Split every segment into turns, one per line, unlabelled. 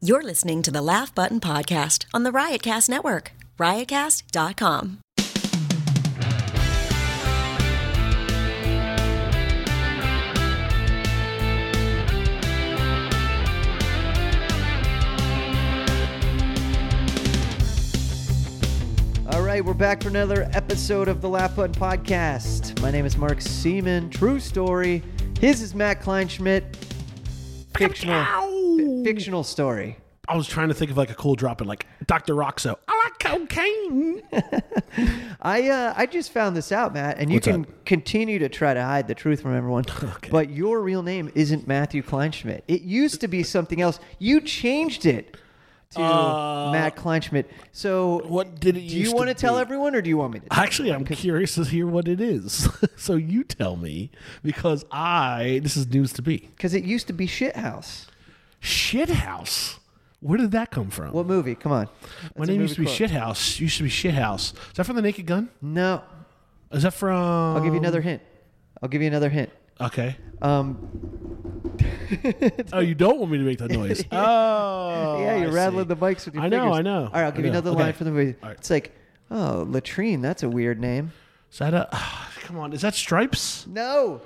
You're listening to the Laugh Button Podcast on the Riotcast Network, riotcast.com.
All right, we're back for another episode of the Laugh Button Podcast. My name is Mark Seaman. True story. His is Matt Kleinschmidt. Fictional. fi- fictional story.
I was trying to think of like a cool drop in, like Dr. Roxo. I like cocaine.
I uh, I just found this out, Matt, and you
What's
can
that?
continue to try to hide the truth from everyone. But your real name isn't Matthew Kleinschmidt. It used to be something else. You changed it to Matt Kleinschmidt. So
Uh, what did
Do
it
you
used to
want to tell
be?
everyone, or do you want me to?
Actually, I'm curious to hear what it is. so you tell me because I this is news to me.
Because it used to be Shithouse.
Shithouse. Where did that come from?
What movie? Come on.
My
That's a
name used to be
movie quote.
Shithouse. Used to be Shithouse. Is that from The Naked Gun?
No.
Is that from?
I'll give you another hint. I'll give you another hint.
Okay.
Um,
Oh, you don't want me to make that noise. Oh.
yeah, you're
I
rattling
see.
the mics with your
I know,
fingers.
I know,
All right, I'll
I
give you
know.
another
Okay.
line for the movie.
All right.
It's like, oh, latrine. That's a weird name.
Is that a? come on. Is that Stripes?
No.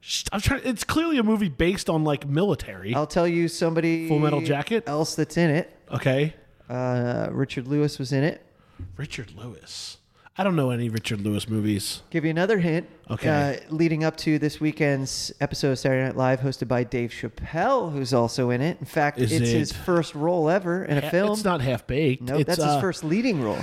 Sh- I'm trying. It's clearly a movie based on like military.
I'll tell you somebody.
Full Metal Jacket?
Else that's in it.
Okay.
Uh, Richard Lewis was in it.
Richard Lewis. I don't know any Richard Lewis movies.
Give you another hint.
Okay.
Uh, leading up to this weekend's episode of Saturday Night Live, hosted by Dave Chappelle, who's also in it. In fact,
Is
it's
it-
his first role ever in a
Ha-
film.
It's not half baked.
no,
It's,
that's
uh,
his first leading role.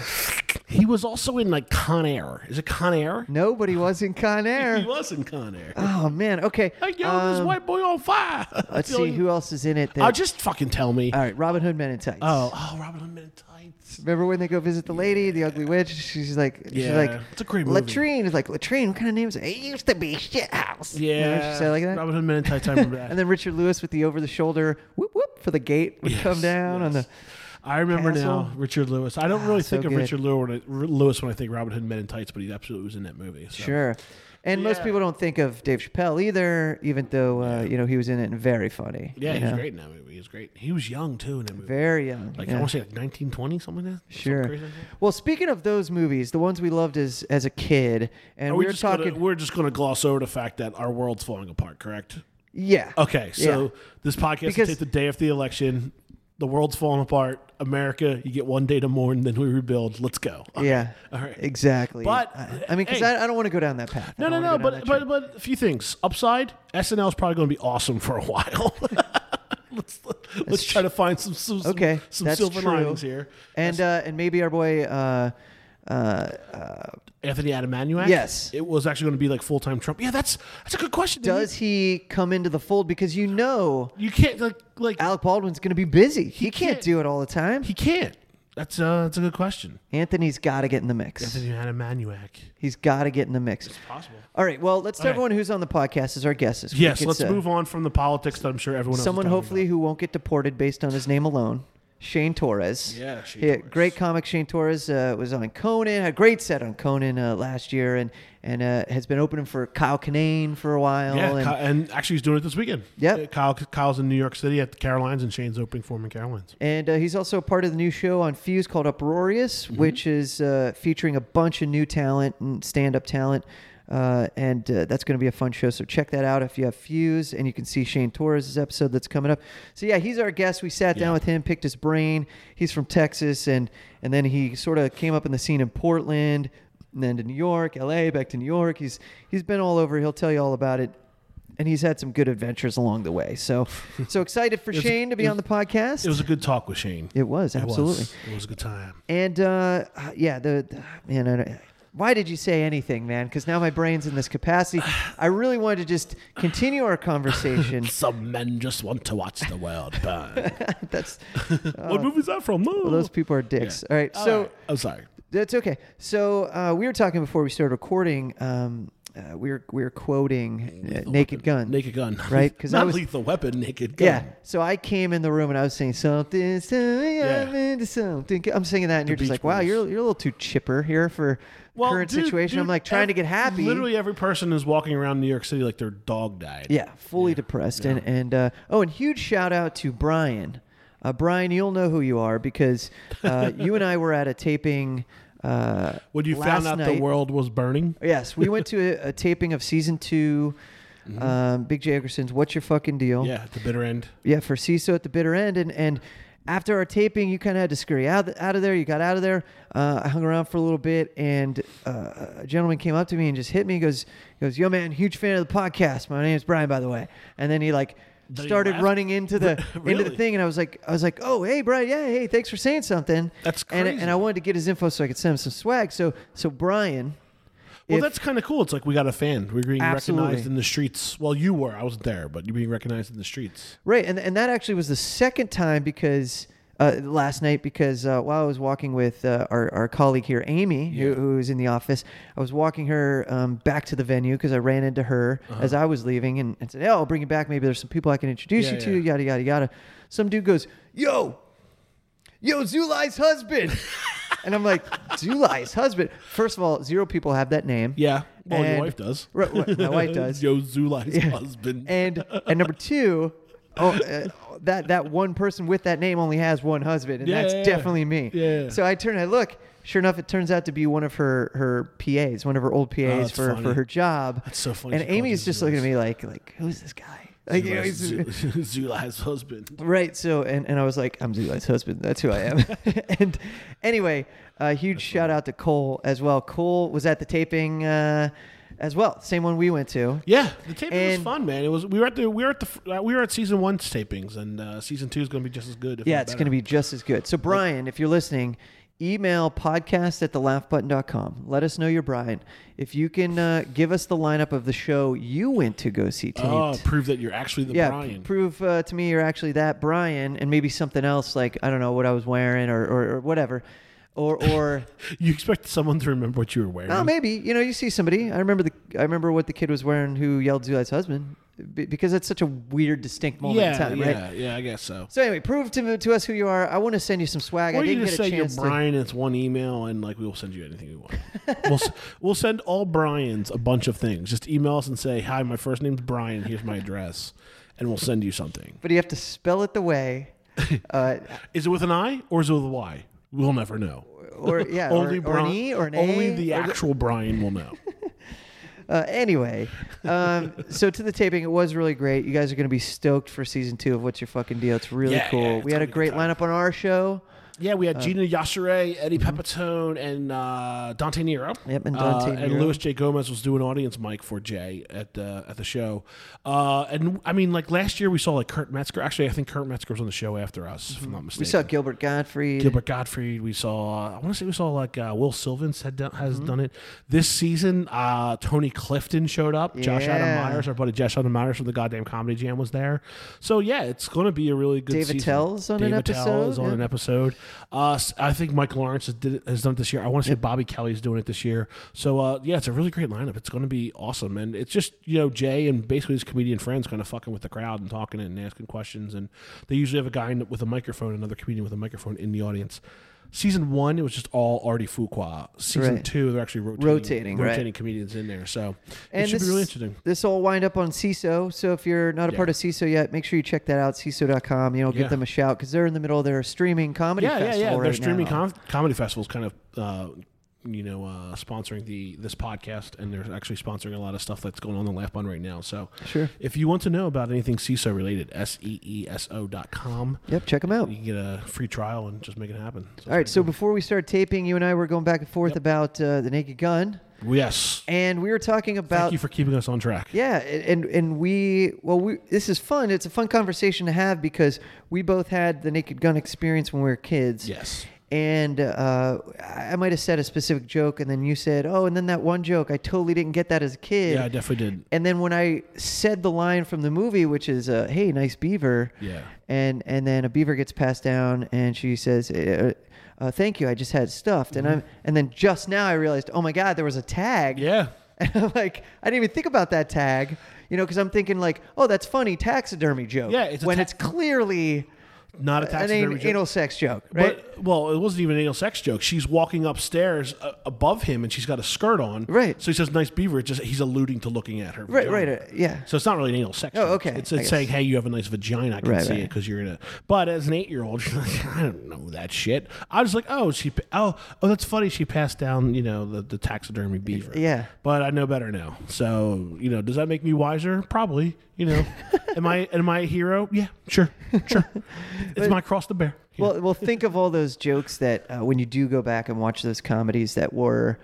He was also in like Con Air. Is it Con Air?
Nobody was in Con
He
Air.
was in Con Air.
Oh man. Okay.
Hey, yo, this
Um,
white boy on fire.
Let's
You
see
know,
who else is Uh, in it. Then.
Oh, just fucking tell me.
All right, Robin Hood Men in Tights.
oh, oh, Robin Hood Men in Tights.
Remember when they go visit the lady, the ugly witch? She's like, she's
Yeah,
like,
it's a great movie.
latrine. It's like latrine. What kind of name is it? It used to be shit house. You know,
Yeah.
she said it like that.
Robin Hood Men in Tights. I remember that.
and then Richard Lewis with the over the shoulder whoop whoop for the gate would
Yes,
come down on the.
yes. I remember now
Castle. Richard
Richard Lewis. I don't really
so
think of
good.
Richard Lewis when, I, R- Lewis when I think Robin Hood Men in Tights, but he absolutely was in that movie. so.
Sure. And most
Yeah.
people don't think of Dave Chappelle either, even though uh, you know he was in it and very funny.
Yeah,
you
he was
know?
great in that movie. He was great. He was young too in that movie.
Very young.
like
yeah.
I want to say like 1920 something like that. Something
Sure.
crazy like that.
Well, speaking of those movies, the ones we loved as as a kid, and
Are
we
we
were
just gonna-
talking.
we're just going to gloss over the fact that our world's falling apart. Correct.
yeah.
Okay. So
Yeah.
this podcast
Because-
will take the day after the election. The world's falling apart. America, you get one day to mourn, then we rebuild. Let's go. Okay.
Yeah.
All right.
Exactly.
But,
I, I mean, because
hey.
I, I don't want to go down that path. I
No,
don't
no, no.
wanna go down
But
that
but
track.
but a few things. Upside, SNL is probably going to be awesome for a while. let's let's try to find some some some-
okay,
some,
that's
silver
true.
linings here.
and uh, and maybe our boy. Uh, uh, uh,
Anthony Adamanyak.
Yes.
it was actually going to be like full time Trump. Yeah, that's that's a good question. Didn't
does he come into the fold? Because you know
you can't like like
Alec Baldwin's going to be busy. He, can't,
can't-
do it all the time.
He can't. That's uh, that's a good question.
Anthony's got to get in the mix.
Anthony Adamanyak.
He's got to get in the mix.
Possible.
All right. Well, let's tell
Okay.
everyone who's on the podcast as our guests. this
Yes,
week. uh,
let's move on from the politics that I'm sure everyone else.
Someone hopefully who won't get deported based on his name alone. Shane Torres.
Yeah, Shane
He-
Torres.
Great comic Shane Torres uh, was on Conan, a great set on Conan uh, last year, and and uh, has been opening for Kyle Kinane for a while.
Yeah,
and
Ky- and actually he's doing it this weekend.
Yep.
Uh, Kyle Kyle's in New York City at the Carolines, and Shane's opening for him in Carolines.
and uh, he's also a part of the new show on Fuse called Uproarious,
Mm-hmm.
which is uh, featuring a bunch of new talent and stand-up talent. Uh, and uh, that's going to be a fun show. So check that out if you have Fuse, and you can see Shane Torres' episode that's coming up. So yeah, he's our guest. We sat down
Yeah.
with him, picked his brain. He's from Texas, and and then he sort of came up in the scene in Portland, and then to New York, L.A., back to New York. He's he's been all over. He'll tell you all about it. And he's had some good adventures along the way. So, so excited for
was-
Shane to be
it
on the podcast.
It was a good talk with Shane.
It was absolutely,
It was, It was a good time.
and uh, yeah, the, the man. I, don't- why did you say anything, man? Because now my brain's in this capacity. I really wanted to just continue our conversation.
Some men just want to watch the world burn.
That's
what movie is that from? No.
those people are dicks. All right, so
Oh, I'm sorry.
that's okay. So uh, we were talking before we started recording. Um, uh, we were we were quoting uh, Naked Gun.
Naked Gun.
Right, 'cause I
not
was-
Lethal Weapon. Naked Gun.
Yeah. So I came in the room and I was saying something, something, I'm into something. I'm singing that, and you're just like,
Beach
"Wow,
Boys.
you're you're a little too chipper here for current
dude-
situation." I'm
dude,
like trying to
ev-
get happy.
Literally every person is walking around New York City like their dog died.
Yeah, fully depressed. And and uh, oh, and huge shout out to Brian. Uh, Brian, you'll know who you are because uh, you and I were at a taping. Uh,
When you
last
found out
night.
the world was burning,
Yes, we went to a, a taping of season 2 um, Big J Eggerson's "What's Your Fucking Deal?"
yeah, at the bitter end.
yeah, for CISO at the bitter end, and and after our taping, you kind of had to scurry out out of there. You got out of there. Uh, I hung around for a little bit, and uh, a gentleman came up to me and just hit me. He goes, he goes, yo man, huge fan of the podcast. My name's Brian, by the way. And then he like
he
started
laugh?
running into the into
Really?
the thing, and I was like, I was like, oh hey Brian, yeah hey, thanks for saying something.
That's
And,
crazy.
and I wanted to get his info so I could send him some swag. So so Brian,
Well,
If-
that's kind of cool. It's like we got a fan. We're being
Absolutely.
recognized in the streets. Well, you were. I wasn't there, but you're being recognized in the streets.
Right, and and that actually was the second time because uh, last night because uh, while I was walking with uh, our our colleague here, Amy, who, who was in the office, I was walking her um, back to the venue because I ran into her
Uh-huh.
as I was leaving and, and said, "Hey, I'll bring you back. Maybe there's some people I can introduce
Yeah,
you to."
yeah.
Yada yada yada. Some dude goes, "Yo, yo, Zulai's husband," and I'm like, "Zulai's husband." First of all, zero people have that name.
Yeah. Well,
And-
your wife does.
Right, right, my wife does.
Yo Zulai's husband.
and and number two, oh, uh, that that one person with that name only has one husband, and
Yeah,
that's
yeah, yeah.
definitely me.
Yeah.
So I turn, I look. Sure enough, it turns out to be one of her her PAs, one of her old PAs
Oh, that's
for,
funny.
for her job.
That's so funny she
And
called
Amy's
you
just
Zeus.
looking at me like like who's this guy? Like, you know,
Zulai's,
he's-
Zulai's husband.
Right. So, and, and I was like, I'm Zulai's husband. That's who I am. and anyway, a huge shout out to Cole as well. Cole was at the taping uh, as well, same one we went to.
Yeah, the taping
And-
was fun, man. It was. We were at the. We were at the. f- uh, We were at season one's tapings, and uh, season two is going to be just as good. If
Yeah,
not
it's
better.
going to be just as good. So, Brian, if you're listening, email podcast at thelaughbutton.com. Let us know you're Brian. If you can uh, give us the lineup of the show you went to go see taped.
Oh, prove that you're actually the
yeah,
Brian.
prove uh, to me you're actually that Brian and maybe something else like, I don't know, what I was wearing or, or, or whatever. Or, or
you expect someone to remember what you were wearing?
oh, maybe, you know, you see somebody. I remember the I remember what the kid was wearing who yelled Zulai's husband be- because it's such a weird, distinct moment
yeah,
in time,
yeah,
right?
yeah. I guess so.
So, anyway, prove to, to us who you are. I want to send you some swag.
Or
I
you
didn't
can just
get a
say you're
chance to.
Brian. It's one email, and like we will send you anything we want. we'll s- we'll send all Brian's a bunch of things. Just email us and say, "Hi, my first name's Brian. Here's my address," and we'll send you something.
but you have to spell it the way, uh,
Is it with an I or is it with a Y? We'll never know.
or yeah,
only
or, or
Brian,
an E or an A.
only the actual Brian will know.
Uh, anyway, um, so to the taping, it was really great. You guys are going to be stoked for season two of What's Your Fucking Deal. It's really
Yeah,
cool.
yeah, it's
we had
gonna
a
be a
great
good
lineup on our show.
Yeah, we had
Uh,
Gina Yashere, Eddie Pepitone, and uh, Dante Nero.
mm-hmm. Yep, and Dante
Uh,
Nero.
And Louis J. Gomez was doing audience mic for Jay at the at the show. Uh, and I mean, like last year, we saw like Kurt Metzger. Actually, I think Kurt Metzger was on the show after us, if I'm not mistaken.
Mm-hmm. We saw Gilbert Godfrey.
Gilbert Gottfried. We saw. I want to say we saw like uh, Will Sylvans had done,
Mm-hmm.
has done it this season. Uh, Tony Clifton showed up. Josh Adam
Yeah.
Myers, our buddy Josh Adam Myers from the goddamn Comedy Jam was there. So yeah, it's going to be a really good.
David
season.
Tell's on an
David Tell is
episode,
on
yeah.
an episode. Uh, s- I think Mike Lawrence has, did it, has done it this year. I want to say Bobby Kelly's doing it this year. So uh, yeah, it's a really great lineup. It's going to be awesome, and it's just you know Jay and basically his comedian friends kind of fucking with the crowd and talking and asking questions, and they usually have a guy in, with a microphone, another comedian with a microphone in the audience. Season one, it was just all Artie Fuqua. Season
Right.
two, they're actually
Rotating,
rotating
right.
comedians in there, so
and
it should
this,
be really interesting.
This all wind up on CISO. So if you're not a
Yeah.
part of CISO yet, make sure you check that out, CISO.com. You know, give
Yeah.
them a shout because they're in the middle of their streaming comedy
yeah,
festival
yeah, yeah.
right
Their streaming
now.
com- comedy festivals kind of, uh, you know, uh, sponsoring the this podcast, and they're actually sponsoring a lot of stuff that's going on in the Laugh Bun right now. So,
Sure.
if you want to know about anything CISO related, s e e s o dot com,
Yep, check them out.
you can get a free trial and just make it happen. So
All right, so before we started taping, you and I were going back and forth about uh, the Naked Gun,
yes,
and we were talking
thank
about
you for keeping us on track.
yeah, and and we well, we this is fun. It's a fun conversation to have because we both had the Naked Gun experience when we were kids.
Yes.
And uh, I I might have said a specific joke, and then you said, "Oh," and then that one joke I totally didn't get that as a kid.
Yeah, I definitely did.
And then when I said the line from the movie, which is uh, "Hey, nice beaver,"
Yeah.
and and then a beaver gets passed down, and she says, uh, uh, "Thank you, I just had it stuffed," and I'm and then just now I realized, oh my god, there was a tag.
Mm-hmm. Yeah.
and I'm like, I didn't even think about that tag, you know, because I'm thinking like, oh, that's funny taxidermy joke.
Yeah, it's a
when
ta-
it's clearly
not attached
An
to
an-
every joke.
anal sex joke, right?
But well, it wasn't even an anal sex joke. She's walking upstairs uh, above him, and she's got a skirt on.
Right.
So he says, "Nice beaver." It just he's alluding to looking at her.
right,
vagina.
right, uh, yeah.
So it's not really an anal sex.
Oh,
joke.
okay.
It's,
I
it's
guess.
saying, "Hey, you have a nice vagina. I can
Right,
see
right.
it because you're in a." But as an eight-year-old, she's like, "I don't know that shit." I was like, "Oh, she. pa- Oh, oh, that's funny. She passed down, you know, the, the taxidermy beaver."
Yeah.
But I know better now. So you know, does that make me wiser? Probably. You know, am I am I a hero? Yeah, sure, sure. it's my cross to bear. you
Well, well, think of all those jokes that uh, when you do go back and watch those comedies that were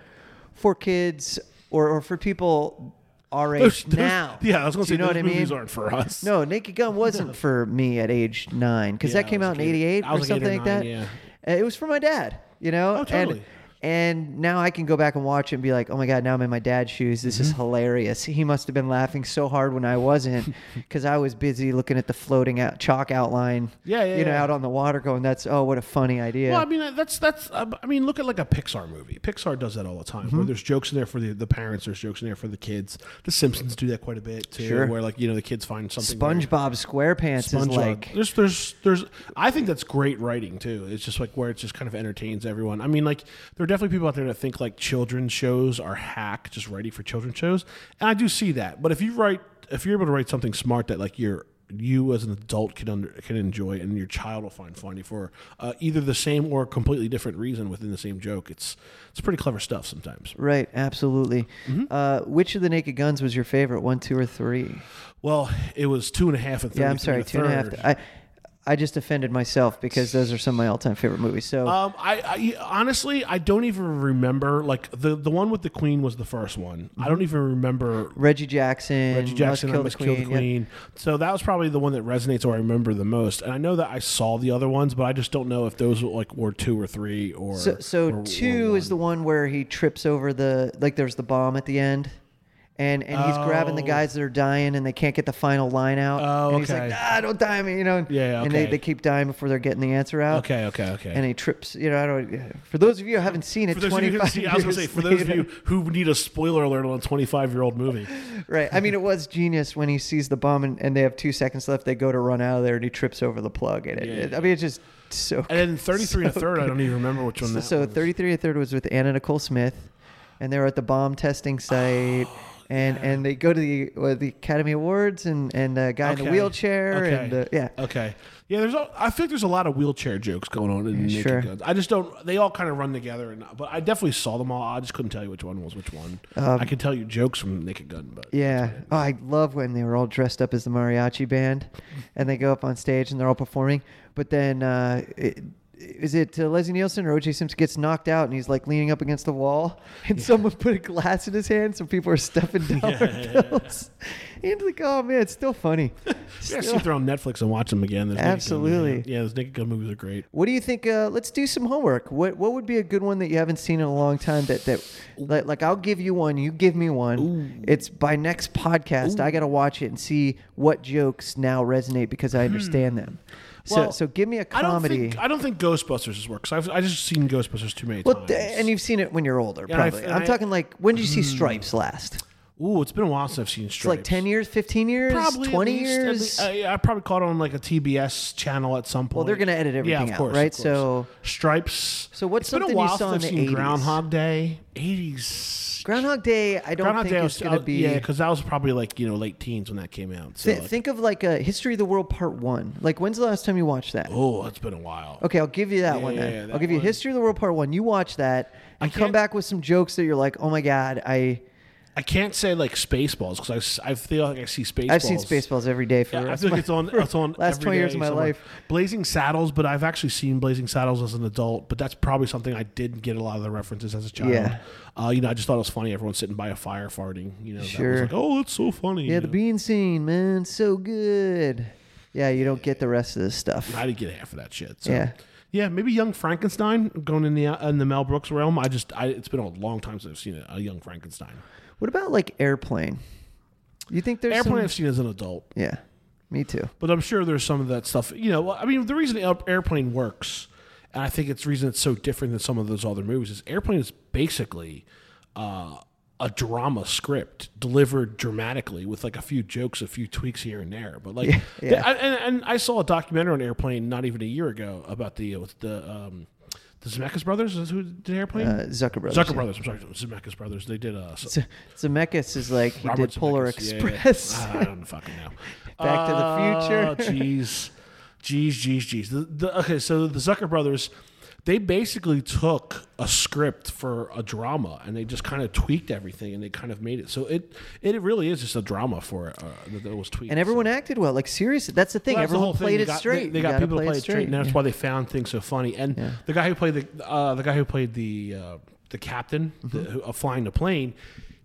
for kids or, or for people our age
Those- those-
now.
Yeah, I was going
Do
to say
you know
those
what I mean?
movies aren't for us.
No, Naked Gun wasn't for me at age nine because
Yeah,
that
I
came
was
out in
like eight-
'88
I
or
was like eight
something
or
like that.
nine,
Uh, It was for my dad, you know.
Oh, totally.
And, and now I can go back and watch it and be like, oh my god, now I'm in my dad's shoes. This
Mm-hmm.
is hilarious. He must have been laughing so hard when I wasn't because I was busy looking at the floating out chalk outline.
Yeah, yeah,
You know,
yeah.
out on the water, going, that's oh, what a funny idea.
Well, I mean that's that's uh, I mean look at like a Pixar movie. Pixar does that all the time. Where there's jokes in there for the, the parents, there's jokes in there for the kids. The Simpsons do that quite a bit too.
Sure.
Where like you know the kids find something. where-
SpongeBob SquarePants is
SpongeBob.
like
there's there's there's I think that's great writing too. It's just like where it just kind of entertains everyone. I mean like there are definitely people out there that think like children's shows are hack, just writing for children's shows, and I do see that. But if you write if you're able to write something smart that like you're you as an adult can under, can enjoy and your child will find funny for uh, either the same or completely different reason within the same joke. It's it's pretty clever stuff sometimes.
right, absolutely.
Mm-hmm.
Uh, which of the Naked Guns was your favorite? One, two, or three?
Well, it was two and a half and
Yeah, I'm
33
sorry,
and a
two and a half.
third.
I I just offended myself because those are some of my all-time favorite movies. So
Um, I, I honestly I don't even remember like the the one with the queen was the first one. I don't even remember
Reggie Jackson,
Reggie Jackson.
Must
I must kill the
Yep.
queen. So that was probably the one that resonates or I remember the most. And I know that I saw the other ones, but I just don't know if those were like were two or three or
So, so
or- or
two is the one where he trips over the like. There's the bomb at the end, and and he's grabbing the
Oh.
guys that are dying, and they can't get the final line out.
Oh,
and he's like,
okay.
ah, don't die me, you know. And,
Yeah,
and they,
okay.
they keep dying before they're getting the answer out.
Okay, okay, okay.
And he trips, you know. I don't. For those of you who haven't seen it,
for those of you who
25
see, I was gonna say
years
for those of
later-
you who need a spoiler alert on a twenty five year old movie.
Right. I mean, it was genius when he sees the bomb and, and they have two seconds left. They go to run out of there and he trips over the plug. And it,
Yeah.
it- I mean, it's just so.
And then thirty three and a third, I don't even remember which one
so,
that
so
was.
33 and a third was with Anna Nicole Smith, and they were at the bomb
Oh,
testing site. and, and they go to the uh, the Academy Awards and and the guy in the
Okay.
wheelchair
Okay.
and uh, yeah
Okay. Yeah, there's. All, I think there's a lot of wheelchair jokes going on in Naked
sure.
Guns. I just don't. They all kind of run together, and but I definitely saw them all. I just couldn't tell you which one was which one. I could tell you jokes from Naked Gun, but
Um, yeah oh, I love when they were all dressed up as the mariachi band, and they go up on stage and they're all performing. But then uh, it, is it uh, Leslie Nielsen or O.J. Simpson gets knocked out and he's like leaning up against the wall, and someone put a glass in his hand, so people are stuffing dollar bills. And it's like, oh man, it's still funny.
yeah, see
Still-
if they're on Netflix and watch them again. There's Naked Gun,
Absolutely.
yeah. yeah, those Naked Gun movies are great.
What do you think? Uh, let's do some homework. What What would be a good one that you haven't seen in a long time? That that like, like I'll give you one. You give me one. It's by next podcast. I gotta watch it and see what jokes now resonate because I understand them. So
Hmm. Well,
so give me a
I
comedy.
don't think I don't think Ghostbusters is work because I've I just seen Ghostbusters too many
well,
times.
th- and you've seen it when you're older,
Yeah, I've-
probably.
and
I'm
I-
talking like when did you see Stripes last? It's
Ooh, it's been a while since I've seen Stripes.
like ten years, fifteen years,
Probably at
twenty
least- at
years.
least- uh, I, I probably caught it on like a TBS channel at some point.
Well, they're gonna edit
yeah,
everything
of
out,
course,
right?
Of course.
So-
Stripes.
So what's
it's been a
something you
while
saw
since
in
I've
the
seen
80s?
Groundhog Day. Eighties.
Groundhog Day. I don't think
Day
it's gonna
uh,
be.
yeah, because that was probably like you know late teens when that came out. So
Th-
like,
think of like a History of the World Part One. Like when's the last time you watched that?
oh, it's been a while.
Okay, I'll give you that one
yeah,
then.
yeah,
I'll
that
give you
one.
History of the World Part One. You watch that and come
can't-
back with some jokes that you're like, oh my god, I
I can't say like Spaceballs because I, s- I feel like I see Spaceballs.
I've seen Spaceballs every day for.
Yeah,
the
I
rest
feel
of
like
my-
it's on. It's on
last
every
20 years
day
of my
somewhere.
life.
Blazing Saddles, but I've actually seen Blazing Saddles as an adult. But that's probably something I didn't get a lot of the references as a child.
Yeah.
Uh, you know, I just thought it was funny. Everyone sitting by a fire farting. You know,
Sure.
That was like, oh, it's so funny.
yeah,
you
the
know.
bean scene, man, so good. Yeah, you don't get the rest of this stuff.
I didn't get half of that shit. So.
Yeah.
Yeah, maybe Young Frankenstein going in the in the Mel Brooks realm. I just I, it's been a long time since I've seen a, a Young Frankenstein.
What about like Airplane? You think there's
Airplane I've
Some...
seen as an adult,
Yeah, me too.
but I'm sure there's some of that stuff. You know, I mean, the reason Air- Airplane works, and I think it's the reason it's so different than some of those other movies is Airplane is basically uh, a drama script delivered dramatically with like a few jokes, a few tweaks here and there. But like,
yeah.
th- I- and, and I saw a documentary on Airplane not even a year ago about the with the um, the Zemeckis brothers. Is who did Airplane?
Uh, Zucker Brothers.
Zucker brothers. I'm sorry, Zemeckis brothers. They did uh, s-
Z- Zemeckis is like he
Robert
did Polar
Zemeckis. Yeah, yeah.
Express.
I don't fucking know.
Back to the
Oh,
Future.
Jeez, jeez, jeez, jeez. The, the, okay, so the Zucker brothers, they basically took a script for a drama and they just kind of tweaked everything and they kind of made it. So it it really is just a drama for it, uh, that, that was tweaked.
and everyone acted well. Like seriously, that's the thing.
Well, that's the
everyone
whole thing.
played
They
it
got- they-
straight.
They,
You
got
gotta
people to
play
play it straight, and that's why they found things so funny. And the guy who played the uh, the guy who played the uh, the captain the,
Mm-hmm.
who, uh, flying the plane,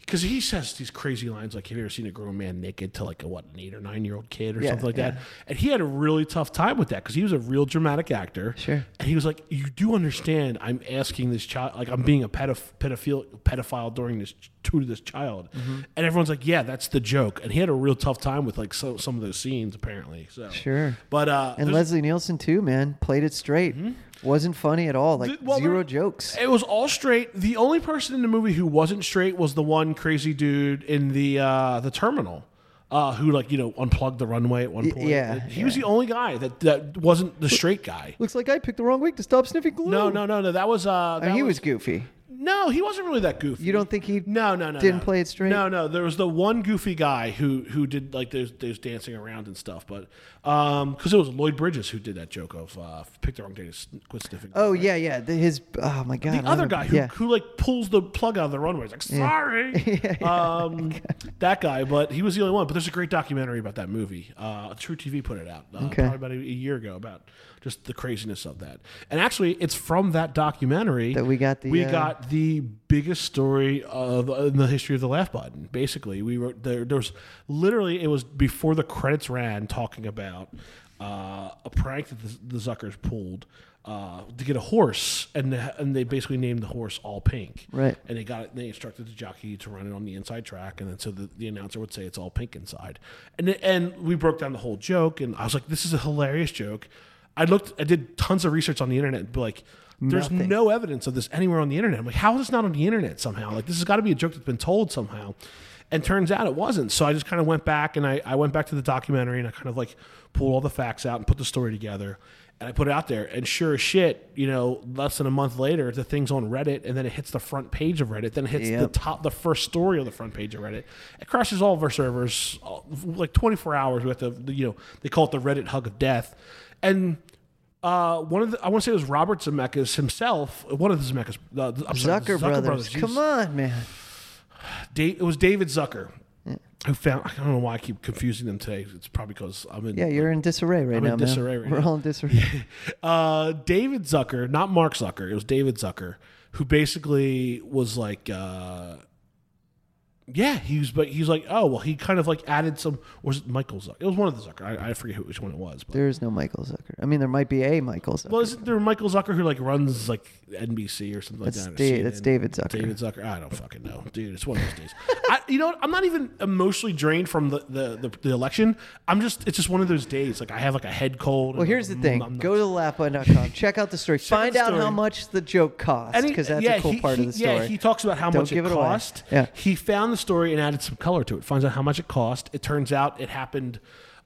because he says these crazy lines like, "Have you ever seen a grown man naked to like a what an eight or nine year old kid or
Yeah,
something like
yeah.
that?" And he had a really tough time with that because he was a real dramatic actor.
Sure.
And he was like, "You do understand? I'm asking this child, like I'm being a pedoph- pedophile pedophile during this to this child."
Mm-hmm.
And everyone's like, "Yeah, that's the joke." And he had a real tough time with like so, some of those scenes apparently. So
Sure.
but uh,
And
there's- Mm-hmm.
Leslie Nielsen too, man, played it straight. Wasn't funny at all. Like
Th- well,
zero
there-
jokes.
it was all straight. The only person in the movie who wasn't straight was the one crazy dude in the uh, the terminal. Uh, who like you know unplugged the runway at one point?
yeah,
he was the only guy that, that wasn't the straight guy.
Looks like I picked the wrong week to stop sniffing glue.
No, no, no, no. That was uh,
I
that
mean, he was goofy.
no, he wasn't really that goofy.
You don't think he
No, no, no.
didn't
no.
play it straight?
No, no. There was the one goofy guy who who did like those those dancing around and stuff, but um, because it was Lloyd Bridges who did that joke of uh, pick the wrong day to s- quit sniffing.
Oh yeah, yeah. The, his oh my god. I
The other
remember-
guy who,
yeah.
who like pulls the plug out of the runway. He's like, sorry, um, that guy. But he was the only one. But there's a great documentary about that movie. Uh, True TV put it out uh,
Okay.
probably about a, a year ago about just the craziness of that. And actually, it's from that documentary
That we got the,
we
uh,
got the biggest story of in the history of the laugh button. Basically, we wrote there. There was literally it was before the credits ran talking about uh, a prank that the, the Zuckers pulled uh, to get a horse, and the, and they basically named the horse All Pink.
Right.
And they got it. They instructed the jockey to run it on the inside track, and then so the, the announcer would say it's All Pink inside, and it- and we broke down the whole joke, and I was like, this is a hilarious joke. I looked, I did tons of research on the internet, and be like. There's
Nothing.
no evidence of this anywhere on the internet. I'm like, how is this not on the internet somehow? Like, this has got to be a joke that's been told somehow. And turns out it wasn't. So I just kind of went back and I, I went back to the documentary and I kind of like pulled all the facts out and put the story together and I put it out there. And sure as shit, you know, less than a month later, the thing's on Reddit and then it hits the front page of Reddit. Then it hits the
Yep.
top, the first story on the front page of Reddit. It crashes all of our servers all- like 24 hours. We have to, you know, they call it the Reddit hug of death. And uh, one of the, I want to say it was Robert Zemeckis himself. One of the Zemeckis, uh, I'm sorry,
Zucker, brothers. Come on, man.
Da- it was David Zucker who found. I don't know why I keep confusing them today. It's probably because I'm in.
Yeah, you're in disarray right
I'm in
now,
disarray
man.
right
We're
now.
all in disarray.
Uh, David Zucker, not Mark Zucker. It was David Zucker who basically was like. Uh, yeah, he was, but he's like, oh well, he kind of like added some. Or was it Michael Zucker? It was one of the Zucker. I, I forget who, which one it was. But
There is no Michael Zucker. I mean, there might be a Michael Zucker.
Well, isn't there Michael Zucker who like runs like NBC or something
That's
like that? or
Da- that's
CNN?
David Zucker.
David Zucker. I don't fucking know, dude. It's one of those days. I, you know, what? I'm not even emotionally drained from the, the, the, the election. I'm just. It's just one of those days. Like I have like "Mm, a head cold.
Well, here's the thing. Go to thelaughbutton.com. Check out the story.
out
Find
the
out how
story.
much the joke cost because that's a cool part of the story.
Yeah, he talks about how
Don't
much
give
it,
it away.
cost.
Yeah.
He found the story and added some color to it. Finds out how much it cost. It turns out it happened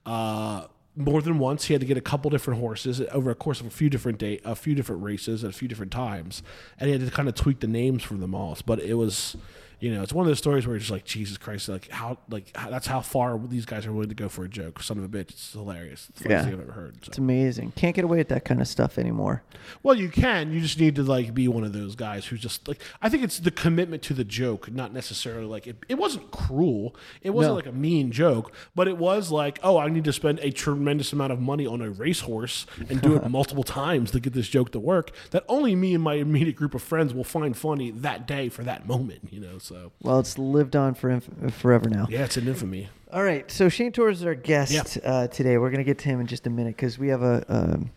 uh, more than once. He had to get a couple different horses over a course of a few different day, a few different races at a few different times, and he had to kind of tweak the names for them all. But it was. You know, it's one of those stories where you're just like, Jesus Christ, like how, like how, that's how far these guys are willing to go for a joke. Son of a bitch, it's hilarious. It's the funniest
Yeah.
thing I've ever heard. So.
it's amazing. Can't get away with that kind of stuff anymore.
Well, you can. You just need to like be one of those guys who's just like I think it's the commitment to the joke, not necessarily like it, it wasn't cruel. It wasn't
No.
like a mean joke, but it was like, oh, I need to spend a tremendous amount of money on a racehorse and do it multiple times to get this joke to work. That only me and my immediate group of friends will find funny that day for that moment, you know. So
Well, it's lived on for inf- forever now.
yeah, it's an infamy.
All right. So Shane Torres is our guest uh, today. We're going to get to him in just a minute because we have a um,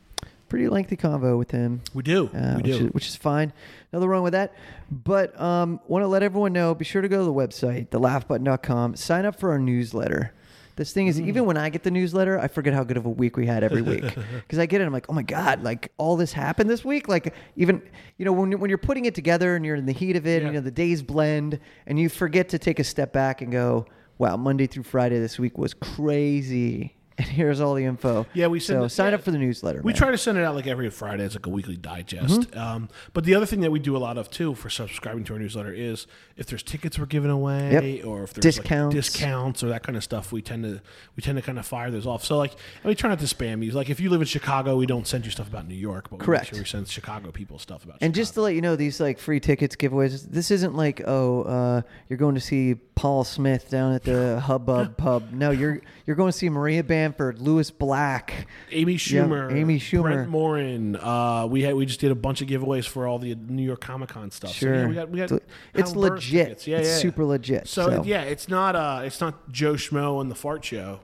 pretty lengthy convo with him.
We do.
uh,
we
which,
do.
Is, which is fine. Nothing wrong with that. But um, want to let everyone know be sure to go to the website, thelaughbutton.com, sign up for our newsletter. This thing is
Hmm.
even when I get the newsletter, I forget how good of a week we had every week because I get it. I'm like, oh my god, like all this happened this week. Like even you know when you- when you're putting it together and you're in the heat of it,
Yeah.
you know the days blend and you forget to take a step back and go, wow, Monday through Friday this week was crazy. And here's all the info.
Yeah, we send
so
it-
sign
yeah.
up for the newsletter.
We
man. Mm-hmm.
try to send it out like every Friday. It's like a weekly digest. Um, but the other thing that we do a lot of too for subscribing to our newsletter is if there's tickets we're giving away
Yep.
or if there's
Discounts.
like discounts or that kind of stuff, we tend to we tend to kind of fire those off. So like, and we try not to spam you. Like if you live in Chicago, we don't send you stuff about New York, but
Correct.
we make sure we send Chicago people stuff about.
And just to let you know, these like free tickets giveaways. This isn't like oh, uh, you're going to see Paul Smith down at the Hubbub Pub. No, you're you're going to see Maria Bamford, Louis Black.
Amy
Yeah,
Schumer,
Amy Schumer.
Brent Morin. Uh, we had we just did a bunch of giveaways for all the New York Comic Con stuff.
Sure,
so, yeah, we got we got.
it's, it's
Helen Burns
legit.
tickets. Yeah,
it's
yeah, yeah.
super legit.
So,
So,
yeah, it's not uh, it's not Joe Schmo and the Fart Show,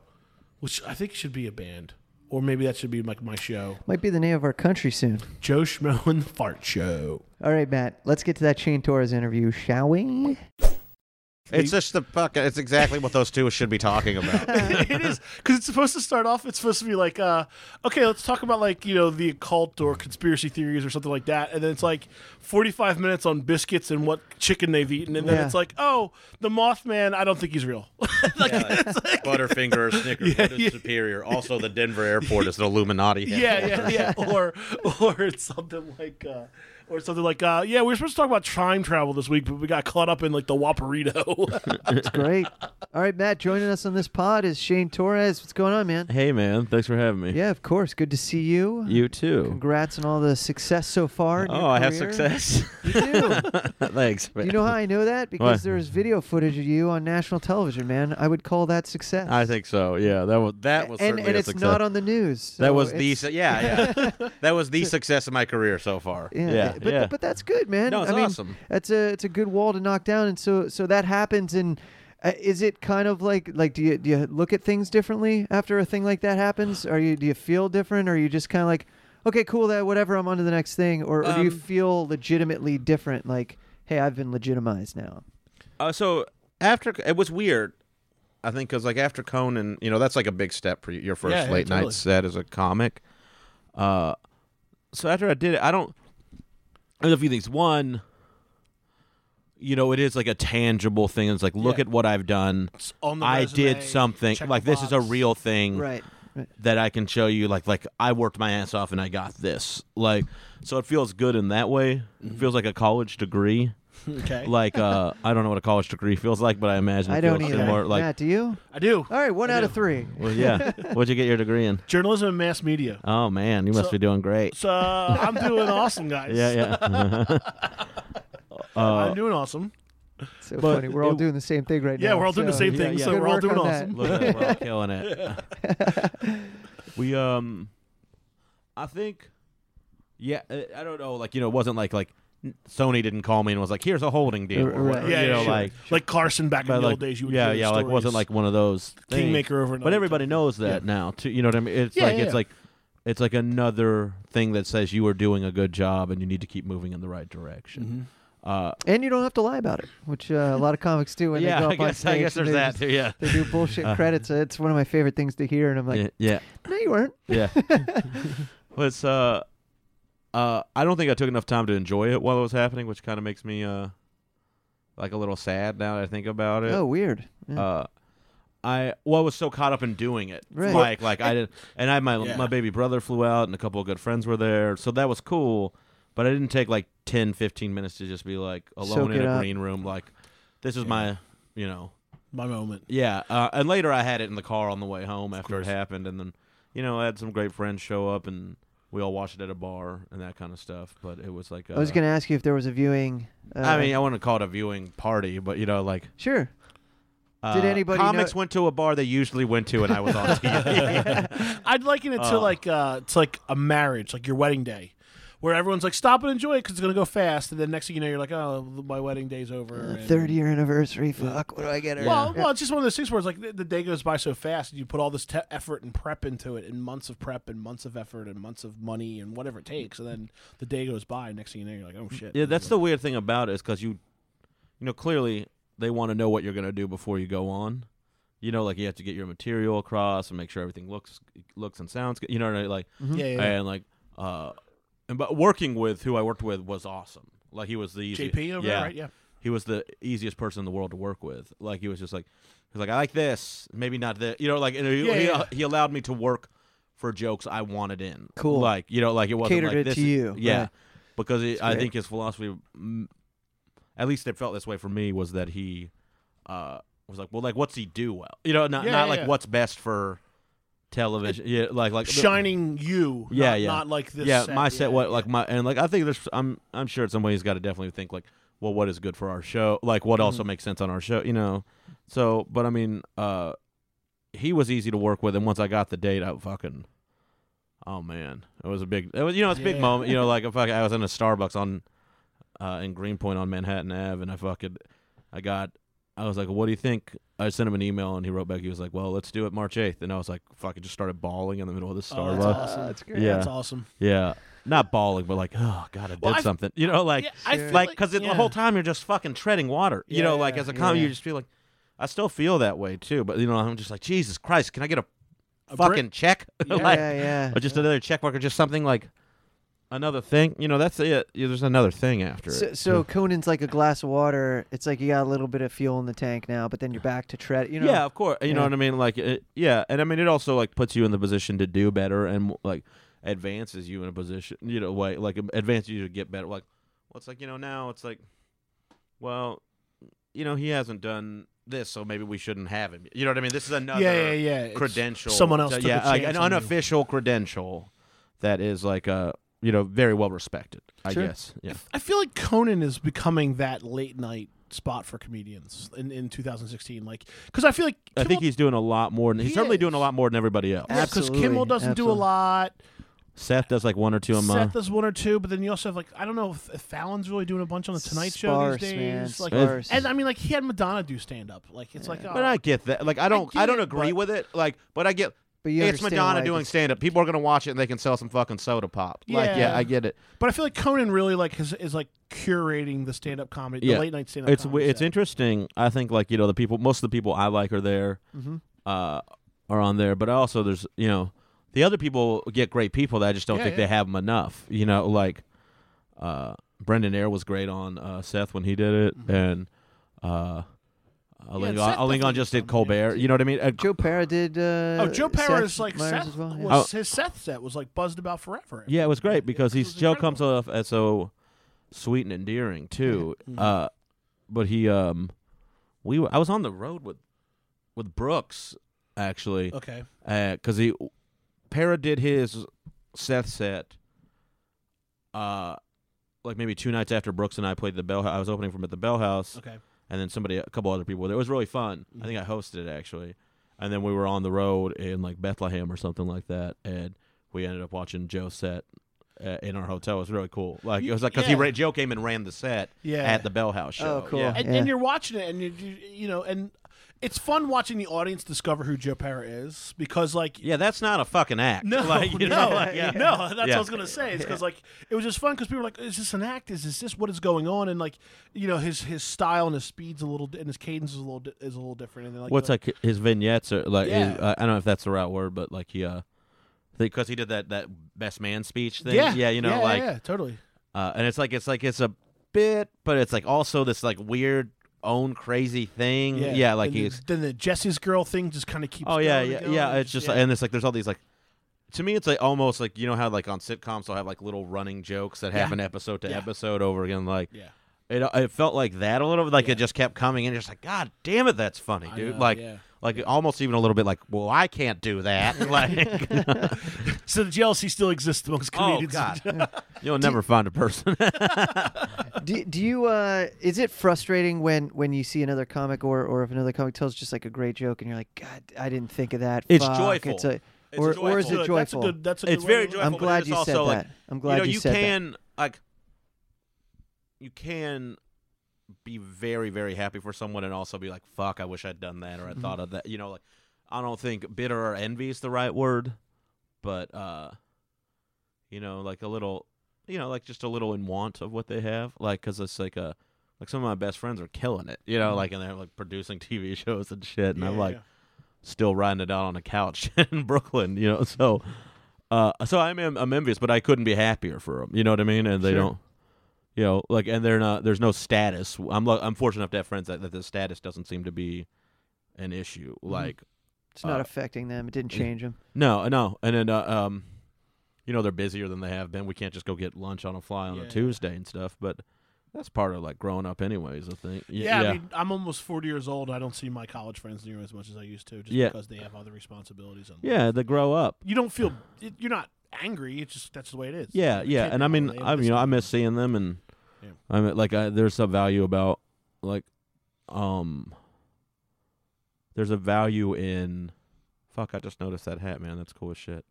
which I think should be a band, or maybe that should be like my show,
might be the name of our country soon.
Joe Schmo and the Fart Show.
All right, Matt, let's get to that Shane Torres interview, shall we?
It's just the fuck. It's exactly what those two should be talking about.
it is because it's supposed to start off. It's supposed to be like, uh, okay, let's talk about like you know the occult or conspiracy theories or something like that, and then it's like forty-five minutes on biscuits and what chicken they've eaten, and then
Yeah.
it's like, oh, the Mothman. I don't think he's real. like,
Butterfinger or Snickers, what is
yeah.
superior? Also, the Denver airport is an Illuminati.
yeah, yeah, yeah. Or or it's something like uh or something like uh yeah, we were supposed to talk about time travel this week, but we got caught up in like the Waparito.
It's great. All right, Matt, joining us on this pod is Shane Torres. What's going on, man?
Hey man, thanks for having me.
Yeah, of course. Good to see you.
You too.
Congrats on all the success so far. in your
Oh, I have
career.
success.
You do.
thanks.
Do
man.
you know how I know that? Because
Why?
there was video footage of you on national television, man. I would call that success.
I think so. Yeah, that was that was
and
certainly
and
a
it's
success.
not on the news. so
That
was the
it's-
su- yeah, yeah. that was the success of my career so far.
yeah,
Yeah,
but
yeah.
but that's good, man.
No, it's
I mean,
awesome.
That's a it's a good wall to knock down, and so so that happens. And uh, is it kind of like like do you do you look at things differently after a thing like that happens? Are you do you feel different, or are you just kind of like, okay, cool, that whatever, I'm on to the next thing, or, or do you
Um,
feel legitimately different? Like, hey, I've been legitimized now.
Uh, so after it was weird, I think because like after Conan, you know, that's like a big step for your first
Yeah, yeah,
late
totally.
night set as a comic. Uh, so after I did it, I don't. There's a few things. One, you know, it is like a tangible thing. It's like look
Yeah.
at what I've done.
on the
I
resume,
did something.
check
Like
the
this is a
box.
real
Mm.
thing
Right. Right.
that I can show you. Like like I worked my ass off and I got this. Like so it feels good in that way.
Mm-hmm.
It feels like a college degree
Okay.
like uh, I don't know what a college degree feels like, but I imagine it
I don't
feels
either.
similar. Like,
Matt, do you?
I do.
All right, one out of three.
well, yeah, what'd you get your degree in?
Journalism and mass media.
Oh man, you must
So-
be doing great.
So I'm doing awesome, guys.
Yeah, yeah. Uh,
I'm doing awesome.
So
But
funny. We're all
it-
doing the same thing right
Yeah,
now.
we're all doing the
so-
same thing,
yeah.
so
Good
we're all
work
doing
on that.
awesome.
Look, we're all killing it. we um, I think, yeah, uh, I I don't know. Like you know, it wasn't like like Sony didn't call me and was like, "Here's a holding deal." or
Right.
whatever,
Yeah,
you
yeah,
know,
sure.
like.
Like Carson back in the
but, like,
old days, you would
yeah,
hear the
yeah, like wasn't
stories.
like one of those things.
Kingmaker over.
But
another
everybody
time.
knows that now. Too, you know what I mean? It's
Yeah,
like
yeah,
it's
yeah.
like it's like another thing that says you are doing a good job and you need to keep moving in the right
Mm-hmm.
direction. Uh,
um, And you don't have to lie about it, which uh, a lot of comics do when
yeah,
they go up
I
on
guess,
stage.
I guess
and
there's
they
that
just-
too. Yeah.
They do bullshit credits. Uh, It's one of my favorite things to hear, and I'm like,
Yeah, yeah,
no, you weren't.
yeah. well, it's uh, uh, I don't think I took enough time to enjoy it while it was happening, which kind of makes me uh, like a little sad now that I think about it.
Oh, weird. Yeah.
uh, I well, I was so caught up in doing it,
Right.
like like I did, and I had my
Yeah.
my baby brother flew out, and a couple of good friends were there, so that was cool. But I didn't take like 10, 15 minutes to just be like alone
Soak
in
it
a
up.
green room, like this is my, you know,
my moment.
yeah. Uh, and later I had it in the car on the way home after it
course.
happened, and then you know I had some great friends show up, and we all watched it at a bar and that kind of stuff. But it was like I
I was gonna ask you if there was a viewing. Uh,
I mean, I wouldn't call it a viewing party, but you know, like
sure.
uh,
Did anybody know-
comics went to a bar they usually went to, and I was on TV.
I'd liken it to like uh, to like a marriage, like your wedding day, where everyone's like, "Stop and enjoy it," because it's gonna go fast. And then next thing you know, you're like, "Oh, my wedding day's over."
Uh,
and-
Third year anniversary. Fuck. What do I get? her?
Well, well, it's just one of those things where it's like the, the day goes by so fast, and you put all this te- effort and prep into it, and months of prep, and months of effort, and months of money, and whatever it takes, and then the day goes by. And next thing you know, you're like, "Oh shit!"
yeah, that's the weird thing about it is because you, you know, clearly they want to know what you're going to do before you go on, you know, like you have to get your material across and make sure everything looks looks and sounds good. You know, what I mean? like
Yeah, yeah.
and like uh, and but working with who I worked with was awesome. Like he was the easiest,
JP over there, right? Yeah.
he was the easiest person in the world to work with. Like he was just like he was like I like this, maybe not this. You know, like and he,
Yeah,
he, uh,
yeah.
he allowed me to work for jokes I wanted in.
Cool.
Like you know, like it wasn't
Catered
like
it
this
to
is-
you,
Yeah,
right.
because it, I
great.
think his philosophy, mm, at least it felt this way for me, was that he uh, was like, well, like what's he do well? You know, not
Yeah,
not
yeah,
like
yeah.
what's best for television. yeah, like like
Shining you.
yeah,
not-
yeah,
Not like this.
Yeah,
set.
my set.
Yeah,
what like my and like I think there's. I'm I'm sure at some way he's got to definitely think like, well, what is good for our show? Like, what also
Mm-hmm.
makes sense on our show? You know. So, but I mean, uh, he was easy to work with, and once I got the date, I fucking. Oh man, it was a big. It was you know it's a big
Yeah.
moment. You know, like if I, I was in a Starbucks on, uh, in Greenpoint on Manhattan Ave, and I fucking, I got. I was like, "What do you think?" I sent him an email, and he wrote back. He was like, "Well, let's do it March 8th. And I was like, "Fucking just started bawling in the middle of this
Oh,
Starbucks."
that's awesome.
Uh, that's great.
Yeah.
That's awesome.
Yeah. Not bawling, but like, oh god, I did
Well, I-
something. You know, like,
Yeah, I feel
like
like-
because
yeah.
the whole time you're just fucking treading water. You
Yeah,
know, like
yeah,
as a comic, you
yeah.
just feel like, I still feel that way too. But you know, I'm just like, Jesus Christ, can I get a,
A
fucking
brick-
check?
Yeah.
like,
yeah, yeah.
or just another check mark, or just something like another thing. You know, that's it. Yeah, there's another thing after
So,
it.
so Conan's like a glass of water. It's like you got a little bit of fuel in the tank now, but then you're back to tread. You know,
yeah, of course. You know
Yeah.
what I mean? Like, it, yeah, and I mean it also like puts you in the position to do better and like advances you in a position. You know, way like um, advances you to get better. Like, well, it's like you know now it's like, well, you know he hasn't done this, so maybe we shouldn't have him. You know what I mean? This is another
Yeah, yeah, yeah. It's
credential.
Someone else.
to-
took
yeah,
a
like
chance
an
on you.
unofficial credential that is like uh you know very well respected. I guess. Yeah.
I feel like Conan is becoming that late night spot for comedians in, in 2016. Like, because I feel like
I think he's doing a lot more than he's
He
certainly
is.
doing a lot more than everybody else.
Yeah.
because
Absolutely,
Kimmel doesn't do a
absolutely.
lot.
Seth does like one or two a month.
Seth does one or two, but then you also have like I don't know if, if Fallon's really doing a bunch on the Tonight
sparse,
Show these
man,
days. Like,
sparse.
and I mean, like he had Madonna do stand up. Like it's like, oh,
But I get that. Like I don't I,
get
don't
it,
agree
but-
with it. Like but I get
But you
it's
understand
Madonna
why
doing
it's-
stand up. People are going to watch it and they can sell some fucking soda pop. Like yeah,
Yeah.
I get it.
but I feel like Conan really like is, is like curating the stand up comedy,
Yeah.
the late night stand up.
It's w- it's interesting. I think like you know the people most of the people I like are there.
Mm-hmm.
Uh are on there, but also there's you know the other people get great people that I just don't
Yeah,
think
yeah.
they have them enough. You know, like uh Brendan Ayer was great on uh Seth when he did it and uh
and Mm-hmm. Seth
Alingon
definitely
just
did
did
some, yeah.
Colbert. You know what I mean? Uh,
Joe Parra did. Uh,
Oh, Joe Parra is like
Myers
Seth.
as well. Yeah.
Was, His Seth set was like buzzed about forever.
Oh. Yeah, it was great because
it
he's
was
Joe comes off as so sweet and endearing too. Uh, but he, um, we were, I was on the road with with Brooks actually
Okay.
because he Para did his Seth set, uh, like maybe two nights after Brooks and I played the Bell. Hou- I was opening from at the Bell House,
Okay.
and then somebody, a couple other people were there. It was really fun. I think I hosted it actually, and then we were on the road in like Bethlehem or something like that, and we ended up watching Joe set. Uh, in our hotel, it was really cool. Like it was like because he
Yeah.
ran, Joe came and ran the set
Yeah.
at the Bell House show.
Oh, cool.
Yeah.
and,
Yeah.
and you're watching it, and you, you you know, and it's fun watching the audience discover who Joe Parra is because, like,
Yeah, that's not a fucking act.
no,
like, you
no,
know, like, yeah.
no, that's what
Yeah.
I was gonna say. It's because like it was just fun because people were like, "Is this an act? Is, is this what is going on?" And like, you know, his his style and his speeds a little, di- and his cadence is a little di- is a little different. And then, like,
What's
you're
like his vignettes or like
Yeah.
his- I I don't know if that's the right word, but like he uh, because he did that that best man speech thing.
Yeah,
yeah, you know,
yeah,
like
yeah, totally.
Uh, and it's like it's like it's a bit, but it's like also this like weird own crazy thing. Yeah, like
and
he's
the, then the Jesse's girl thing just kind of keeps.
oh yeah
going and
yeah
going
yeah.
and
It's just and it's like there's all these like. To me, it's like almost like you know how like on sitcoms they'll have like little running jokes that happen episode to
Yeah.
episode over again. Like
yeah.
it, it felt like that a little bit. Like it just kept coming and just like God damn it, that's funny,
I
dude.
know,
like
yeah.
like almost even a little bit like well I can't do that. like
So the jealousy still exists amongst
oh
comedians.
God, you'll never find a person.
Do, do you? Uh, is it frustrating when when you see another comic or or if another comic tells just like a great joke and you're like, God, I didn't think of that.
It's
Fuck,
joyful.
It's a,
It's
or, or is
joyful.
it
Good, That's a
joyful?
good. That's a
it's
good way
very
to-
joyful.
I'm
but
glad
it's
you
also
said
like,
that. I'm glad
you, know,
you
you,
said that.
can like you can be very very happy for someone and also be like fuck I wish I'd done that or I
Mm-hmm.
thought of that. You know, like I don't think bitter or envy is the right word, but uh, you know, like a little, you know, like just a little in want of what they have, like because it's like a.
Mm-hmm.
Like some of my best friends are killing it, you know, like and they're like producing TV shows and shit, and I'm
Yeah,
like,
yeah.
still riding it out on a couch in Brooklyn, you know. So, uh, so I'm en- I'm envious, but I couldn't be happier for them. You know what I mean? And they
Sure.
don't, you know, like, and they're not. There's no status. I'm lu- I'm fortunate enough to have friends that, that the status doesn't seem to be an issue.
Mm-hmm.
Like,
It's not
Uh,
affecting them. It didn't change them.
no, no, and then uh, um, you know, they're busier than they have been. We can't just go get lunch on a fly on
Yeah,
a
yeah.
Tuesday and stuff, but. That's part of like growing up, anyways. I think. Y-
Yeah, I mean, I'm almost 40 years old. I don't see my college friends near as much as I used to, just
Yeah.
because they have other responsibilities. And
yeah. They grow up.
you don't feel it, you're not angry. It's just that's the way it is.
Yeah,
You
yeah,
can't
and
be
I
all
mean,
in
I
this
you know, I
stuff.
miss seeing them, and
Yeah.
I mean, like, I, there's a value about like, um, there's a value in, fuck, I just noticed that hat, man. That's cool as shit.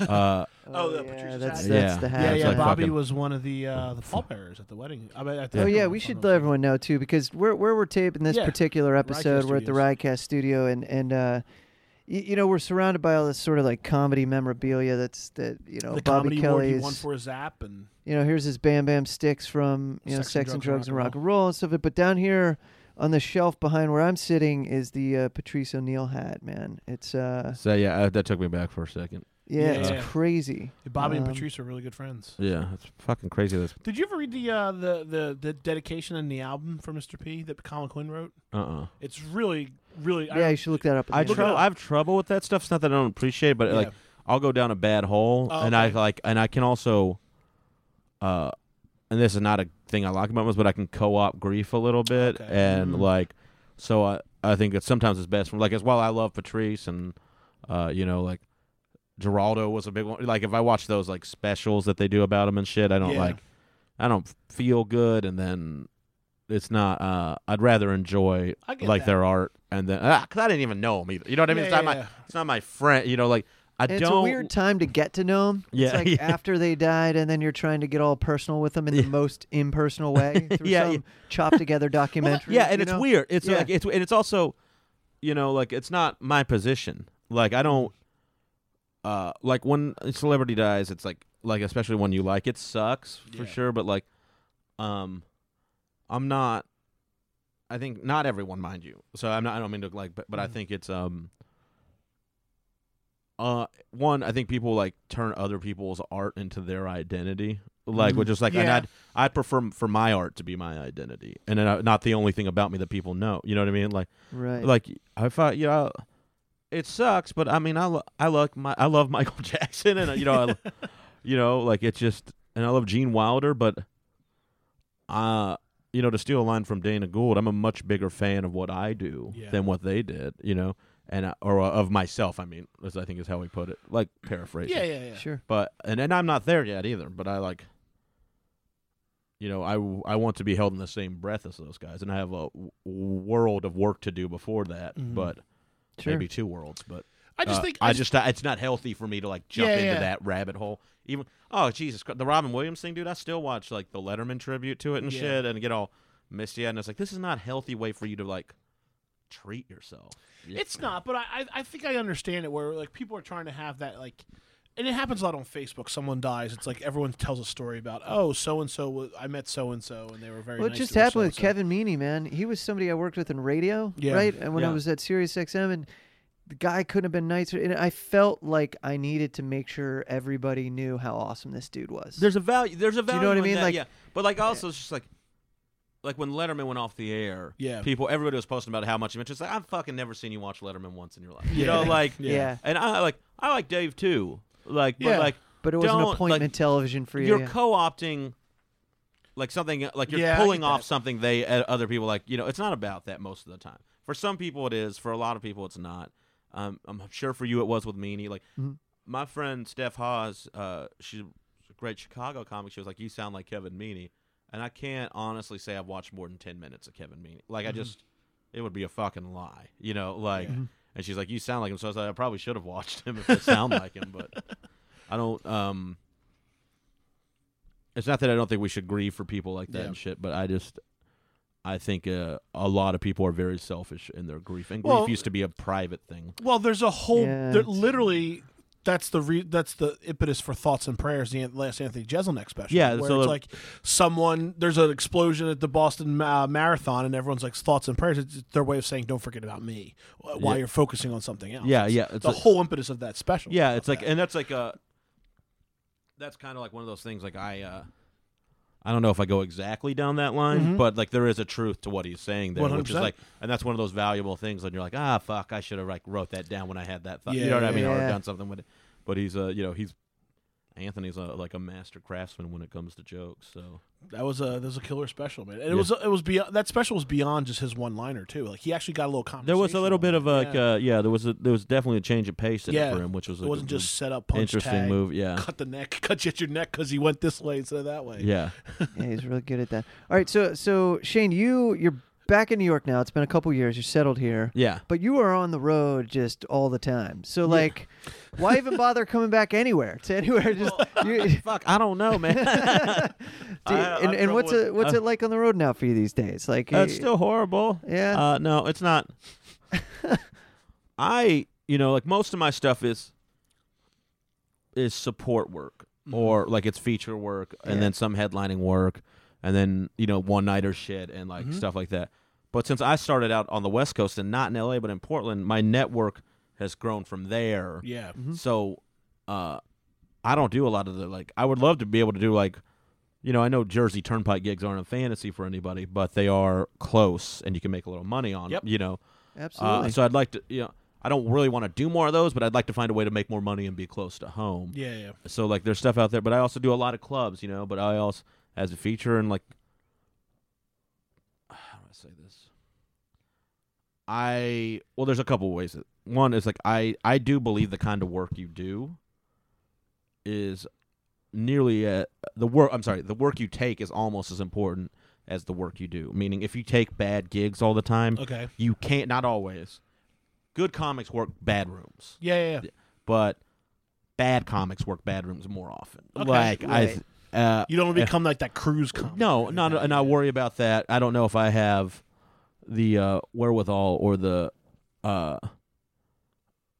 Uh,
Oh, the
yeah,
Patricia's
that's, that's
hat.
Yeah.
the
Yeah,
hat.
yeah,
it's
yeah.
like
Bobby
fucking-
was one of the uh, the pallbearers at the wedding. I mean, at the
Oh yeah,
funeral
we
funeral.
should let everyone know too because we're where we're taping this
Yeah.
particular episode.
Riotcast
we're at the
Studios.
Riotcast studio, and and uh, y- you know we're surrounded by all this sort of like comedy memorabilia. That's that you know
the
Bobby
comedy award he won
Kelly's.
for his app, and
You know here's his Bam Bam sticks from you know Sex, and Drugs and Rock and Roll and stuff. But down here on the shelf behind where I'm sitting is the uh, Patrice O'Neill hat. Man, it's uh
so yeah, I, that took me back for a second.
yeah, it's
Yeah.
crazy.
Bobby and
Um,
Patrice are really good friends.
Yeah, it's fucking crazy. This,
Did you ever read the uh, the the the dedication and the album for Mr. P that Colin Quinn wrote?
uh, uh
It's really really.
Yeah,
I,
you should look that up.
I
Look it
trou-
up.
I have trouble with that stuff. It's not that I don't appreciate, it, but
yeah.
like, I'll go down a bad hole,
Oh,
and I
okay.
like, and I can also, uh, and this is not a thing I like about most, but I can co-op grief a little bit,
Okay.
and
Mm.
like, so I I think it's sometimes it's best from like as well. I love Patrice, and uh, you know, like Geraldo was a big one. Like if I watch those like specials that they do about him and shit, I don't
Yeah.
like, I don't feel good, and then it's not. Uh, I'd rather enjoy
I get
like
that.
their art, and then because I didn't even know him either. You know what I mean?
Yeah,
it's not
yeah,
my,
yeah.
it's not my friend. You know, like. I
And it's
don't
a weird time to get to know them.
Yeah,
it's like
yeah.
after they died, and then you're trying to get all personal with them in the most impersonal way through
Yeah,
some
yeah.
chopped together documentary.
Yeah, and
you
it's
know?
weird. It's
Yeah.
like it's and it's also, you know, like it's not my position. Like I don't, uh, like when a celebrity dies, it's like like especially when you like it sucks for
Yeah.
sure. But like, um, I'm not. I think not everyone, mind you. So I'm not. I don't mean to like, but but I
Mm-hmm.
Mhm.
think it's um. Uh, one, I think people like turn other people's art into their identity. Like,
Mhm.
which is like, and
Yeah.
I'd I'd prefer m- for my art to be my identity, and then I, not the only thing about me that people know. You know what I mean? Like,
Right.
like I thought, you know, it sucks, but I mean, I lo- I like my I love Michael Jackson, and you know, I, lo- you know, like it's just, and I love Gene Wilder, but, uh, you know, to steal a line from Dana Gould, I'm a much bigger fan of what I do
Yeah.
than what they did. You know, and I, or uh, of myself. I mean, as I think is how he put it. Like paraphrasing
yeah, yeah, yeah.
sure.
but and, and I'm not there yet either. But I like, you know, I, w- I want to be held in the same breath as those guys, and I have a w- world of work to do before that.
Mhm.
But
Sure.
maybe two worlds. But
I just
uh,
think
Mm-hmm. I just it's not healthy for me to like jump
Yeah,
into
yeah.
that rabbit hole. Even oh Jesus, Christ, the Robin Williams thing, dude. I still watch like the Letterman tribute to it and
Yeah.
shit, and get all misty eyed. And it's like this is not a healthy way for you to like treat yourself.
It's not, but I, I I think I understand it where like people are trying to have that like and it happens a lot on Facebook. Someone dies, it's like everyone tells a story about, oh, so and so I met so and so and they were very
Well, it
nice
just
to her,
happened with
so-and-so."
Kevin Meaney, man. He was somebody I worked with in radio,
Yeah.
right? And when I
Yeah.
was at Sirius XM, and the guy couldn't have been nicer. And I felt like I needed to make sure everybody knew how awesome this dude was.
There's a value. There's a
you
value.
know what I
in
mean?
that,
Like-
yeah. But like, also, it's just like, like when Letterman went off the air.
Yeah.
People, everybody was posting about how much he mentioned. It's like, I've fucking never seen you watch Letterman once in your life. You
Yeah.
know, like,
yeah.
Yeah.
and I like, I like Dave too. Like, but
Yeah.
like,
but it was
don't,
an
like,
appointment television for you.
you're
yeah.
co-opting. Like something, like you're
Yeah, I
pulling
get
off
that.
something they uh, other people like. You know, it's not about that most of the time. For some people, it is. For a lot of people, it's not. Um, I'm sure for you, it was with Meanie. Like
Mm-hmm.
Mhm.
my friend Steph Hawes, uh, she's a great Chicago comic. She was like, "You sound like Kevin Meaney," and I can't honestly say I've watched more than ten minutes of Kevin Meaney. Like I just, it would be a fucking lie, you know. Like, and she's like, "You sound like him," so I was like, "I probably should have watched him if I sound like him," but I don't. Um, it's not that I don't think we should grieve for people like that
Yeah.
and shit, but I just. I think uh, a lot of people are very selfish in their grief, and grief
Well-
used to be a private thing.
Well, there's a whole
Yeah,
there,
it's-
literally that's the re- that's the impetus for thoughts and prayers. The last Anthony Jeselnik special,
Yeah,
where
so
it's
the-
like someone there's an explosion at the Boston uh, Marathon, and everyone's like thoughts and prayers. It's their way of saying don't forget about me wh- while you're focusing on something else.
Yeah, yeah,
It's
it's
the
a-
whole impetus of that special.
Yeah, it's like, and that's like a, that's kind of like one of those things. Like I, uh, I don't know if I go exactly down that line,
Mm-hmm.
but like there is a truth to what he's saying there, which is
100%.
like, and that's one of those valuable things. when you're like, ah, fuck, I should have like wrote that down when I had that thought. you
Yeah,
know what I mean,
yeah.
or done something with it. But he's uh, you know, he's Anthony's a, like a master craftsman when it comes to jokes. So
That was a that was a killer special, man. And it was it was beyond that special was beyond just his one liner too. Like he actually got a little conversation.
there was a little bit of like,
yeah.
yeah, uh, yeah there was a, there was definitely a change of pace in
Yeah.
it for him, which was
it
like,
wasn't
a-
just set up punch
interesting
tag,
move, yeah.
cut the neck, cut you at your neck because he went this way instead of that way.
yeah.
yeah, he's really good at that. All right, so so Shane, you you're back in New York now. It's been a couple years. You're settled here.
Yeah.
But you are on the road just all the time. So like, why even bother coming back anywhere to anywhere? Just you,
Fuck, I don't know, man.
dude,
I-
and,
I'm
and what's
trouble
it what's it like on the road now for you these days? Like,
That's
eh,
still horrible.
Yeah.
Uh, no, it's not. I, you know, like most of my stuff is is support work
Mm-hmm.
or like it's feature work and then some headlining work and then, you know, one nighter shit and like
Mm-hmm.
stuff like that. But since I started out on the West Coast and not in LA but in Portland, my network has grown from there.
Yeah.
So uh I don't do a lot of the like I would love to be able to do like you know, I know Jersey Turnpike gigs aren't a fantasy for anybody, but they are close and you can make a little money on
Yep.
you know.
absolutely.
Uh, so I'd like to you know I don't really want to do more of those, but I'd like to find a way to make more money and be close to home.
Yeah, yeah.
So like there's stuff out there, but I also do a lot of clubs, you know, but I also as a feature and like how do I say this? I well there's a couple ways. that- One is like I I do believe the kind of work you do is nearly uh the work I'm sorry, the work you take is almost as important as the work you do. Meaning if you take bad gigs all the time,
Okay.
you can't not always. Good comics work bad rooms
Yeah, yeah, yeah.
but bad comics work bad rooms more often.
Okay.
like
Right.
I, uh,
You don't want to become like that cruise comic.
no, no, no, and I worry about that. I don't know if I have the uh, wherewithal or the uh,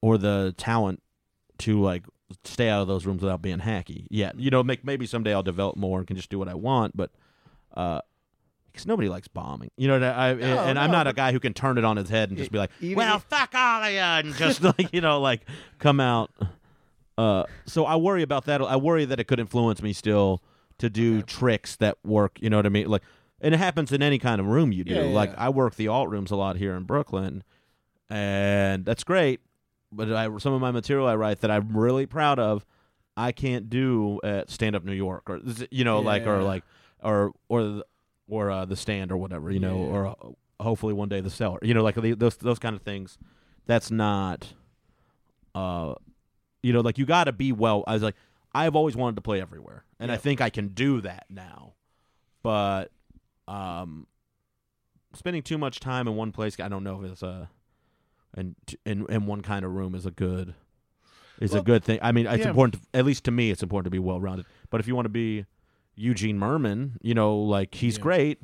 or the talent to like stay out of those rooms without being hacky yet. You know, make, maybe someday I'll develop more and can just do what I want, but. Uh, because nobody likes bombing, you know. what I, I and I'm
no,
not a guy who can turn it on his head and just be like,
even
"Well,
if-
fuck all of you," and just like you know, like come out. Uh, so I worry about that. I worry that it could influence me still to do tricks that work. You know what I mean? Like, and it happens in any kind of room you do.
Yeah, yeah,
like
yeah.
I work the alt rooms a lot here in Brooklyn, and that's great. But I, some of my material I write that I'm really proud of, I can't do at Stand Up New York or you know, like or
Yeah.
like or or the- or uh, the Stand or whatever. You know,
Yeah.
or uh, hopefully one day the Cellar. You know, like the, those those kind of things. That's not. Uh, you know, like you got to be well. I was like, I've always wanted to play everywhere, and I think I can do that now. But, um, spending too much time in one place, I don't know if it's a, and in in one kind of room is a good, is
Well,
a good thing. I mean, it's
yeah.
important. To, at least to me, it's important to be well rounded. But if you want to be Eugene Merman, you know, like he's
Yeah.
great,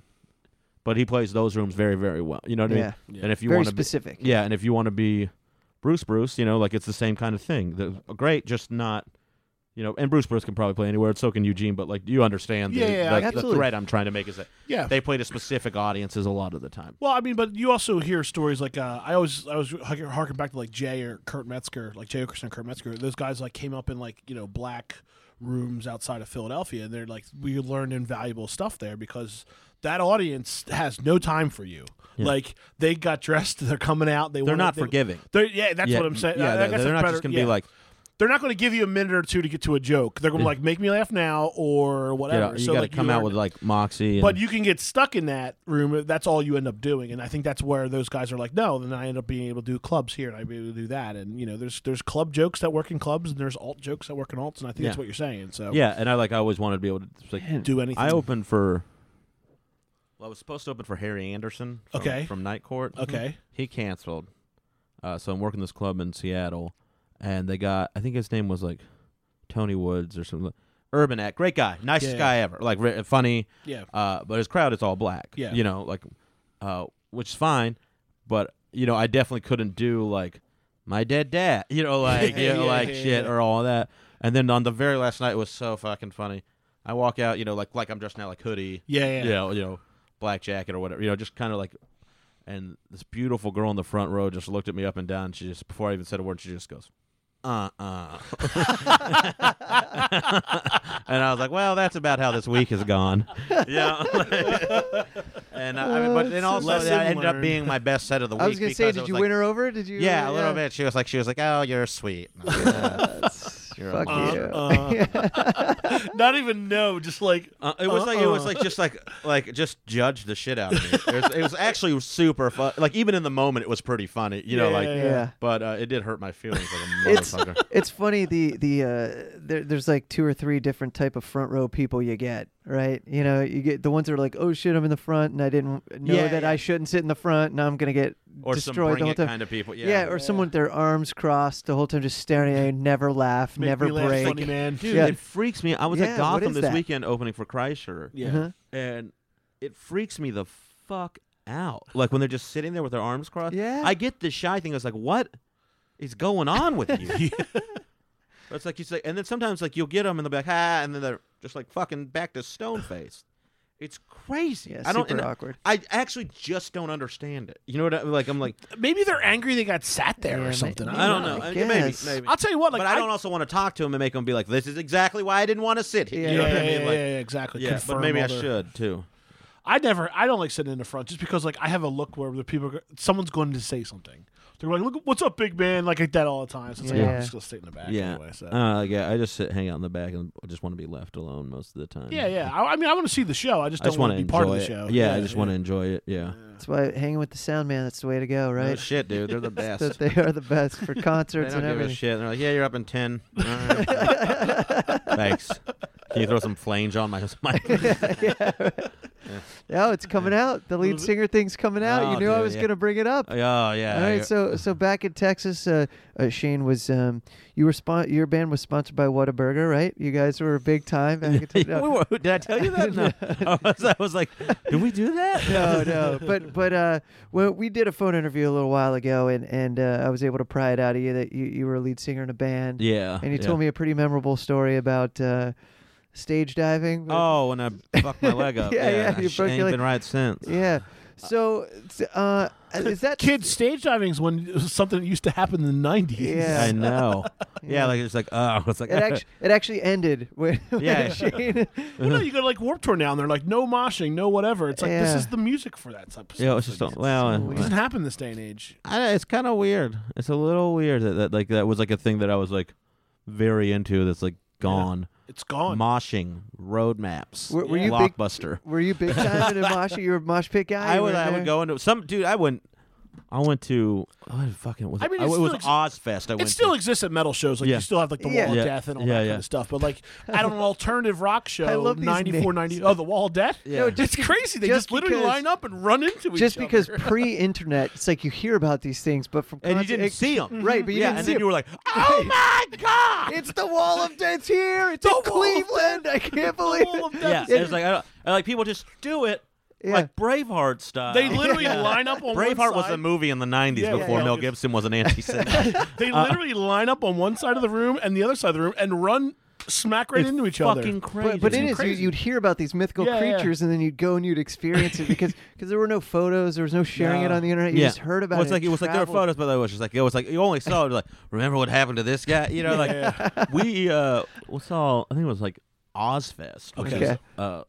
but he plays those rooms very very well. You know what I
Yeah.
mean? And if you
Very
want to
specific.
yeah, and if you want to be Bruce Bruce, you know, like it's the same kind of thing. The, great, just not, you know, and Bruce Bruce can probably play anywhere. So can Eugene, but like you understand the,
Yeah, yeah,
the-
I-
the
Absolutely.
thread I'm trying to make is that
Yeah.
they play to specific audiences a lot of the time.
Well, I mean, but you also hear stories like uh, I always I was hark- harking back to like Jay or Kurt Metzger, like Jay Okerson, Kurt Metzger. Those guys like came up in like you know black rooms outside of Philadelphia, and they're like we learned invaluable stuff there because that audience has no time for you. Like they got dressed, they're coming out. They
They're
wanna-
not
they-
forgiving.
They're, yeah, that's
Yeah,
what I'm saying.
yeah,
I- I
they're-
guess that's
they're not
better-
just gonna be
yeah.
like-
They're not going to give you a minute or two to get to a joke. They're going to like make me laugh now or
You,
whatever. so
got to
like,
come out
learn-
with like Moxie. And,
but you can get stuck in that room. uh, That's all you end up doing, and I think that's where those guys are like, no. Then I end up being able to do clubs here, and I be able to do that, and you know, there's there's club jokes that work in clubs, and there's alt jokes that work in alts, and I think that's
Yeah.
what you're saying. So
yeah, and I like I always wanted to be able to like
do anything.
I opened for. Well, I was supposed to open for Harry Anderson. From,
Okay.
From Night Court.
Okay.
He canceled. Uh, so I'm working this club in Seattle, and they got I think his name was like Tony Woods or something. Urban Act, great guy, nicest
Yeah.
guy ever, like re- funny.
Yeah.
Uh, but his crowd is all black.
Yeah.
You know, like, uh, which is fine, but you know, I definitely couldn't do like my dead dad, you know, like you know,
Yeah,
like
yeah,
shit
yeah.
or all that. And then on the very last night it was so fucking funny. I walk out, you know, like like I'm dressed now, like hoodie,
Yeah, yeah.
you know, you know, black jacket or whatever, you know, just kind of like. And this beautiful girl in the front row just looked at me up and down. She just before I even said a word, she just goes, "Uh, uh," and I was like, "Well, that's about how this week has gone." Yeah. and I, I mean,
Oh,
but then also
Lesson
that ended up
learned.
being my best set of the week.
I was gonna
because
say,
it
did
was
you
like-
win her over? Did you?
yeah, a little bit. She was like, she was like, "Oh, you're sweet." And I was like, "Yeah, you're a
Fuck
mom."
you.
Uh, uh. Not even no, just like
Uh, it was like it was
Uh-uh.
like just like like just judge the shit out of me. It was, it was actually super fun. Like even in the moment, it was pretty funny. You know,
Yeah,
like
yeah,
yeah.
But uh, it did hurt my feelings like a
It's-
motherfucker.
it's funny the the uh, there, there's like two or three different type of front row people you get right you know you get the ones that are like oh shit i'm in the front and i didn't know
Yeah,
that
yeah.
i shouldn't sit in the front now i'm gonna get
or some
destroyed the
bring
whole
it
time
kind of people. Yeah.
yeah, or someone with their arms crossed the whole time just staring at you never laugh
Make
never
me laugh,
break
funny man.
Dude,
Yeah.
it freaks me. I was
Yeah,
at
what
Gotham
is
this
that?
weekend opening for Kreischer,
Yeah.
Uh-huh.
and it freaks me the fuck out. Like when they're just sitting there with their arms crossed.
Yeah.
Uh, I get the shy thing. I was like, what is going on with you? But It's like you say, and then sometimes like you'll get them and they'll be like, ah, and then they're just like fucking back to stone faced. It's crazy.
yeah
I don't.
super
and uh,
awkward
I actually just don't understand it. You know what I like? I'm like,
Maybe they're angry they got sat there
Yeah,
or something.
may-
I don't know.
I
I- maybe,
guess.
maybe.
I'll tell you what, like
but I, don't also want to talk to him and make him be like, this is exactly why I didn't want to sit here.
Yeah,
You
Yeah,
know what
yeah,
I mean?
yeah,
Like,
yeah, exactly.
yeah, but
Confirm
maybe
all
I
their-
should too.
I never. I don't like sitting in the front just because like I have a look where the people. Are, someone's going to say something. They're like, "Look, what's up, big man?" Like, like that all the time. So it's like "Oh,
Yeah.
I'm just gonna sit in the back anyway. So.
uh, yeah. I just sit, hang out in the back, and I just want to be left alone most of the time.
yeah, yeah. I, I mean, I want to see the show. I just
I
don't
just
want
want
to
to
be
enjoy
part of the
it.
show.
Yeah, I just want to enjoy it. Yeah.
that's why hanging with the sound man that's the way to go
No
right
shit, dude. They're the best.
that they are the best for
They
concerts and
don't give a
everything
shit. They're like, yeah, you're up in ten. All right. Thanks. Can you throw some flange on my mic?
oh it's coming out the lead singer thing's coming out you
Oh,
knew i
dude,
was
yeah.
gonna bring it up
oh yeah.
All right, so so back in Texas, uh, uh, Shane was um, you were spon- your band was sponsored by Whataburger, right? You guys were big time back in
We
Texas. No,
were- did I tell you that? No. I, was, I was like, did we do that?
no, no, but but uh, well, we did a phone interview a little while ago, and and uh, I was able to pry it out of you that you, you were a lead singer in a band,
Yeah.
and you told me a pretty memorable story about uh, stage diving.
Oh, when I fucked my leg up.
Yeah, yeah,
I
you
sh-
broke your
ain't
leg.
been right since.
yeah. So uh, is that
Kids, stage diving is when it was something that used to happen in the nineties.
Yeah.
I know. Yeah,
Yeah.
like it's like oh, it's like
It actually, it actually ended when, when
Yeah.
Shane.
Well, no, you go to like Warp Tour now, and they're like, "No moshing, no whatever." It's like
Yeah.
this is the music for that type of stuff.
yeah, it's just
Like,
a- well, uh,
it doesn't happen this day and age.
I, it's kind of weird. It's a little weird that, that like that was like a thing that I was like very into. That's like gone.
It's gone.
Moshing roadmaps.
Were- were you big-
blockbuster?
Were you big time in a mosh? You were a mosh pit guy.
I
You
would
were
I
there?
would go into some dude. I went. I went to. What fucking was
I
it?
mean,
I-
it
it
still
was
ex-
Ozfest. I went.
It still
to.
exists at metal shows. Like
Yeah.
you still have like the
Yeah.
Wall
Yeah.
of Death and all
Yeah,
that
yeah.
kind of stuff. But like at an alternative rock show,
I love these
94, 90 Oh, the Wall of Death.
Yeah. No,
just
it's
be-
crazy. They
just
just, literally
because-
line up and run into each
just
other.
because pre-internet, it's like you hear about these things, but from
and you
concert-
didn't
it-
see
mhm,
them,
right? But you
yeah,
didn't
and
see it.
then you were like, "Oh my god!"
"It's the wall of death here. It's
The
in
Wall of
Cleveland. I can't believe
Wall of
it."
Death.
yeah,
Yeah.
it's like I don't, I like people just do it
Yeah.
like Braveheart style.
they literally line up on one
Braveheart was
side.
a movie in the '90s
Yeah,
before
yeah.
Mel Gibson was an anti-Semite.
They literally line up on one side of the room and the other side of the room and run smack right into each other.
Fucking crazy.
But, but it
It's
is you,
crazy.
you'd hear about these mythical
Yeah, yeah.
creatures, and then you'd go and you'd experience it because cause there were no photos, there was no sharing it
No.
on the internet. You just heard about
well, it's
it.
Like, it was like there were
traveled.
photos, but it was just like it was like you only saw it like remember what happened to this guy, you know? Like we uh we saw I think it was like Ozfest, which
Okay.
is uh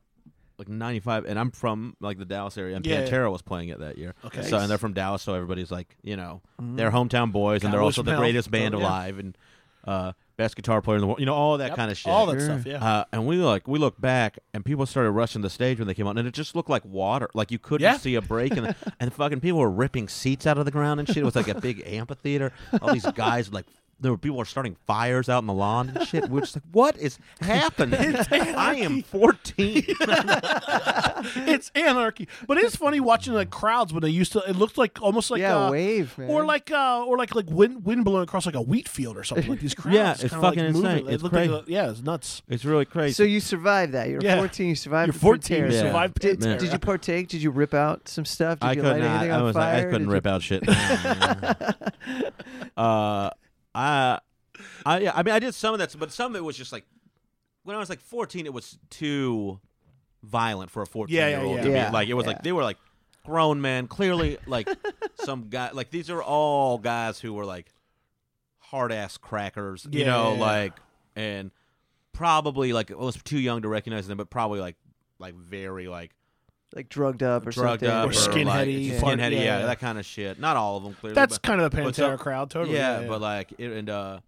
like '95, and I'm from like the Dallas area, and
Yeah, yeah.
Pantera was playing it that year.
Okay.
so and they're from Dallas, so everybody's like you know
Mm-hmm.
they're hometown boys, and they're
Gotta
also
wish
the
them health.
greatest band
Oh, Yeah.
alive and uh best guitar player in the world, you know all that
Yep.
kind of shit.
All that stuff. Yeah.
Uh, and we like we look back, and people started rushing the stage when they came out, and it just looked like water. Like you couldn't
Yeah.
see a break, and and fucking people were ripping seats out of the ground and shit. It was like a big amphitheater. All these guys like there were people were starting fires out in the lawn and shit. We're just like, what is happening? I am 14.
it's anarchy. But it's funny watching like crowds when they used to. It looked like almost like
Yeah,
uh,
wave, man.
or like uh, or like like wind wind blowing across like a wheat field or something. Like these crowds,
Yeah, it's
kinda,
fucking
like,
insane.
moving. It
It's
looked Like
crazy.
a, yeah, it's nuts.
It's really crazy.
So you survived that. You're
Yeah.
14. You survived.
You're
the
14. You
Pantera.
Yeah.
survived.
Did,
Pantera.
did you partake? Did you rip out some stuff? Did
I
you
could
light
not.
anything
I
on
was
fire?
like, I couldn't
Did you-
rip out shit. uh, I, I, yeah, I mean, I did some of that, but some of it was just like when I was like 14, it was too violent for a 14
Yeah, yeah,
year old.
yeah.
to be
Yeah,
like it was
yeah.
like they were like grown men, clearly like some guy. Like these are all guys who were like hard ass crackers, you
Yeah,
know,
yeah, yeah.
like and probably like I was too young to recognize them, but probably like like very like
like drugged up or
drugged
something.
up
Or skinheady,
like,
fart-
skinheady,
yeah,
yeah,
yeah.
that kind of shit. Not all of them, clearly.
That's
but,
kind of a Pantera
but some-
crowd, totally.
Yeah, but like, it, and uh,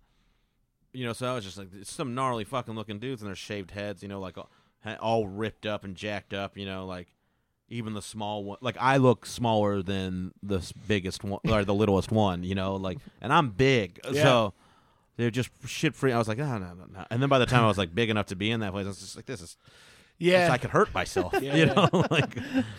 you know, so I was just like, it's some gnarly fucking looking dudes and their shaved heads, you know, like all, ha- all ripped up and jacked up, you know, like even the small one. Like I look smaller than the s- biggest one or the littlest one, you know, like, and I'm big, uh,
Yeah.
so. They're just shit free. I was like, oh, no, no, no. And then by the time I was like big enough to be in that place, I was just like, this is,
yeah,
I could hurt myself.
Yeah,
you
yeah.
know, like,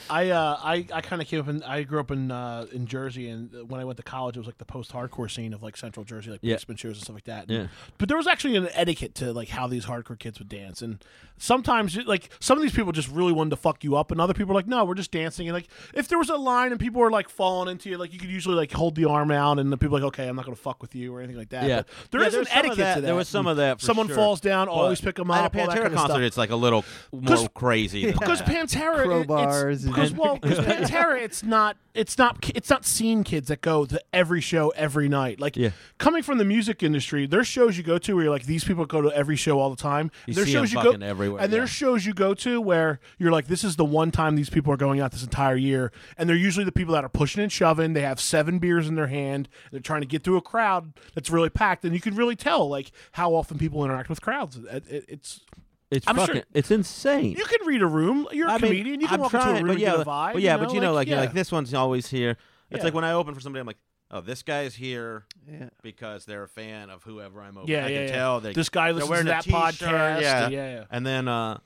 I uh, I, I kind of came up in I grew up in uh, in Jersey, and when I went to college, it was like the post-hardcore scene of like Central Jersey, like
Yeah.
basement shows and stuff like that.
Yeah.
But there was actually an etiquette to like how these hardcore kids would dance, and sometimes like some of these people just really wanted to fuck you up, and other people were like, no, we're just dancing. And like if there was a line and people were like falling into you, like you could usually like hold the arm out, and the people were like, okay, I'm not gonna fuck with you or anything like that.
Yeah.
But there
Yeah,
is
there's
an
some of
etiquette
that-
to that.
there was some of that for
Someone
sure.
falls down, always
But
pick them
At
up.
a
all that
Pantera
kind of
concert,
stuff.
it's like a little more crazy. than
because
that.
Pantera it- it's-
Crowbars and-
because well, 'cause Pantera, it's not it's not ki- it's not scene kids that go to every show every night. Like
Yeah.
coming from the music industry, there's shows you go to where you're like these people go to every show all the time.
You
there's
see 'em
shows you
fucking
go
everywhere,
and there's
yeah.
shows you go to where you're like this is the one time these people are going out this entire year, and they're usually the people that are pushing and shoving. They have seven beers in their hand. and They're trying to get through a crowd that's really packed, and you can really tell like how often people interact with crowds. It- it- it's
it's
I'm sure-
fucking. It's insane.
you can read a room. You're a
I mean,
comedian. you can
I'm
walk
trying,
into a room
but yeah,
and get a
but-
vibe.
But yeah, but you know, like you're
yeah.
like this one's always here. It's
Yeah.
like when I open for somebody, I'm like, oh, this guy's here
Yeah.
because they're a fan of whoever I'm opening.
Yeah,
I
yeah,
can
yeah.
tell they,
This guy
they're
listens to
wearing a
that
t-shirt,
podcast. Yeah,
Yeah.
yeah.
And then, uh,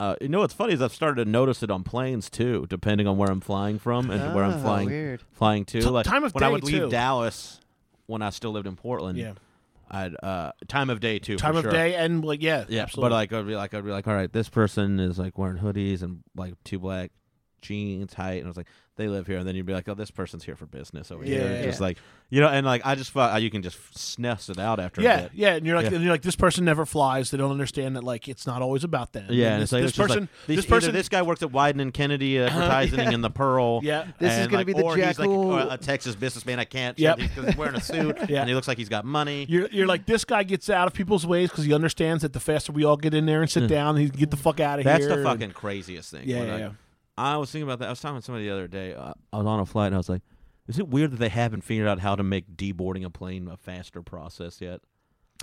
uh, you know what's funny is I've started to notice it on planes too, depending on where I'm flying from and where I'm
Ah,
flying
weird.
flying to.
Oh, T-
like
time of
when I
day,
would leave
too.
Dallas when I still lived in Portland.
Yeah.
I'd uh, time of day too. for
time of
sure.
day and like yeah,
Yeah,
absolutely.
but uh, like I'd be like I'd be like, all right, this person is like wearing hoodies and like two black jeans, tight, and I was like, they live here, and then you'd be like, oh, this person's here for business over here,
Yeah,
It's
yeah.
just like you know, and like I just felt uh, you can just snuff it out after a
yeah,
bit.
yeah, and you're like,
Yeah.
and you're like, this person never flies. They don't understand that like it's not always about them.
Yeah,
and
and
this,
it's like
this
it's just
person,
like, these-
this
either
person,
this guy works at Wyden and Kennedy Advertising in the Pearl.
Yeah.
This is
and,
gonna
like,
be the
or he's like
jackal-
a- a Texas businessman. I can't.
Yep.
because he's wearing a suit
Yeah.
and he looks like he's got money.
You're, you're like this guy gets out of people's ways because he understands that the faster we all get in there and sit down, he can get the fuck out of
Hmm. That's
here.
the
and-
fucking craziest thing.
Yeah,
When
yeah,
I,
yeah.
I was thinking about that. I was talking to somebody the other day. Uh, I was on a flight and I was like, "Is it weird that they haven't figured out how to make deboarding a plane a faster process yet?"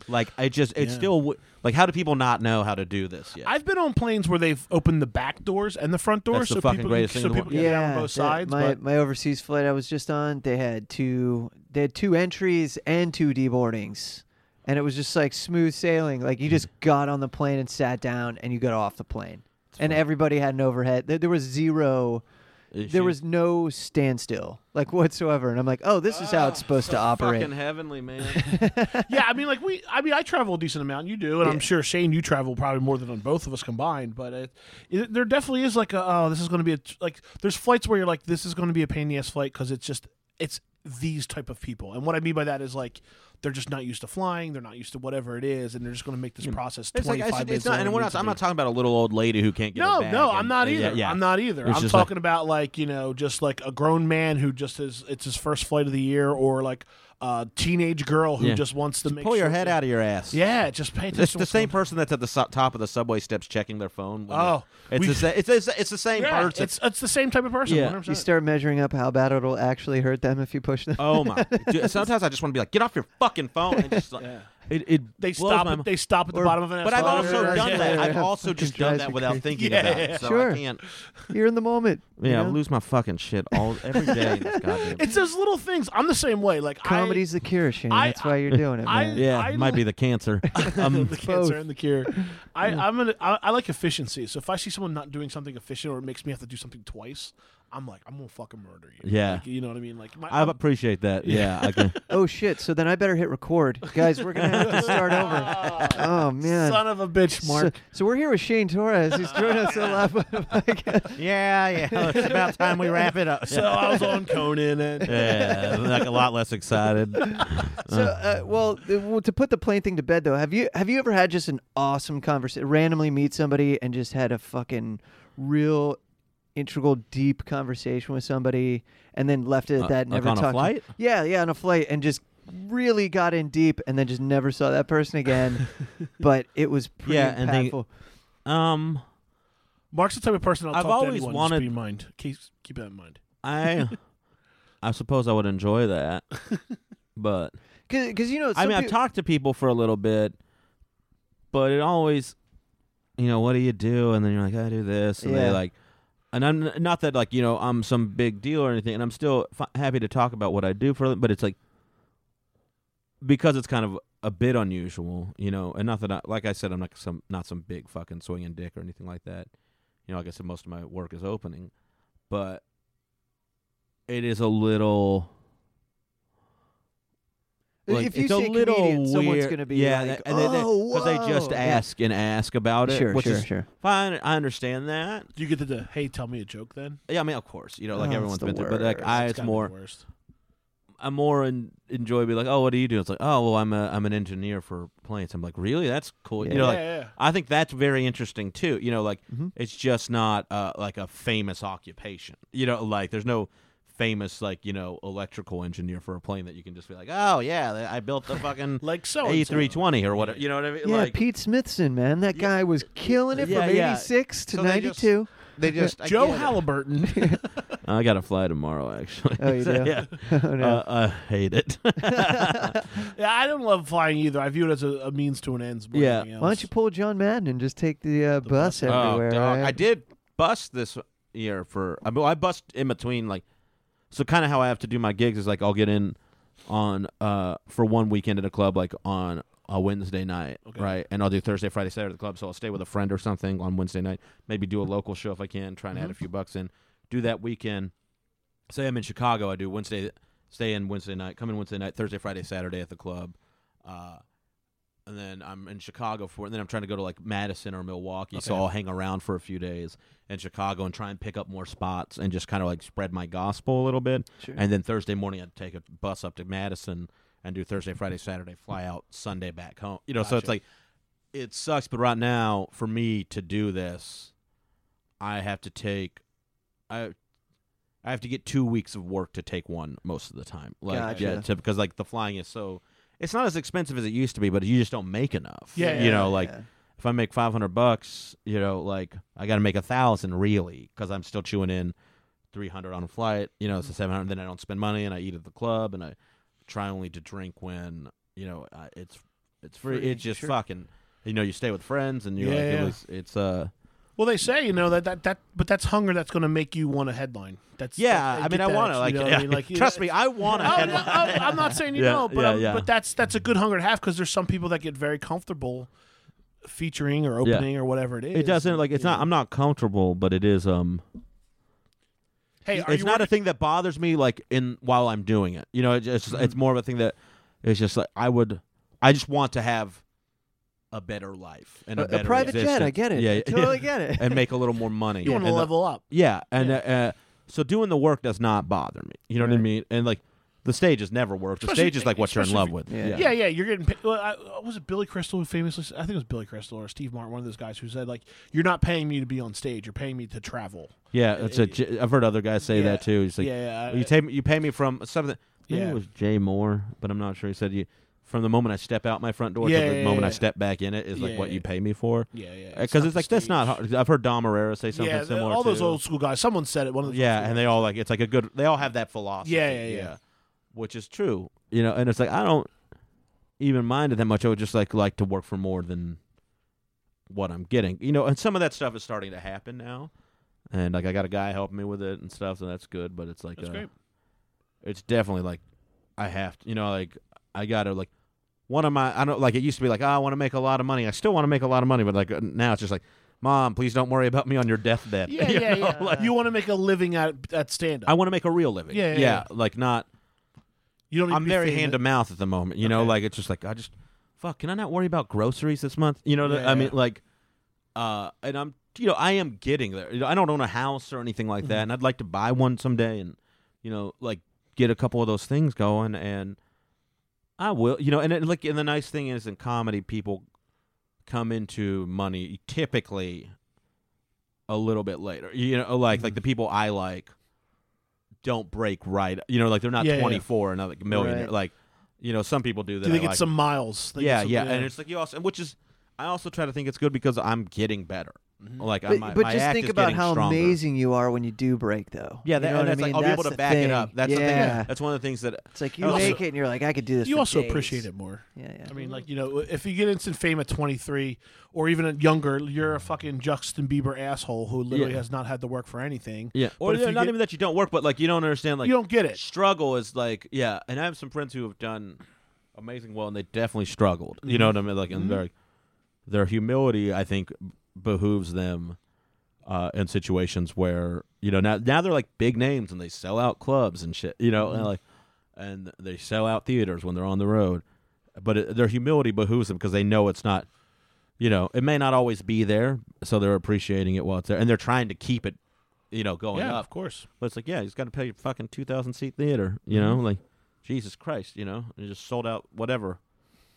Like, I just it's
Yeah.
still w- like, how do people not know how to do this yet?
I've been on planes where they've opened the back doors and the front doors,
the
so
fucking
people,
greatest
can,
thing
so
in the
people
world.
can get out on
that-
both sides.
My
but
my overseas flight I was just on, they had two they had two entries and two deboardings. And it was just like smooth sailing. Like you just got on the plane and sat down and you got off the plane. and everybody had an overhead. There, there was zero there was no standstill like whatsoever. And I'm like, "Oh, this is how it's supposed to
Ah,
operate."
fucking heavenly man.
yeah, I mean, like we, I mean, I travel a decent amount. You do, and I'm sure Shane, you travel probably more than on both of us combined. But it, it, there definitely is like a, oh, this is going to be a t- like. There's flights where you're like, this is going to be a pain in the ass flight because it's just it's these type of people, and what I mean by that is like they're just not used to flying, they're not used to whatever it is, and they're just going to make this process
Hmm. It's like
25
I said,
minutes.
it's not,
longer
and
than it
we're not,
needs to
I'm
be.
not talking about a little old lady who can't get
No,
a bag.
no,
and-
I'm not
and-
either.
Yeah, yeah.
I'm not either.
It's
I'm
just like-
talking about like you know, just like a grown man who just is. It's his first flight of the year, or like a teenage girl who
Yeah.
just wants to make
Pull your
sure
head
that-
out of your ass.
Yeah, just pay attention.
It's
to
the
what's
same
going-
person that's at the su- top of the subway steps checking their phone. when
Oh,
they're- it's
we-
the sa- it's, it's, it's the same
Yeah,
person.
it's it's the same type of person.
Yeah.
100%.
You start measuring up how bad it'll actually hurt them if you push them.
Oh.
Oh my! Dude, sometimes I just want to be like, get off your fucking fucking phone. And just like, it, it
They
blows
stop.
my
At,
mind.
they stop at the
Or-
bottom of an.
But I've
escalator.
also
Yeah,
done
yeah,
that.
yeah,
I've
yeah.
also
Fucking
just done
drives
that
me
without
crazy.
thinking
Yeah,
about
yeah,
it. So
sure.
I can't.
You're in the moment. you
Yeah, I
know?
lose my fucking shit all every day. in this goddamn-
It's those little things. I'm the same way. Like I-
Comedy's the cure, Shane.
I-
That's why you're doing it,
I-
man.
yeah,
I
it might
li-
be the cancer. Um,
the cancer and the cure. I, I'm gonna. I, I like efficiency. So if I see someone not doing something efficient, or it makes me have to do something twice, I'm like, I'm gonna fucking murder you.
Yeah.
Like, you know what I mean. Like my,
I appreciate that. Yeah, I can.
oh shit! So then I better hit record, guys. We're gonna have to start over. Oh man.
Ah, son of a bitch,
so,
Mark. Uh.
so we're here with Shane Torres. He's joining us on Laugh Podcast.
yeah, yeah. It's about time we wrap it up.
So, I was on Conan and.
yeah, I'm, like a lot less excited.
So, uh, well, th- well, to put the plain thing to bed, though, have you have you ever had just an awesome conversation? Randomly meet somebody and just had a fucking real integral, deep conversation with somebody, and then left it at
Uh,
that.
like
never
on a
talked. to-
flight?
yeah, yeah, on a flight, and just really got in deep, and then just never saw that person again. but it was pretty
Yeah, and they-
impactful.
Um,
Mark's the type of person I'll
I've
talk
always
to anyone.
wanted-
Just be in mind. Keep, keep that in mind.
I, I suppose I would enjoy that, but
Because you know,
I
some
mean, I've
peo-
talked to people for a little bit, but it always, you know, what do you do? And then you're like, I do this, and
Yeah.
they like, and I'm not that like you know I'm some big deal or anything, and I'm still f- happy to talk about what I do for them, but it's like because it's kind of a bit unusual, you know, and not that I, like I said, I'm not some not some big fucking swinging dick or anything like that. You know, like I said, most of my work is opening, but it is a little. like,
if you
it's a
say
little
comedian,
weird.
someone's gonna be
yeah,
like,
that- and they, they,
"Oh,
'cause they just
whoa."
ask and ask about it.
Sure,
which
sure,
is
sure.
Fine, I understand that.
Do you get to the hey, tell me a joke then?
Yeah, I mean, of course, you know,
Oh,
like
it's
everyone's
the
been through, but like
worst.
I,
It's
Ah, it's
gotta be
more
the worst.
I'm more in, enjoy being like, oh, what do you do? It's like, oh, well, I'm a I'm an engineer for planes. I'm like, really? That's cool.
Yeah.
You know, like um,
yeah, yeah.
I think that's very interesting too. You know, like it's just not uh, like a famous occupation. You know, like there's no famous like you know electrical engineer for a plane that you can just be like, oh yeah, I built the fucking
Like so.
A three twenty or whatever. You know what I mean?
Yeah,
like,
Pete Smithson, man, that guy was killing it
Yeah,
from
yeah.
'86 to
So they just-
'92.
they just
Joe Halliburton.
I got to fly tomorrow, actually.
Oh, you
So,
do?
Yeah.
Oh, no.
Uh, I hate it.
yeah, I don't love flying either. I view it as a, a means to an end. more than
Yeah.
anything else.
Why don't you pull John Madden and just take the, uh, bus, everywhere?
Oh, dog.
right?
I did bust this year for. I mean, I bust in between, like, so kind of how I have to do my gigs is like I'll get in on uh for one weekend at a club, like on a Wednesday night,
Okay.
right? And I'll do Thursday, Friday, Saturday at the club. So I'll stay with a friend or something on Wednesday night. Maybe do a local show if I can. Try and add a few bucks in. Do that weekend. Say I'm in Chicago. I do Wednesday, stay in Wednesday night, come in Wednesday night, Thursday, Friday, Saturday at the club. Uh, and then I'm in Chicago for, and then I'm trying to go to like Madison or Milwaukee. So
Okay.
I'll hang around for a few days in Chicago and try and pick up more spots and just kind of like spread my gospel a little bit.
Sure.
And then Thursday morning, I'd take a bus up to Madison and do Thursday, Friday, Saturday, fly out Sunday back home. You know, so it's
Gotcha.
like, it sucks, but right now, for me to do this, I have to take, I, I have to get two weeks of work to take one most of the time. Like,
Gotcha.
yeah, to, because like the flying is so, it's not as expensive as it used to be, but you just don't make enough.
Yeah,
you
yeah, yeah,
know, like
yeah.
if I make five hundred bucks, you know, like I got to make a thousand really because I'm still chewing in three hundred on a flight. You know, it's a seven hundred. Then I don't spend money and I eat at the club and I try only to drink when you know I, it's it's free.
Free,
It's just
sure.
fucking you know you stay with friends and you're
Yeah,
like
yeah.
it was it's uh
Well, they say you know that that, that but that's hunger that's going to make you want a headline. That's
yeah. I mean I want to like,
you know Oh, what
yeah,
I mean? like
trust me I want to
I,
headline.
am not saying you
Yeah, oh,
don't, but
yeah,
um,
yeah.
but that's that's a good hunger to have because there's some people that get very comfortable featuring or
Yeah.
opening or whatever it is.
It doesn't like it's not. I'm not comfortable, but it is um.
Hey, are
it's
you
not a
working-
thing that bothers me like in while I'm doing it. You know, it's just, it's
Mm-hmm.
more of a thing that it's just like I would I just want to have a better life and
A,
a,
a
better
private jet. I
existence.
get it.
Yeah,
I
yeah,
totally get it.
and make a little more money.
you want to
And the-
level up.
yeah, and Uh, uh, so doing the work does not bother me. You know what I
Right.
mean? And like the stage has never worked. The
Especially-
stage is like what you're in
especially
love
if-
with.
Yeah.
Yeah.
Yeah, yeah, you're getting. pa- Well, I, uh, was it Billy Crystal who famously? s- I think it was Billy Crystal or Steve Martin, one of those guys who said like, "You're not paying me to be on stage. You're paying me to travel."
Yeah, it's a j- I've heard other guys say
Yeah.
that too. He's like,
Yeah, yeah, I-
you take you pay me from something. Maybe
Yeah.
it was Jay Moore, but I'm not sure. He said you from the moment I step out my front door
Yeah,
to the
yeah,
moment I
yeah.
step back in it is like
Yeah,
what
yeah.
you pay me for.
Yeah, yeah.
Because it's,
not
like that's not
stage.
hard. I've heard Dom Herrera say something
yeah, the-
similar.
all those
too.
old school guys. Someone said it. One of those
Yeah,
old school
and they all like it's like a good. They all have that philosophy.
Yeah, yeah, yeah.
Which is true, you know. And it's like I don't. even minded that much. I would just like like to work for more than what I'm getting. You know, and some of that stuff is starting to happen now. And like I got a guy helping me with it and stuff, so that's good. But it's like
That's
uh,
great.
it's definitely like I have to, you know, like I gotta like one of my I don't like it used to be like oh, I want to make a lot of money. I still want to make a lot of money, but like uh, now it's just like, mom, please don't worry about me on your deathbed.
Yeah,
You
yeah,
know,
yeah.
like,
you want to make a living at at stand
I
up.
want to make a real living.
Yeah, yeah, yeah.
like not.
You don't. Need
I'm
to be
very
famous.
hand to mouth at the moment. You know,
Okay.
like it's just like I just fuck. Can I not worry about groceries this month? You know, that
Yeah,
I mean,
yeah.
like, uh, and I'm you know I am getting there. You know, I don't own a house or anything like
Mm-hmm.
that, and I'd like to buy one someday, and you know, like get a couple of those things going, and I will. You know, and it, like and the nice thing is in comedy, people come into money typically a little bit later. You know, like
Mm-hmm.
like the people I like don't break right. You know, like they're not
Yeah, yeah, yeah.
24 and not like a millionaire.
Right.
Like you know, some people do that.
Do they
I
get
like.
some miles? They get
yeah,
some-
yeah, and it's like you also, which is I also try to think it's good because I'm getting better. Like I,
Mm-hmm. But,
my,
but
my
just
act
think
is
about
getting
how
stronger.
amazing you are when you do break, though.
Yeah, that,
you know
and
what I
that's
mean?
like I'll be
that's
able to
the
back
thing.
it up. That's
yeah.
the thing. That's one of the things that
It's like you
You also-
make it, and you're like, I could do this.
you
for
also
days.
appreciate it more.
Yeah, yeah.
I
Mm-hmm.
mean, like you know, if you get instant fame at 23 or even younger, you're a fucking Justin Bieber asshole who literally
Yeah.
has not had to work for anything.
yeah,
But
or
if
yeah,
you
not
get-
even that you don't work, but like you don't understand like
you don't get it.
struggle is like yeah and i have some friends who have done amazing well and they definitely struggled you know what i
Mm-hmm.
mean like and their their humility i think behooves them uh, in situations where you know now now they're like big names and they sell out clubs and shit you know and
Mm-hmm.
like and they sell out theaters when they're on the road but it, their humility behooves them because they know it's not you know it may not always be there so they're appreciating it while it's there and they're trying to keep it you know going
Yeah,
up
of course.
but it's like, yeah, he's got to pay a fucking two thousand seat theater. You know, like Jesus Christ. You know, and just sold out whatever,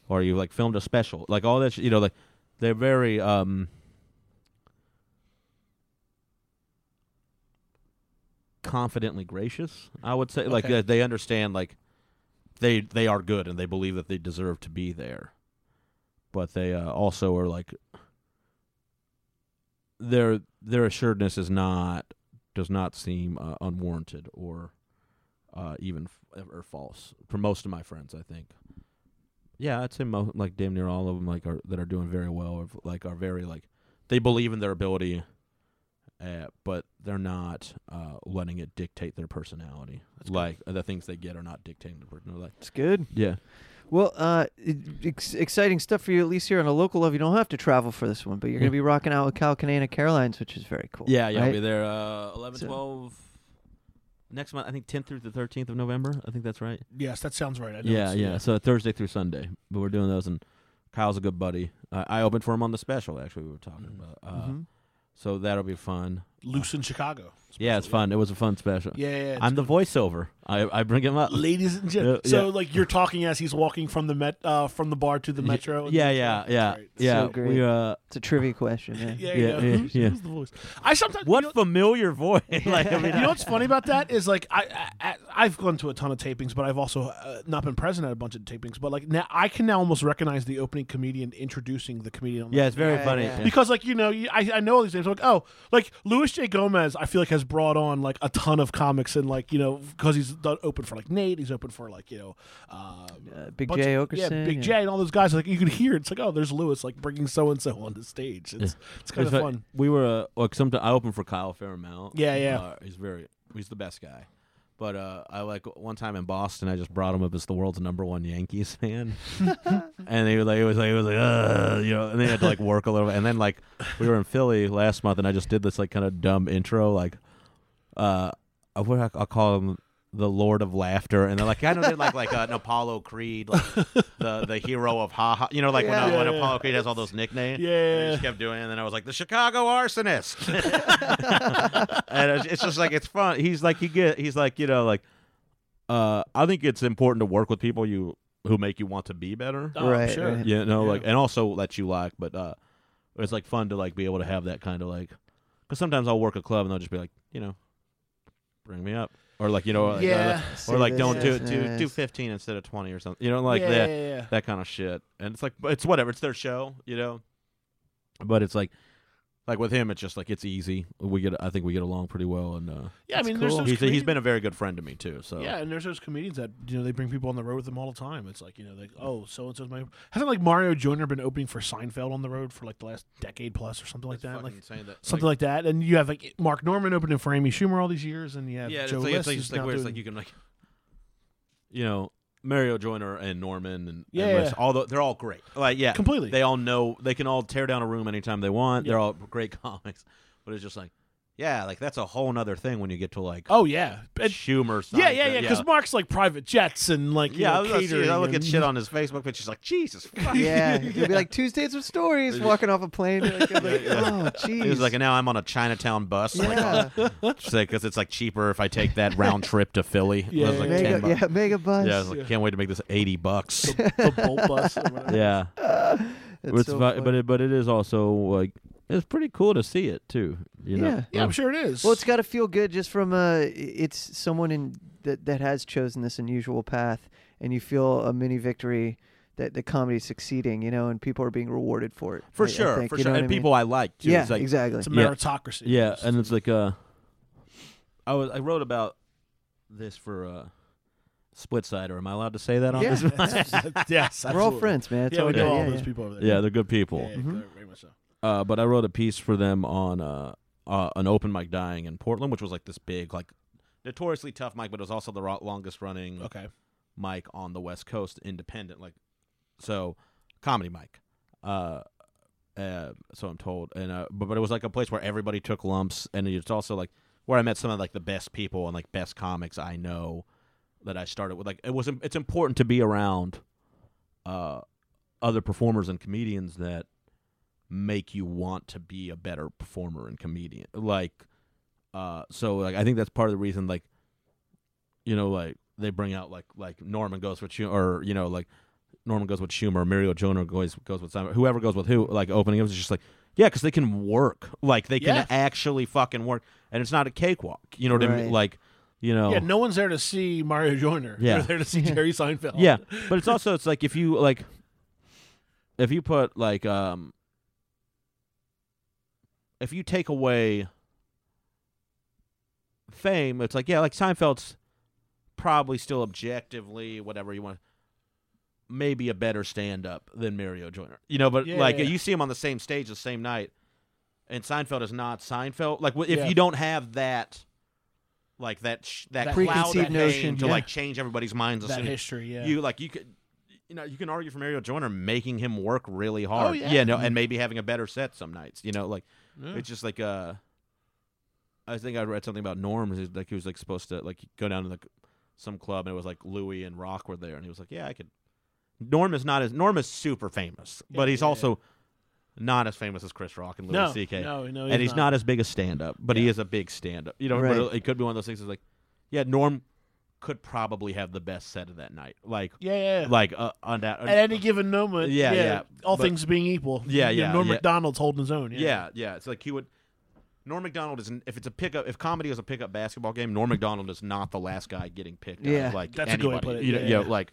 or you like filmed a special, like all that. Sh- you know, like they're very. um confidently gracious i would say like
Okay.
uh, they understand like they they are good and they believe that they deserve to be there but they uh, also are like their their assuredness is not does not seem uh, unwarranted or uh, even f- or false for most of my friends. I think. Yeah, I'd say mo- like damn near all of them like are that are doing very well or like are very like they believe in their ability, uh, but they're not uh, letting it dictate their personality. like the things they get are not dictating their personality. Like,
It's good.
yeah,
Well, uh, it- ex- exciting stuff for you, at least here on a local level. You don't have to travel for this one, but you're going
Yeah.
to be rocking out with Cal Canana Carolines, which is very cool.
yeah, yeah. I'll
right?
be there uh, 11,
So-
12, next month. I think tenth through the thirteenth of November. I think that's right.
Yes, that sounds right. I know
Yeah,
it's-
yeah. So Thursday through Sunday, but we're doing those. And Kyle's a good buddy. Uh, I opened for him on the special. Actually, we were talking
Mm-hmm.
about. Uh,
Mhm.
So that'll be fun.
Loose in Chicago.
yeah, it's fun. It was a fun special.
Yeah, yeah, yeah, it's
I'm the voiceover. I I bring him up.
Ladies and gentlemen.
Yeah,
so
yeah.
like you're talking as he's walking from the met uh, from the bar to the metro. and
Yeah,
things
yeah,
like that.
yeah,
That's right.
yeah.
So great.
We, uh,
It's a trivia question. Yeah.
Yeah,
Yeah,
yeah.
yeah,
Who's,
yeah.
who's the voice? I sometimes you know-
what familiar voice? like, I mean,
you know what's funny about that is like I, I I've gone to a ton of tapings, but I've also uh, not been present at a bunch of tapings. But like now, I can now almost recognize the opening comedian introducing the comedian. on the-
yeah, it's very
Yeah,
funny.
yeah.
Because like you know, you, I I know all these names. Like oh, like Luis J Gomez, I feel like has brought on like a ton of comics and like you know because he's done open for like Nate, he's open for like you know, uh,
Uh, Big
bunch
J
of-
Okerson.
yeah, Big
yeah.
J and all those guys. Like you can hear it's like oh, there's Lewis like bringing so and so on the stage. It's it's kind
It's
of
like-
fun.
We were uh, like sometimes I opened for Kyle Fairmount.
Yeah, yeah.
Uh, he's very he's the best guy. But uh, I like one time in Boston, I just brought him up as the world's number one Yankees fan, and he was like, it was like, it was like, Ugh, you know, and they had to like work a little bit, and then like we were in Philly last month, and I just did this like kind of dumb intro, like, uh, I- what I- I'll call him the Lord of Laughter, and they're like, I know they like like uh, an Apollo Creed, like the the hero of ha ha, you know, like when,
Yeah.
uh, when
Yeah, yeah.
Apollo Creed has all those nicknames, and I
Yeah.
just kept doing it, and then I was like, the Chicago arsonist. and it's, it's just like it's fun. He's like he get he's like you know like uh I think it's important to work with people you who make you want to be better.
Oh, I'm
Right,
sure.
right.
You know
Yeah.
like and also that you like, but uh it's like fun to like be able to have that kind of like because sometimes I'll work a club and they'll just be like you know bring me up or like you know like, uh,
Yeah.
or like don't do
do
it do do fifteen instead of twenty or something you know like
yeah,
that
yeah, yeah.
that kind of shit. And it's like, but it's whatever. It's their show, you know. But it's like, Like with him, it's just like it's easy. We get, I think we get along pretty well, and uh,
Yeah, I mean, there's those
he's, he's
comedians-
been a very good friend to me too. So
Yeah, and there's those comedians that you know they bring people on the road with them all the time. It's like you know, like oh, so and so's my hasn't like Mario Jr. been opening for Seinfeld on the road for like the last decade plus or something like that, like something like, that. And you have like Mark Norman opening for Amy Schumer all these years, and you have
yeah, it's
Joe
like,
List
it's like,
who's
just like
now
where it's
doing-
like you can like, you know, Mario Joyner and Norman and
Yeah,
and Wes,
yeah.
although they're all great. Like yeah,
Completely.
They all know they can all tear down a room anytime they want. They're all great comics, but it's just like, yeah, like that's a whole nother thing when you get to like
oh yeah, And-
Schumer.
yeah, yeah,
Seinfeld,
yeah, because Mark's like private jets and like you
Yeah,
know,
I, was gonna
catering
see, I look at
and-
shit on his Facebook pictures like Jesus. Fuck.
Yeah, you'll be like Tuesdays with stories, walking off a plane. You're Like, like, oh, jeez.
He was like, now I'm on a Chinatown bus.
yeah,
because it's like cheaper if I take that round trip to Philly. It
Yeah,
was like
yeah,
ten
mega,
bucks.
yeah, mega bus.
Yeah, I was like, can't wait to make this eighty bucks.
the Bolt bus. Or whatever.
Yeah,
That's so
vi-
funny.
but it, but it is also like it's pretty cool to see it too. You know?
Yeah.
Yeah, I'm sure it is.
Well, it's got to feel good just from uh, it's someone in that that has chosen this unusual path, and you feel a mini victory that the comedy's succeeding, you know, and people are being rewarded for it.
For
I- I
sure,
think,
for
you
sure,
know
and
what I mean?
people I like too.
Yeah,
It's like,
exactly.
It's a
Yeah.
meritocracy.
Yeah, and it's like uh, I was I wrote about this for uh, Split Sider. Am I allowed to say that on
Yeah.
this?
yes,
We're all
absolutely.
friends, man. That's
Yeah,
all
we know
got.
all
yeah,
those
yeah.
people over there.
Yeah, they're good people.
Yeah, yeah,
Mm-hmm.
very much so.
Uh, but I wrote a piece for them on uh, uh, an open mic dying in Portland, which was like this big, like
notoriously tough mic, but it was also the ro- longest running
Okay.
mic on the West Coast, independent, like so, comedy mic. Uh, uh, so I'm told, and uh, but, but it was like a place where everybody took lumps, and it's also like where I met some of like the best people and like best comics I know that I started with. Like it was, it's important to be around uh, other performers and comedians that make you want to be a better performer and comedian. Like, uh, so like I think that's part of the reason. Like, you know, like they bring out like like Norman goes with Schumer, or you know, like Norman goes with Schumer, Mario Jonah goes goes with Simon, whoever goes with who. Like opening up is just like. Yeah, because they can work. Like they can
Yeah.
actually fucking work, and it's not a cakewalk. You know what I
Right.
mean? Like, you know,
Yeah, no one's there to see Mario Joyner.
Oh. Yeah.
They're there to see Jerry Seinfeld.
Yeah, but it's also it's like if you like if you put like um if you take away fame, it's like yeah, like Seinfeld's probably still objectively whatever you want maybe a better stand up than Mario Joyner. You know, but
Yeah,
like
yeah.
you see him on the same stage the same night and Seinfeld is not Seinfeld. Like wh- if
Yeah.
you don't have that like that sh-
That
that, cloud
preconceived
of
notion,
fame to
yeah.
like change everybody's minds as
That
soon as
history, yeah.
you like you could you know you can argue for Mario Joyner making him work really hard.
Oh, yeah.
no, and maybe having a better set some nights. You know, like it's just like uh, I think I read something about Norm. is Like he was like supposed to like go down to like some club and it was like Louis and Rock were there and he was like, yeah, I could. Norm is not as Norm is super famous, but he's
yeah, yeah.
also not as famous as Chris Rock and Louis
No,
C.K.
no, no,
and he's not as big a stand up, but he is a big stand up. You know,
Right.
but it could be one of those things. That's like, yeah, Norm could probably have the best set of that night. Like,
Yeah, yeah. yeah.
like uh, on that.
At any given moment,
Yeah, yeah,
All
but-
things being equal,
Yeah,
you know,
yeah,
Norm
yeah.
Macdonald's holding his own. Yeah,
yeah, yeah. It's like he would. Norm Macdonald is n- if it's a pickup if comedy is a pickup basketball game, Norm Macdonald is not the last guy getting picked. out of,
Yeah.
like
That's a good way to
anybody.
put it,
You know,
yeah,
you know,
yeah.
like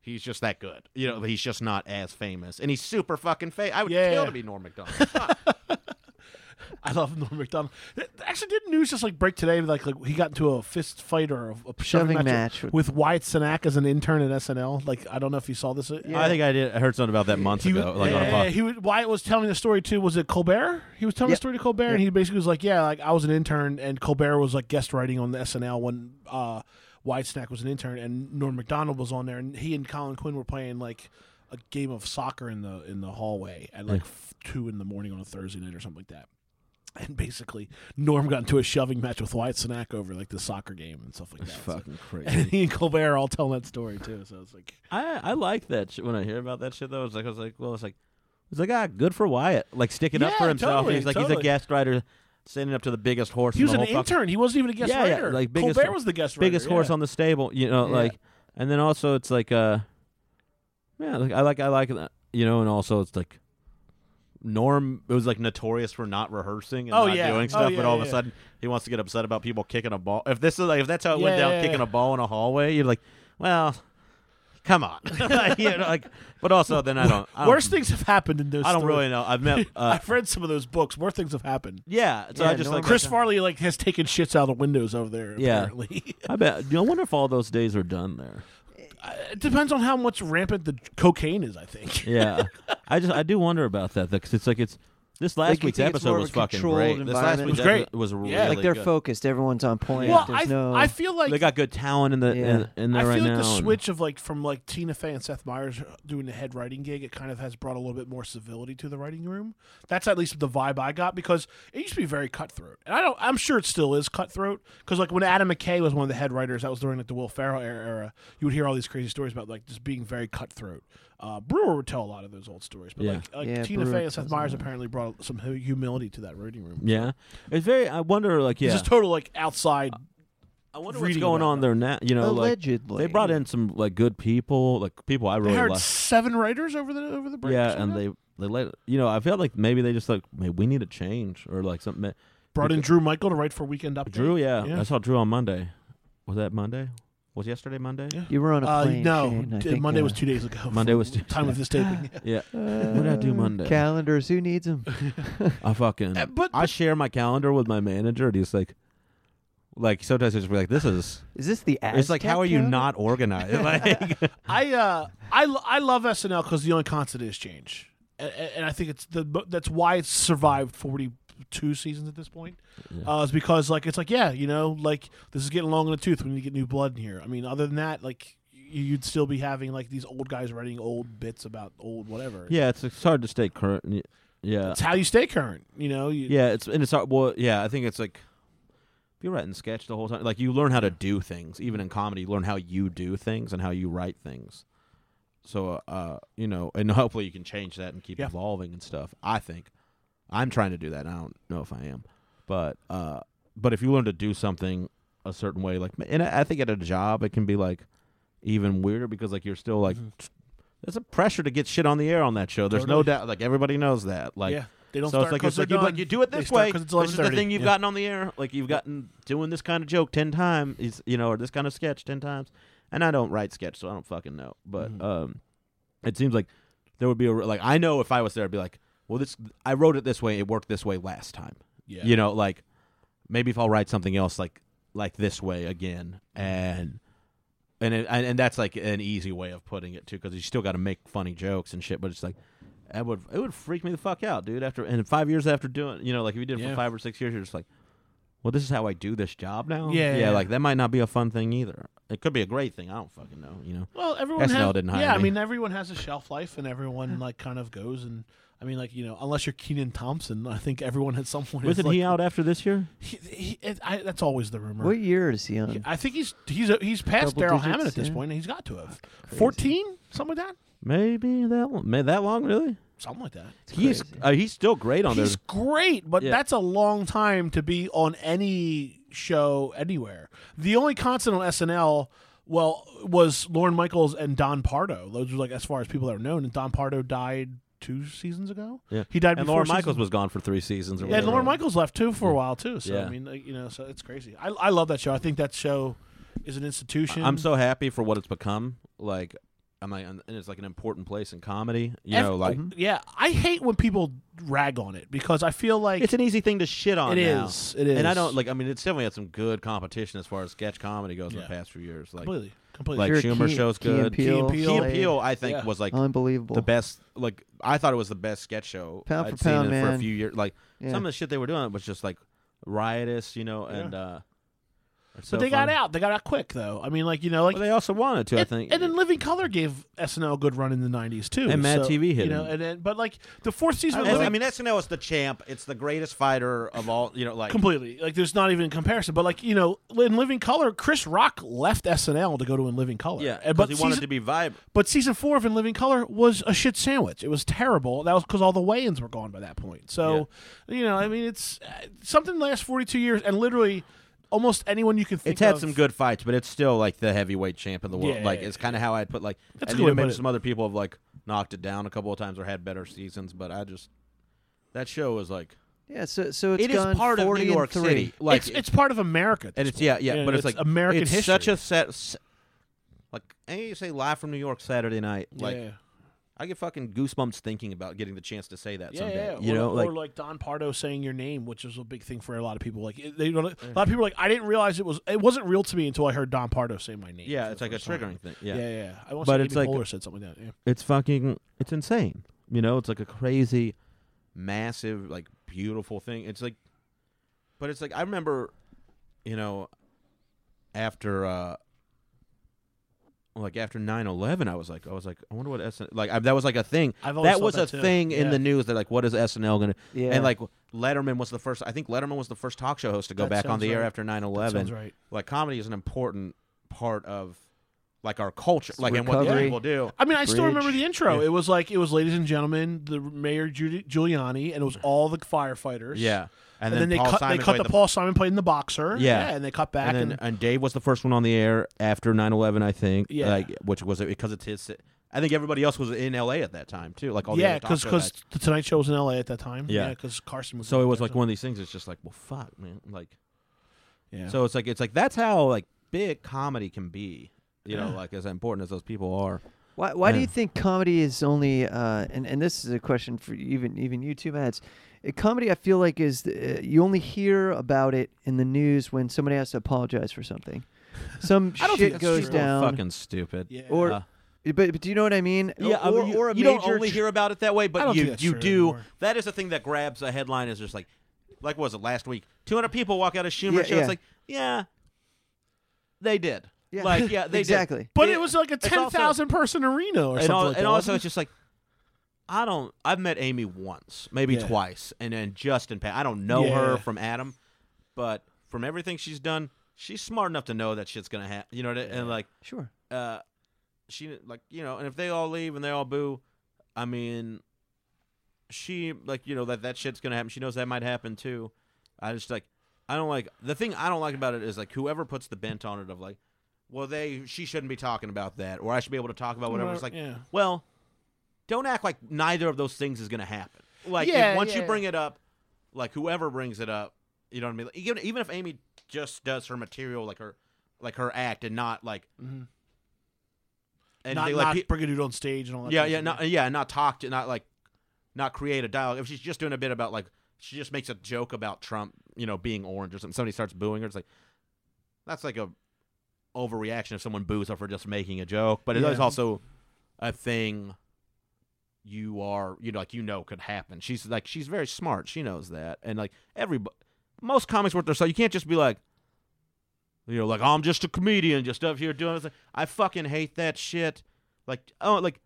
he's just that good. You know, he's just not as famous, and he's super fucking famous. I would
Yeah,
kill
yeah.
to be Norm Macdonald.
I love Norm Macdonald. Th- Actually, didn't news just like break today? Like, like he got into a fist fight or a, a shoving,
Shoving match
with,
with-
Wyatt Cenac as an intern at SNL. Like, I don't know if you saw this. Yeah,
I think I did. I heard something about that months
He was,
ago, like on a
yeah,
pod.
he was, Wyatt was telling the story too. Was it Colbert? He was telling the
Yep.
story to Colbert, and he basically was like, "Yeah, like I was an intern, and Colbert was like guest writing on the SNL when uh, Wyatt Snack was an intern, and Norm Macdonald was on there, and he and Colin Quinn were playing like a game of soccer in the in the hallway at like f- two in the morning on a Thursday night or something like that." And basically, Norm got into a shoving match with Wyatt Snack over like the soccer game and stuff like that. So- and he and Colbert are all telling that story too. So it's like,
I I like that shit when I hear about that shit though. It's like I was like, well, it's like it's like ah, good for Wyatt, like sticking up
Yeah,
for himself.
totally,
he's like he's
totally.
a guest writer, standing up to the biggest horse.
he
in
was
the
an
whole fucking-
intern. He wasn't even a guest
yeah,
writer.
Yeah, like biggest,
Colbert was the guest writer.
biggest horse
yeah.
on the stable. You know,
Yeah.
like, and then also it's like, uh, yeah, like I like I like that. You know, and also it's like
Norm it was like notorious for not rehearsing and
Oh,
not
yeah. Oh,
doing stuff,
yeah,
but all
yeah,
of
yeah.
a sudden he wants to get upset about people kicking a ball. If this is like if that's how it went
Yeah,
down,
yeah,
kicking
yeah.
a ball in a hallway, you're like, well, come on. you know, like, but also then I don't. I don't
Worse things have happened in those.
I don't
stories.
really know. I've met. Uh,
I've read some of those books. Worse things have happened.
yeah, so
Yeah,
I just
no
like.
one
Chris Farley like has taken shits out of the windows over there.
Yeah.
Apparently. Uh,
I bet. I wonder if all those days are done there.
it depends on how much rampant the cocaine is. I think.
Yeah, I just I do wonder about that because it's like it's this last
Like, you
week's
think it's more
episode
of
was
a
fucking
controlled
great. This last
environment?
week's
It was great.
episode was really
Yeah.
like they're
good.
focused. Everyone's on point.
Well,
There's
I
no.
I feel like
they got good talent in the
Yeah.
in, in there
I
right
feel like
now.
the
and-
switch of like from like Tina Fey and Seth Meyers doing the head writing gig, it kind of has brought a little bit more civility to the writing room. That's at least the vibe I got because it used to be very cutthroat, and I don't. I'm sure it still is cutthroat because like when Adam McKay was one of the head writers, that was during like the Will Ferrell era. era, You would hear all these crazy stories about like just being very cutthroat. Uh, Brewer would tell a lot of those old stories, but
Yeah.
like, like
Yeah,
Tina
Brewer
Fey and
tells
Seth
a
Meyers
lot.
apparently brought some hu- humility to that writing room.
Yeah, it's very. I wonder like yeah.
This is total like outside.
I wonder what's
reading
going
about
on there now. You know, like
Allegedly,
they brought in some like good people, like people I
They
really
hired
like.
seven writers over the over the break.
Yeah,
so
and
that-
they they let you know. I felt like maybe they just like maybe we need a change or like something.
brought in Drew Michael to write for Weekend Update.
Drew, yeah,
Yeah.
I saw Drew on Monday. Was that Monday? Was yesterday Monday?
Yeah.
You were on a
Uh,
plane.
no,
Shane, I
d-
think,
Monday
uh,
was two days ago.
Monday
from
was two-
time of this taping.
Yeah.
What
What did I do Monday?
Calendars. Who needs them?
I fucking.
Uh, but-
I share my calendar with my manager, and he's like, like sometimes he's just be like, "This is."
Is this the Aztec?
It's like, how are you
calendar?
not organized? Like,
I uh, I lo- I love SNL because the only constant is change, and, and I think it's the mo- that's why it's survived forty two seasons at this point. Uh, is because like it's like yeah, you know, like this is getting long in the tooth. We need to get new blood in here. I mean, other than that, like y- you'd still be having like these old guys writing old bits about old whatever.
yeah, it's, it's hard to stay current. and y- Yeah,
It's how you stay current, you know. You,
yeah, it's and it's hard. Well, yeah, I think it's like if you're writing sketch the whole time, like you learn how to do things. Even in comedy, you learn how you do things and how you write things. So, uh, uh, you know, and hopefully you can change that and keep
Yeah.
evolving and stuff. I think I'm trying to do that. and I don't know if I am, but uh, but if you learn to do something a certain way, like, and I I think at a job it can be like even weirder because like you're still like.
Mm-hmm.
There's a pressure to get shit on the air on that show. There's no
Totally.
doubt. Like everybody knows that. Like
Yeah. They don't
so
start
it's like,
'cause
it's like,
they're
you, like
done.
you do it
They
this
start
way.
'cause it's
This is the
11:30.
thing you've
Yeah.
gotten on the air. Like you've gotten doing this kind of joke ten times. Is you know, or this kind of sketch ten times. And I don't write sketch, so I don't fucking know. But um, it seems like there would be a re- like I know if I was there, I'd be like, well, this I wrote it this way. It worked this way last time.
Yeah.
You know, like maybe if I'll write something else like like this way again and. And, it, and and that's like an easy way of putting it too, because you still got to make funny jokes and shit. But it's like, that would it would freak me the fuck out, dude. After and five years after doing, you know, like if you did it for
Yeah.
five or six years, you're just like, well, this is how I do this job now.
Yeah,
yeah,
yeah,
like that might not be a fun thing either. It could be a great thing. I don't fucking know. You know,
Well, everyone
SNL
has.
didn't hire
yeah, I
me.
mean, everyone has a shelf life, and everyone like kind of goes and. I mean, like you know, unless you're Keenan Thompson, I think everyone at some point. is
wasn't
like,
he out after this year?
He, he- it- I, that's always the rumor.
What year is he on?
I think he's he's he's past
Double
Daryl Hammond at
digits,
this
yeah.
point. And he's got to have fourteen, something like that,
Maybe that long, may, that long really.
something like that.
It's
He's
crazy.
uh, he's still great on
He's
this.
great, but
Yeah.
that's a long time to be on any show anywhere. The only constant on SNL, well, was Lauren Michaels and Don Pardo. Those were like as far as people that are known. And Don Pardo died two seasons ago.
Yeah.
he died.
And
before
Laura Michaels
season-
was gone for three seasons. Or
Yeah, and
whatever.
Lauren Michaels left too for a while too. So
Yeah.
I mean, like, you know, so it's crazy. I I love that show. I think that show is an institution.
I'm so happy for what it's become. Like, I'm like, and it's like an important place in comedy. You
Ev-
know, like
yeah. I hate when people rag on it because I feel like
it's an easy thing to shit on.
It
now.
is, it is.
And I don't like. I mean, it's definitely had some good competition as far as sketch comedy goes in
Yeah.
the past few years. Like,
completely completely.
like
Sure,
Schumer
Key-
shows
Key and
good.
Peele
Key
played-
and Peele, I think,
Yeah.
was like
Unbelievable.
the best. Like, I thought it was the best sketch show
Pound for
I'd seen
pound,
in for a
man.
few years. Like
Yeah.
some of the shit they were doing was just like riotous, you know, and. uh
but they got out. They got out quick though. I mean, like you know, like
But they also wanted to, I
and,
think.
and then Living Color gave SNL a good run in the '90s too.
And Mad
so,
TV
you
hit
know,
him.
and then but like the fourth season of
I,
Living
I mean, SNL is the champ. It's the greatest fighter of all. You know, like
completely like there's not even a comparison. But like you know, in Living Color, Chris Rock left SNL to go to In Living Color.
yeah,
And- but
'cause he wanted
season-
to be vibrant.
But season four of In Living Color was a shit sandwich. It was terrible. That was because all the weigh-ins were gone by that point. So, you know, I mean, it's uh, something lasts forty two years, and literally, almost anyone you can think
It's had
of-
some good fights, but it's still like the heavyweight champ of the world.
Yeah,
like
yeah,
it's kind of how I'd put like.
That's
and
a good
you
way
know,
to
maybe
put it.
some other people have like knocked it down a couple of times or had better seasons, but I just that show is like
Yeah. So so it's
it is
gone
part of
40
New
and
York
three.
City.
it's,
Like
it's part of America, at
and
this
it's yeah
point.
yeah,
You know,
but it's, like
American
it's
history.
Such a set. s- Like
And you say live from New York Saturday night. Like
yeah.
I get fucking goosebumps thinking about getting the chance to say that
Yeah,
someday.
yeah,
You
or,
know,
or
like,
like, Don Pardo saying your name, which is a big thing for a lot of people. Like it- they, don't, a lot of people are like, I didn't realize it was it wasn't real to me until I heard Don Pardo say my name.
yeah,
for
it's
the
like a
first time.
triggering thing. Yeah.
Yeah, yeah. yeah. I want
But
to
it's
say Amy
like-
Poehler said something like that. Yeah.
it's fucking it's insane. You know, it's like a crazy, massive, like beautiful thing. It's like, but it's like I remember, you know, after uh like after 9-11, I was like, I was like, I wonder what SNL like I, that was like a thing.
I've always
that
thought
was
that
a
too.
thing in
Yeah.
the news that like, what is SNL gonna?
Yeah.
And like Letterman was the first. I think Letterman was the first talk show host to go
That
back on
sounds
the air
right.
after 9-11
Sounds right.
like comedy is an important part of like our culture like and what
recovery.
people do
I mean, I still remember
Bridge.
the intro. It was like it was, ladies and gentlemen, the mayor Giudi- Giuliani, and it was all the firefighters.
yeah
and, then, they
Paul
cut.
Simon
they cut
played
the, Paul Simon playing the boxer.
Yeah.
and they cut back.
and,
And,
then, and Dave was the first one on the air after 9-11 I think
Yeah.
like which was it because it's his ci- I think everybody else was in LA at that time too like all
yeah,
because
because the Tonight Show was in L.A. at that time.
Yeah.
because Carson was.
so it was
there,
like one of these things it's just like well fuck man like
Yeah.
so it's like it's like that's how like big comedy can be you know like as important as those people are
Why, why do
Yeah.
you think comedy is only uh, and and this is a question for even even you two Mads. Uh, Comedy, I feel like is the, uh, you only hear about it in the news when somebody has to apologize for something. Some
I don't think
shit
that's
goes
true.
down,
fucking stupid
yeah.
or
Uh,
but, but do you know what I mean?
Yeah, I
or,
mean, you,
or a
you
major
don't only
tr-
hear about it that way,
I
but
don't think
you
that's
you
true
do.
anymore.
That is the thing that grabs a headline is just like, like what was it last week? Two hundred people walk out of Schumer
Yeah,
show.
yeah.
It's like, yeah, they did.
Yeah.
Like, yeah, they did.
exactly.
but
it-
it was like a
it's
ten thousand person arena or
And,
something.
al-
like that,
and also,
wasn't
it's just like, I don't. I've met Amy once, maybe
Yeah.
twice, and then Justin. Pa- I don't know her
Yeah.
from Adam, but from everything she's done, she's smart enough to know that shit's gonna happen. You know, what I- and like.
Sure.
uh, she like you know, and if they all leave and they all boo, I mean, she like you know that that shit's gonna happen. She knows that might happen too. I just like I don't like the thing I don't like about it is like whoever puts the bent on it of like, well they she shouldn't be talking about that or I should be able to talk about whatever. It's like
Yeah.
well, don't act like neither of those things is gonna happen. Like if-
Yeah,
once you
yeah.
bring it up, like whoever brings it up, you know what I mean. Like, even even if Amy just does her material like her like her act and not like
Mhm.
mm-hmm. and
not
they, like
not
pe-
bring a dude on stage and all that.
yeah,
kind of
yeah,
shit.
not, uh, yeah, not talk to, not like, not create a dialogue. If she's just doing a bit about like, she just makes a joke about Trump, you know, being orange or something. Somebody starts booing her. It's like, that's like a overreaction if someone boos her for just making a joke. But it is
Yeah.
also a thing you are, you know, like you know could happen. She's like, she's very smart. She knows that, and like every most comics worth their salt. You can't just be like. You know, like I'm just a comedian, just up here doing. this. I fucking hate that shit. Like, oh, like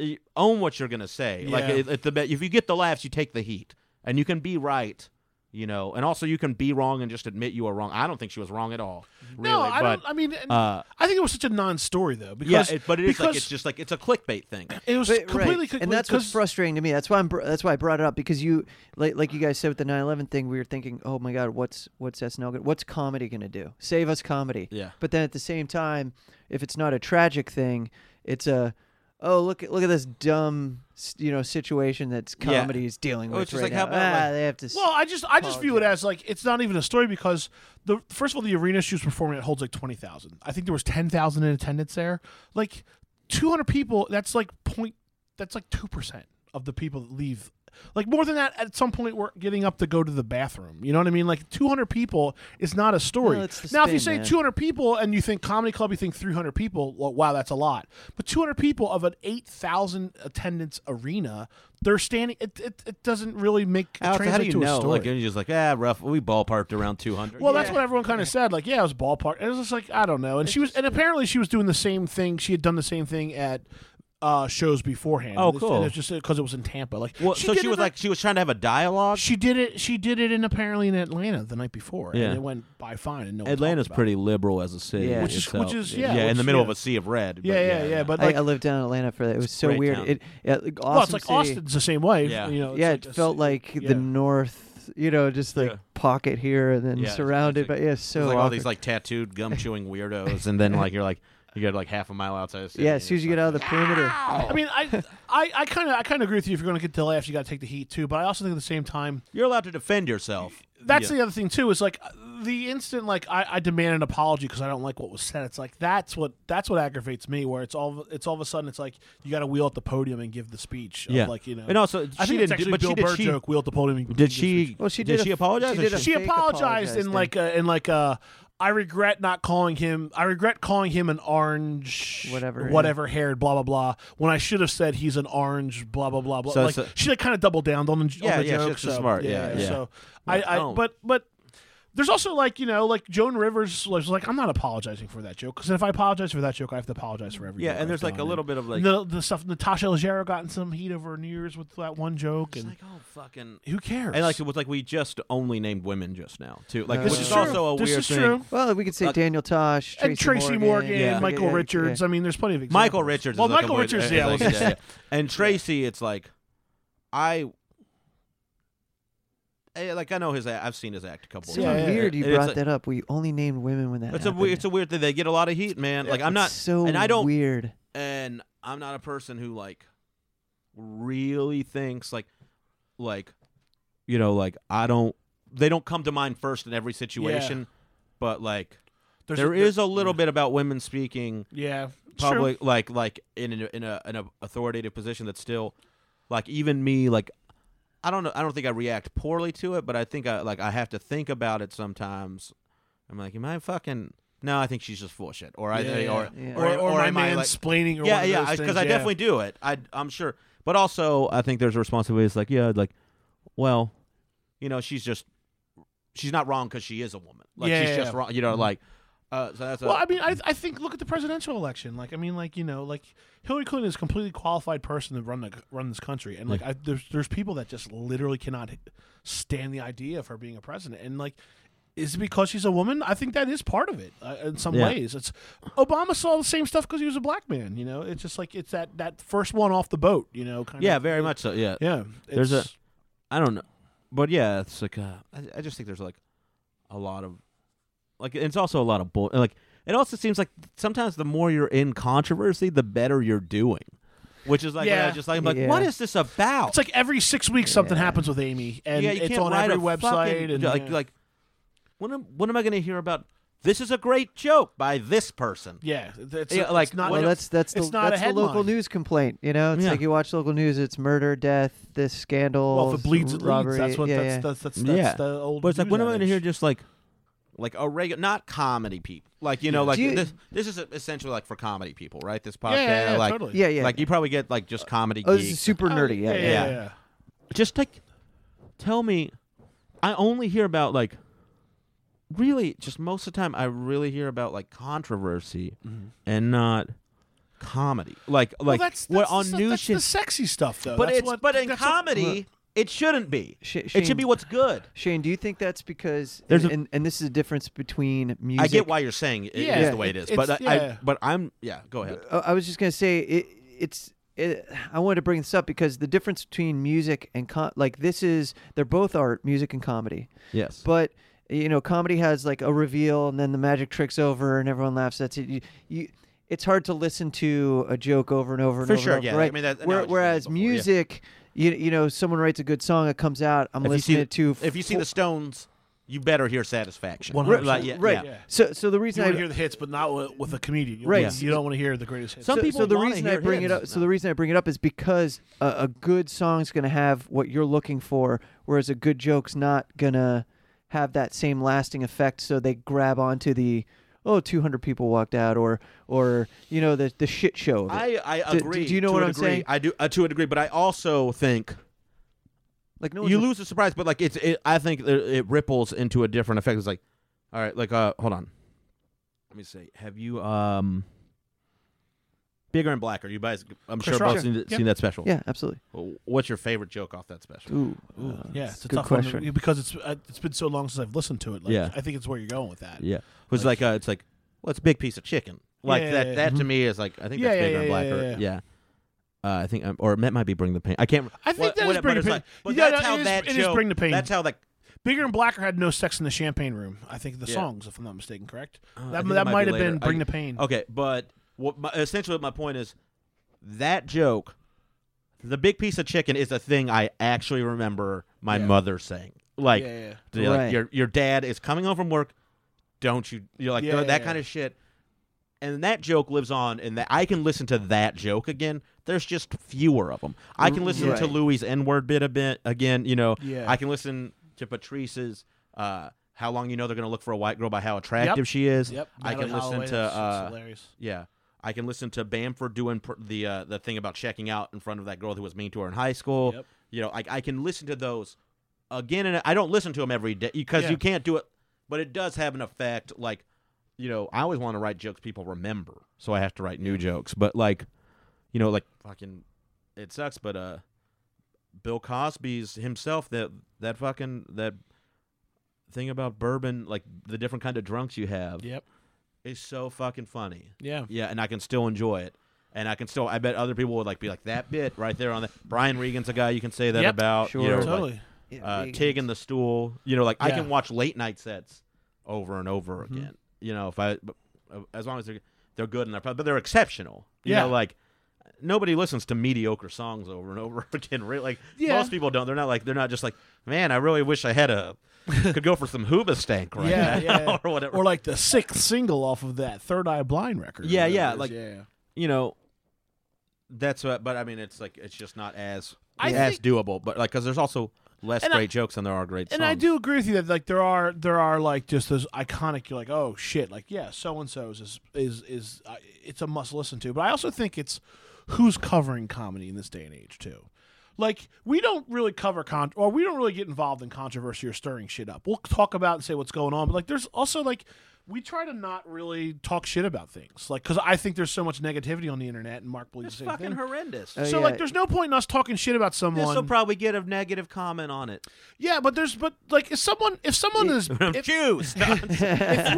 y- own what you're gonna say. Like
Yeah.
it, it, the be- if you get the laughs, you take the heat, and you can be right, you know, and also you can be wrong and just admit you are wrong. I don't think she was wrong at all, really.
no, I
but
don't. I mean, and
uh,
I think it was such a non-story though.
yeah,
Because,
it, but it is like
because
it's just like it's a clickbait thing.
it was
But-
completely
right.
completely-
and that's what's
'cause-
frustrating to me. That's why I'm. br- That's why I brought it up because you, like, like you guys said with the 9/11 thing, we were thinking, oh my god, what's what's SNL? Gonna, what's comedy going to do? Save us comedy.
Yeah.
But then at the same time, if it's not a tragic thing, it's a, oh look at look at this dumb s- you know situation that's
Yeah.
comedy is dealing
Oh,
with
it's just
right
like, how
now.
about,
ah,
like-
they have to. s-
Well, I just I just view it
Apologize.
as like it's not even a story because the first of all the arena she was performing at holds like twenty thousand. I think there was ten thousand in attendance there. Like two hundred people. That's like point. That's like two percent of the people that leave. Like more than that, at some point we're getting up to go to the bathroom. You know what I mean? Like two hundred people is not a story.
No, it's the
now, if you
spin,
say
man.
two hundred people and you think comedy club, you think three hundred people. Well, wow, that's a lot. But two hundred people of an eight thousand attendance arena, they're standing. It, it, it doesn't really make
Alex, how do
translate
you
to a
know?
story.
Like you're just like, ah, rough. We ballparked around 200.
Well, that's what everyone kind of said. Like, yeah, it was ballpark. And it was just like, I don't know. And she was, and apparently she was doing the same thing. She had done the same thing at uh, shows beforehand.
Oh,
And it's-
cool.
And it's just because it was in Tampa. Like,
Well, so
did
she
it
was
for-
like, she was trying to have a dialogue.
she did it. She did it in apparently in Atlanta the night before.
Yeah.
and it went by fine. And no one talked
Atlanta's
about
pretty liberal as a city,
Yeah.
Which is-
itself.
which is- yeah,
yeah, in
which-
the middle
yeah.
of a sea of red.
It. Yeah,
but
yeah, yeah, But
I-
like,
I, lived down in Atlanta for that. It was so
Great
weird.
town.
It, yeah, like, awesome
well, it's like
city.
Austin's the same way.
Yeah.
you know, it's
yeah,
like
it
a
felt
ci-
like
yeah.
the north, you know, just like
Yeah.
pocket here and then
Yeah, it's- it's
surrounded
like-
by yeah,
It's
so
like all
awkward.
these like tattooed gum chewing weirdos, and then like you're like you get like half a mile outside. Of the city
yeah,
and
as soon
you're
as you get
like-
out of the perimeter.
I mean, I, I, I kind of, I kind of agree with you. If you're going to get the laughs, you got to take the heat too. But I also think at the same time,
You're allowed to defend yourself.
that's
Yeah.
the other thing too is like the instant like I, I demand an apology because I don't like what was said. It's like that's what that's what aggravates me. Where it's all it's all of a sudden it's like you got to wheel at the podium and give the speech. of,
Yeah.
like you know.
And also,
I
she
think
didn't
it's
do-
actually
but she-
Bill
did
Burr
she-
joke. Wheel at the podium. and give
Did
the
she?
speech.
Well, she
did,
did a-
she apologize?
she
or
did a
She
fake
apologized in
apologized
like a in like a. I regret not calling him. I regret calling him an orange,
Whatever, yeah.
whatever haired, blah blah blah. When I should have said he's an orange, blah blah blah blah.
So-
like
so-
she like kind of doubled down on the,
Yeah,
on the
yeah,
joke.
she's
so,
smart, yeah, yeah.
So I, I,
oh.
but but there's also like you know like Joan Rivers was like I'm not apologizing for that joke because if I apologize for that joke I have to apologize for every
Yeah,
joke
and
I've
there's like a
done.
little bit of like,
the, the stuff Natasha Leggero got in some heat over New Year's with that one joke and
like, oh fucking.
who cares
And like it was like we just only named women just now too. Like
No.
which
this
Which
is
is true.
also a
this
weird
is
thing.
true.
Well, we could say Daniel Tosh, Tracy
and Tracy Morgan,
Yeah.
Michael
Yeah, yeah,
Richards. I mean, there's plenty of examples.
Michael Richards.
Well,
is
Michael
like a weird-
Richards,
uh,
yeah,
like,
let's-
And Tracy, it's like, I, eh, like I know his. a- I've seen his act a couple.
It's
of
Yeah,
times.
yeah,
weird you
And it's
brought
like-
that up. We only named women when that
It's a
happened.
weird. It's a weird thing. They get a lot of heat, man. Like I'm not,
It's so
and I don't,
weird.
and I'm not a person who like really thinks like, like, you know, like I don't. They don't come to mind first in every situation, but like
There's
there is a little bit about women speaking
Yeah, it's true.
probably like like in an, in a in a authoritative position that's still like even me like I don't know I don't think I react poorly to it but I think I like I have to think about it sometimes I'm like am I fucking no I think she's just full of shit or I think or,
Yeah.
or
or, or, my
am I like
mansplaining. Or
yeah
one of
yeah
those
because
things,
I
yeah.
definitely do it I I'm sure but also I think there's a responsibility it's like yeah like well you know she's just she's not wrong because she is a woman like
Yeah,
she's
yeah,
just
yeah. Mm-hmm.
wrong you know like uh so that's a,
Well, I mean, I, I think look at the presidential election. Like, I mean, like you know, like Hillary Clinton is a completely qualified person to run the, run this country, and like I, there's there's people that just literally cannot stand the idea of her being a president, and like. Is it because she's a woman? I think that is part of it uh, in some
Yeah.
ways. It's Obama saw the same stuff because he was a black man. You know, it's just like it's that that first one off the boat. You know, kind
yeah
of.
very much so yeah
Yeah,
There's
it's-
I don't know.
but yeah, it's like uh, I, I just think there's like a lot of like and it's also a lot of bull. Like it also seems like sometimes the more you're in controversy, the better you're doing, which is like
Yeah.
yeah. just like, I'm like
Yeah.
what is this about?
It's like every six weeks something happens with Amy, and
yeah, you
it's
can't
on
write
every
a
website.
fucking-
and
like
yeah.
like when am when am I going to hear about this is a great joke by this person?
yeah, it's,
Yeah,
it's
like,
not.
Well,
Well,
that's that's the
it's not a
that's the local
headline.
news complaint. You know, it's
Yeah.
like you watch local news. It's murder, death, this scandal.
well, if it bleeds, it leads.
robbery.
That's what.
yeah,
that's,
yeah.
that's that's that's
Yeah.
the old.
But it's like
news
when am I going to
adage.
hear just like like a regular not comedy people like you know like
Do you-
this this is essentially like for comedy people right this
Yeah,
podcast
yeah, yeah,
like
totally.
yeah, yeah.
like you probably get like just comedy
oh, this
geeks
is super nerdy. Yeah,
yeah,
yeah.
yeah.
yeah. just like tell me i only hear about like really just most of the time i really hear about like controversy and not comedy like
Mm-hmm. Well,
like
that's, that's
what
the
on
stuff-
news
that's
shit
the sexy stuff though.
but
That's
it's
what-
but in
that's what-
comedy it shouldn't be
Sh-
it
Shane-
should be what's good
Shane, do you think that's because
There's
and,
a-
and, and this is a difference between music?
i get why you're saying it is
Yeah.
the way it is
It's-
but I, I-
yeah.
but i'm yeah go ahead
Uh, I was just gonna say it, it's. It, I wanted to bring this up because the difference between music and com- like this is they're both art, music and comedy.
yes
But you know, comedy has like a reveal, and then the magic trick's over, and everyone laughs. That's it. You, you, it's hard to listen to a joke over and over and
For
over.
sure,
and over,
yeah. I
Right?
mean, that
Where,
analogy's been
whereas
used before, yeah.
music, you you know, someone writes a good song, it comes out. I'm
if you
listening
see
to. f-
if you see the stones you better hear satisfaction
100%.
Like, yeah,
right.
yeah.
So so the
You
reason I
want to hear the hits, but not with, with a comedian. You
Right.
wanna- You don't want to hear the greatest hits.
Some
so,
people
so the
wanna
reason I
hear
bring it
hits.
up. So the reason I bring it up is because a, a good song's going to have what you're looking for, whereas a good joke's not going to have that same lasting effect. So they grab onto the oh, 200 people walked out, or or you know the the shit show. of it.
I, I
Do-
agree.
do you know
to
what
a
I'm
degree.
saying?
I do uh, to a degree, but I also think
like no,
you
one's-
lose the surprise, but like it's it, I think there- it ripples into a different effect. It's like, all right, like uh, hold on, let me see. Have you um, bigger and blacker? You guys, I'm
For
sure
sure.
both seen,
Yeah.
seen that special.
Yeah, absolutely.
W- What's your favorite joke off that special?
Ooh,
Ooh,
uh,
yeah,
that's
it's
a
a
good
tough
question.
one. to- Because it's uh, it's been so long since I've listened to it. Like,
Yeah.
I think it's where you're going with that.
Yeah, it was like, uh, it's like, well, it's a big piece of chicken. Like
Yeah,
that.
yeah, yeah.
That to me is like I think
Yeah,
that's
yeah,
bigger and
yeah,
blacker.
yeah,
Uh, I think, um, or it might be bring the pain. I can't.
I think that is
what-
Bring
but
the
it's
Pain.
Like, but
Yeah,
that's
no,
how
it is-
that
it is
joke.
Bigger and Pain.
That's how like
Bigger and Blacker had no sex in the champagne room. I think the
Yeah.
songs, if I'm not mistaken, correct?
I
that
think it
that
might
might
be
have been
later.
Bring
I-
the Pain.
Okay, but what my, essentially what my point is that joke, the big piece of chicken is a thing I actually remember my mother saying. Like,
Yeah, yeah.
they're like,
Right.
your your dad is coming home from work. Don't you? You're like
Yeah,
that
yeah,
kind
yeah.
of shit. And that joke lives on, and that I can listen to that joke again. There's just fewer of them. I can listen to
right.
Louis' N-word bit a bit again. You know,
Yeah.
I can listen to Patrice's. Uh, how long you know they're gonna look for a white girl by how attractive she is.
Yep.
I
Natalie
can listen
Holloway,
to
that's- that's
uh,
hilarious.
yeah. I can listen to Bamford doing per- the uh, the thing about checking out in front of that girl who was mean to her in high school.
Yep.
You know, I, I can listen to those again, and I don't listen to them every day because
Yeah.
you can't do it. But it does have an effect. Like, you know, I always want to write jokes people remember, so I have to write new jokes. But like, you know, like fucking, it sucks. But uh, Bill Cosby's himself that that fucking that thing about bourbon, like the different kind of drunks you have,
Yep.
is so fucking funny.
Yeah.
Yeah, and I can still enjoy it. And I can still I bet other people would like be like that bit right there on that Brian Regan's a guy you can say that
Yep.
about.
Sure.
You know, like,
Totally.
Yeah,
uh
big-
Tig and the stool. You know, like I
Yeah. Mm-hmm.
can watch late night sets over and over again. You know, if I but, uh, as long as they're they're good and they're prob- but they're exceptional. You
Yeah.
know, like nobody listens to mediocre songs over and over again. Really, like
Yeah.
most people don't. They're not like they're not just like, man, I really wish I had a could go for some hoobastank right
yeah,
now
yeah, yeah.
or whatever.
Or like the sixth single off of that Third Eye Blind record. or
Yeah, yeah,
whatever it is. yeah.
you know, that's what. But I mean, it's like it's just not as
I
as
think-
doable. But like, because there's also less
And I-
great jokes than there are great.
And I
songs.
do agree with you that like there are there are like just those iconic. You're like, oh shit, like yeah, so and so's is is is uh, it's a must listen to. But I also think it's who's covering comedy in this day and age too. Like we don't really cover con or we don't really get involved in controversy or stirring shit up. We'll talk about and say what's going on, but like there's also like we try to not really talk shit about things, like because I think there's so much negativity on the internet, and Mark believes
It's
the same
fucking
thing.
horrendous.
Oh,
so
yeah.
like, there's no point in us talking shit about
this
someone.
will probably get a negative comment on it.
yeah, but there's but like if someone if someone is if,
Jews.
if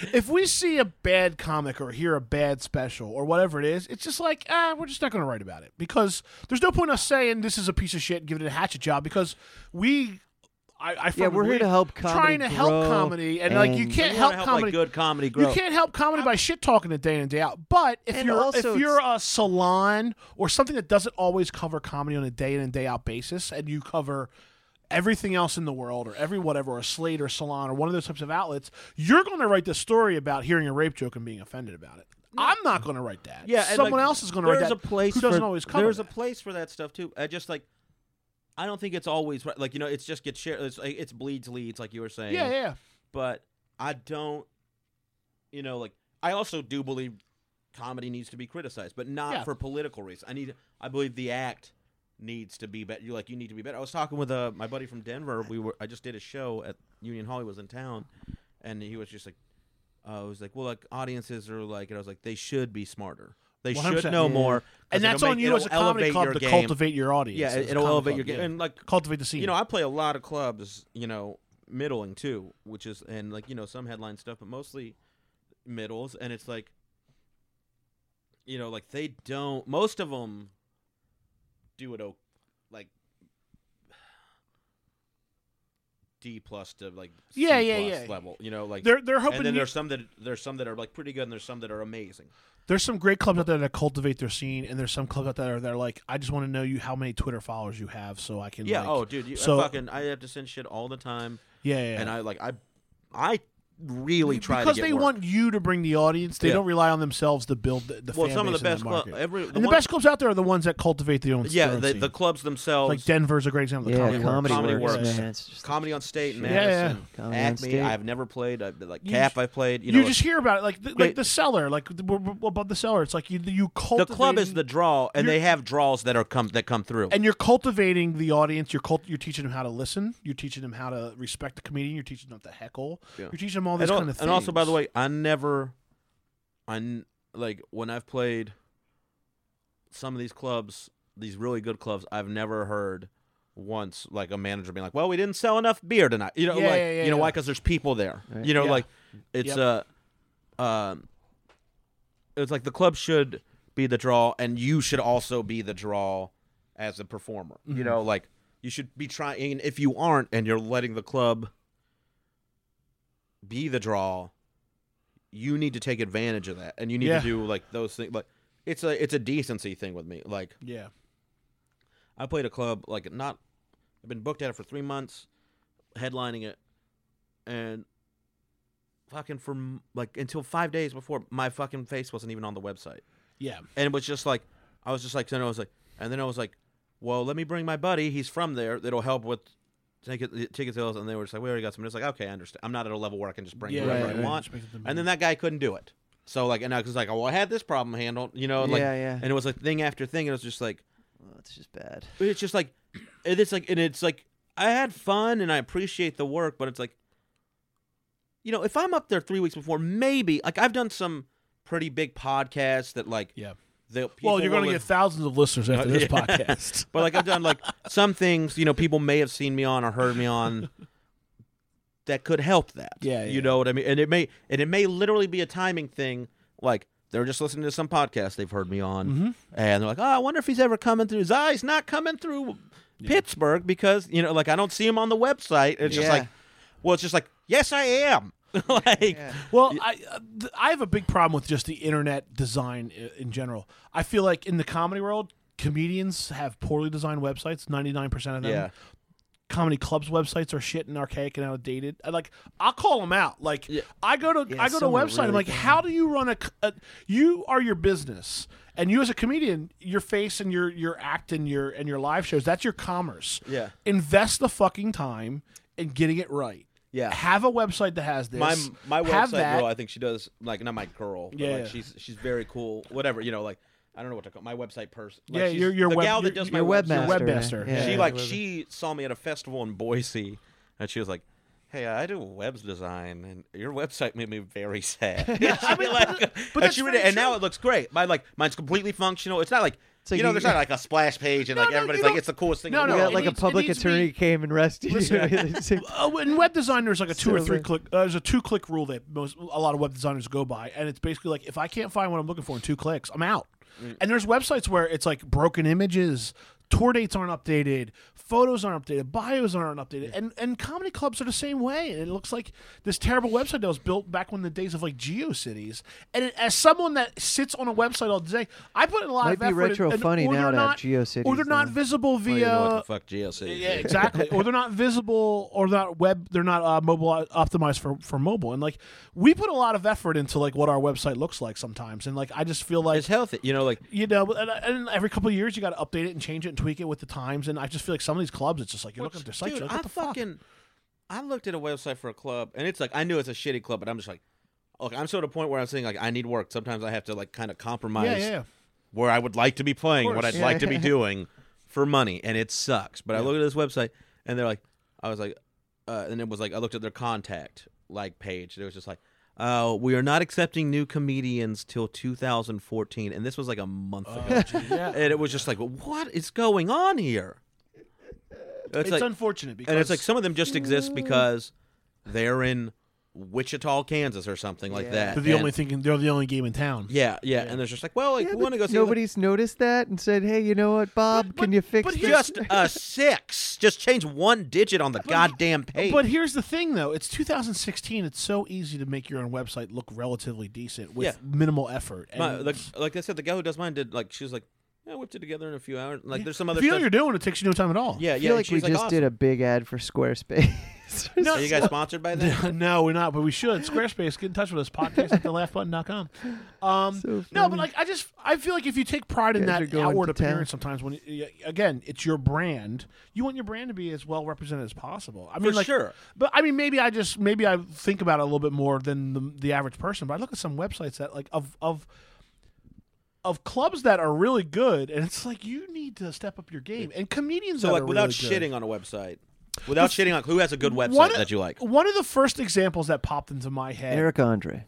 we if we see a bad comic or hear a bad special or whatever it is, it's just like ah, we're just not going to write about it because there's no point us saying this is a piece of shit and giving it a hatchet job because we. I, I
Yeah, we're here to help comedy
trying to help
grow
comedy, and, like you
and-
can't
You
help,
wanna help, like,
comedy.
good comedy
You
grow.
can't help comedy by shit talking it day in and day out. But if
And
you're
also
if you're
it's-
a salon or something that doesn't always cover comedy on a day in and day out basis, and you cover everything else in the world or every whatever or a slate or salon or one of those types of outlets, you're going to write the story about hearing a rape joke and being offended about it. I'm not going to write that.
yeah, and,
someone
like,
else is going to write
There's
that.
a place
who doesn't
for-
always cover.
There's a
that.
place for that stuff too. I just like. I don't think it's always right. Like you know, it's just gets shared. It's like, it's bleeds leads, like you were saying.
yeah, yeah,
but I don't, you know, like I also do believe comedy needs to be criticized, but not
Yeah.
for political reasons. I need, I believe the act needs to be better. You like, you need to be better. I was talking with uh, my buddy from Denver. We were, I just did a show at Union Hall. He was in town, and he was just like, uh, I was like, well, like audiences are like, and I was like, they should be smarter. They
100%.
should know
Yeah.
more, 'cause
and that's
it'll
on
make-
you
it'll
as a comedy
elevate
club
your
to
game.
cultivate your audience.
Yeah,
as
it,
a
it'll
comedy
elevate
club,
your game,
yeah.
and like
cultivate the scene.
you know, I play a lot of clubs, you know, middling too, which is and like, you know, some headline stuff, but mostly middles and it's like you know, like they don't most of them do it o- like D plus to like C
Yeah, yeah,
plus
yeah.
level, you know, like
they're they're hoping
and then
you-
there's some that there's some that are like pretty good and there's some that are amazing.
There's some great clubs out there that cultivate their scene, and there's some clubs out there that are like, I just want to know you how many Twitter followers you have, so I can.
Yeah,
like-
oh dude, you,
so-
I fucking I have to send shit all the time
yeah, yeah, yeah.
and I like I I really try
because
to get
they
work.
want you to bring the audience. They
Yeah.
don't rely on themselves to build the, the
well,
fan
some of
base
the best
and the
club,
market.
every
and the
one-
best clubs out there are the ones that cultivate their own.
Yeah,
their own
the,
scene.
the clubs themselves,
like Denver's a great example. The
yeah,
comedy,
comedy,
clubs.
Comedy
works,
works.
man. It's just-
comedy on state, in
Yeah, yeah.
Madison,
Comedy on
Acme.
State.
I've never played. I've been like
You
Cap.
just-
I played. You
You,
know,
just hear about it, like the, like
Great.
the cellar, like the- we're- we're above the cellar. It's like you you
the
cultivate
club is the draw, and they have draws that are come that come through.
and you're cultivating the audience. You're cult- you're teaching them how to listen. You're teaching them how to respect the comedian. You're teaching them not to heckle. You're teaching them all these
al-
kind of things.
and also, by the way, I never, I n- like when I've played some of these clubs, these really good clubs. I've never heard once like a manager being like, "Well, we didn't sell enough beer tonight." You know,
Yeah,
like
yeah, yeah,
you know
yeah.
why? Because there's people there. You know,
Yeah.
like it's uh um, it's like the club should be the draw, and you should also be the draw as a performer.
Mm-hmm.
You know, like you should be trying. If you aren't, and you're letting the club be the draw, you need to take advantage of that, and you need
Yeah.
to do like those things. Like it's a it's a decency thing with me. Like
yeah,
I played a club like not. I've been booked at it for three months. headlining it, and fucking from like until five days before, my fucking face wasn't even on the website,
Yeah.
and it was just like I was just like then I was like and then I was like, well, let me bring my buddy. He's from there. That'll help with. Ticket, ticket sales, and they were just like, "We already got some." It's like, okay, I understand. I'm not at a level where I can just bring
Yeah,
whoever
right,
I
right.
want.
Just make it the
And then that guy couldn't do it. So like, and I was like, "Oh, well, I had this problem handled," you know, like,
Yeah, yeah.
and it was like thing after thing, and it was just like,
Well, it's just bad.
it's just like and it's like and it's like i had fun and i appreciate the work but it's like you know if i'm up there three weeks before maybe like i've done some pretty big podcasts that like
Yeah.
the people
Well, you're going
will-
to get thousands of listeners after this
yeah.
podcast.
but like i've done like some things you know people may have seen me on or heard me on that could help that
Yeah, yeah.
you know what i mean and it may and it may literally be a timing thing like they're just listening to some podcast they've heard me on
Mm-hmm.
and they're like oh i wonder if he's ever coming through his eyes not coming through pittsburgh because you know like i don't see him on the website it's just
Yeah.
like well it's just like yes i am like
Well, I uh, th- I have a big problem with just the internet design i- in general. I feel like in the comedy world, comedians have poorly designed websites. Ninety nine percent of them.
Yeah.
Comedy clubs websites are shit and archaic and outdated. I, like I'll call them out. Like I go to
Yeah,
I go to a
some are
website. I'm
really
like,
bad.
how do you run a, c- a- You are your business, and you as a comedian, your face and your your act and your and your live shows. That's your commerce.
Yeah.
Invest the fucking time in getting it right.
Yeah.
Have a website that has this.
my my
Have
website
that.
girl, I think she does like not my girl, but
Yeah.
like she's she's very cool. Whatever, you know, like I don't know what to call my website person. Like
Yeah,
she's
your- your
the
web-
gal that
your-
does
Your
my
webmaster.
website.
Webmaster.
Yeah.
She
Yeah.
like she saw me at a festival in Boise, and she was like. Hey, I do webs design, and your website made me very sad. And she, like- and
that's
she
very
read it, and now
true.
it looks great. My like, mine's completely functional. It's not like,
like
you know,
you-
there's not like a splash page, and
No, no,
like
you
everybody's like,
don't-
it's the coolest thing.
No,
in the
no,
yeah,
world.
it
like a
needs- it
public
needs to
attorney
be-
came and rescued you.
Oh, in web design, there's like a two or
Still
three
there.
click. Uh, there's a two click rule that most a lot of web designers go by, and it's basically like if I can't find what I'm looking for in two clicks, I'm out.
Mm.
And there's websites where it's like broken images, tour dates aren't updated, photos aren't updated, bios aren't updated, and and comedy clubs are the same way. And it looks like this terrible website that was built back when the days of like GeoCities. And it, as someone that sits on a website all day, I put in a lot
Might
of
be
effort.
retro
and,
funny
or
now
they're
to have
not- or
GeoCities
they're not
now.
via.
Oh, you know what the fuck GLC.
Yeah, exactly. or they're not visible, or they're not web. They're not uh, mobile optimized for for mobile. And like we put a lot of effort into like what our website looks like sometimes. And like I just feel like
It's healthy, you know. Like
you know, and, and every couple of years you got to update it and change it and tweak it with the times. And I just feel like some of these clubs, it's just like you're looking at their site,
Dude,
you're like,
I
what the fuck?
fucking I looked at a website for a club and it's like I knew it's a shitty club, but I'm just like look, I'm so at a point where I'm saying like I need work. Sometimes I have to like kind of compromise
Yeah, yeah, yeah.
where I would like to be playing, what
course.
I'd like to be doing for money, and it sucks. But I look at this website and they're like I was like uh, and it was like I looked at their contact like page. It was just like uh, we are not accepting new comedians till 2014, and this was like a month ago. and it was just like, what is going on here?
It's
like-
unfortunate because
and it's like some of them just exist because they're in Wichita, Kansas, or something like that.
they're the
And-
only thing. They're the only game in town.
Yeah, yeah, and there's just like, well, like, we want to go see
Nobody's noticed that and said, "Hey, you know what, Bob?
But-
can
but-
you fix
but
this?"
here's-
just a six. Just change one digit on the goddamn page.
But here's the thing, though. It's 2016. It's so easy to make your own website look relatively decent with
Yeah.
minimal effort. And
My- like, like I said, the guy who does mine did like she was like, yeah, whipped it together in a few hours. Like, there's some other
if you know
stuff.
what you're doing, it takes you no time at all.
yeah,
I
yeah.
feel
and
like we
she's
just
awesome.
did a big ad for Squarespace.
No,
Are you guys sponsored by that?
no, we're not, but we should. Squarespace, get in touch with us. Podcast at thelaughbutton.com. Um,
So
no, but
funny.
like I just I feel like if you take pride in
Guys are
that
going
outward
to town.
appearance, sometimes when you, again it's your brand, you want your brand to be as well represented as possible. I mean,
For
like,
sure.
But I mean, maybe I just maybe I think about it a little bit more than the, the average person. But I look at some websites that like of of of clubs that are really good, and it's like you need to step up your game. And comedians
So
that
like,
are
without
really good.
shitting on a website, without shitting on who has a good website
One of-
that you like.
One of the first examples that popped into my head.
Eric Andre.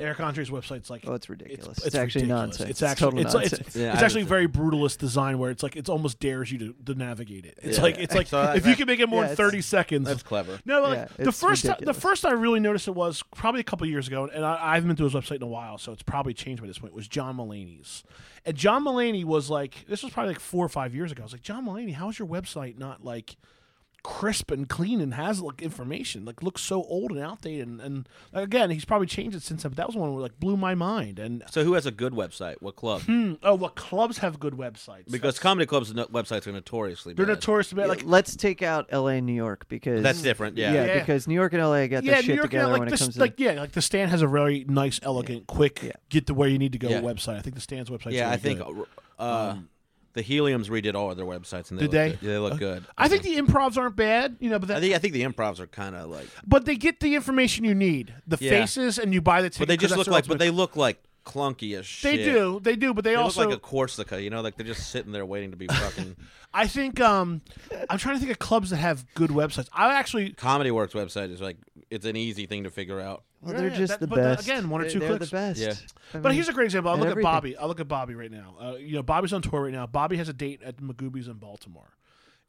Eric Andre's website's like
Oh, it's ridiculous. It's,
it's
actually
ridiculous.
nonsense.
It's actually
total
it's
nonsense.
it's, it's,
Yeah, I
actually very brutalist design where it's like it's almost dares you to, to navigate it. It's
Yeah.
like it's like
So that-
if you can make it more
yeah,
in
it's-
thirty seconds.
That's clever.
No, but, like
Yeah,
the
it's
first ti- the
ridiculous.
first I really noticed it was probably a couple years ago, and I, I haven't been to his website in a while, so it's probably changed by this point. Was John Mulaney's, and John Mulaney was like this was probably like four or five years ago. I was like John Mulaney, how is your website not like crisp and clean and has like information. Like looks so old and outdated. And, and like, again, he's probably changed it since then. But that was one where like blew my mind. And
So who has a good website? What club?
hmm, oh, well, clubs have good websites
Because comedy clubs' no- websites are notoriously
they're
bad.
notorious about like.
Let's take out L.A. and New York because
That's different, yeah.
yeah,
Yeah.
because New York and L.A. got
Yeah,
their
New
shit
York,
together
like
when
the,
it comes to
like yeah, like the stand has a very nice, elegant, quick
Yeah.
get to where you need to go
Yeah.
website. I think the stand's website.
yeah, I think uh, the Heliums redid all of their websites and they
Um, Did
look
they? Uh,
Good. Yeah, they look good.
I think the improvs aren't bad, you know, but
I
that,
think I think the improvs are kind of like,
but they get the information you need, the
Yeah.
faces, and you buy the ticket.
but they
'cause
just
that's
look
their
like, but
ultimate-
they look like clunky as shit.
they do, they do, but they,
They
also.
look like a Corsica, you know, like they're just sitting there waiting to be fucking.
I think um, I'm trying to think of clubs that have good websites. I actually
Comedy Works website is like it's an easy thing to figure out.
Well,
Yeah,
they're
yeah,
just
that-
the
but the-
best.
again, one or
They-
two
they're
clicks.
the best.
Yeah.
I
But
mean,
here's a great example. I
and
look
everything.
at Bobby. I look at Bobby right now. Uh, you know, Bobby's on tour right now. Bobby has a date at Magoobies in Baltimore.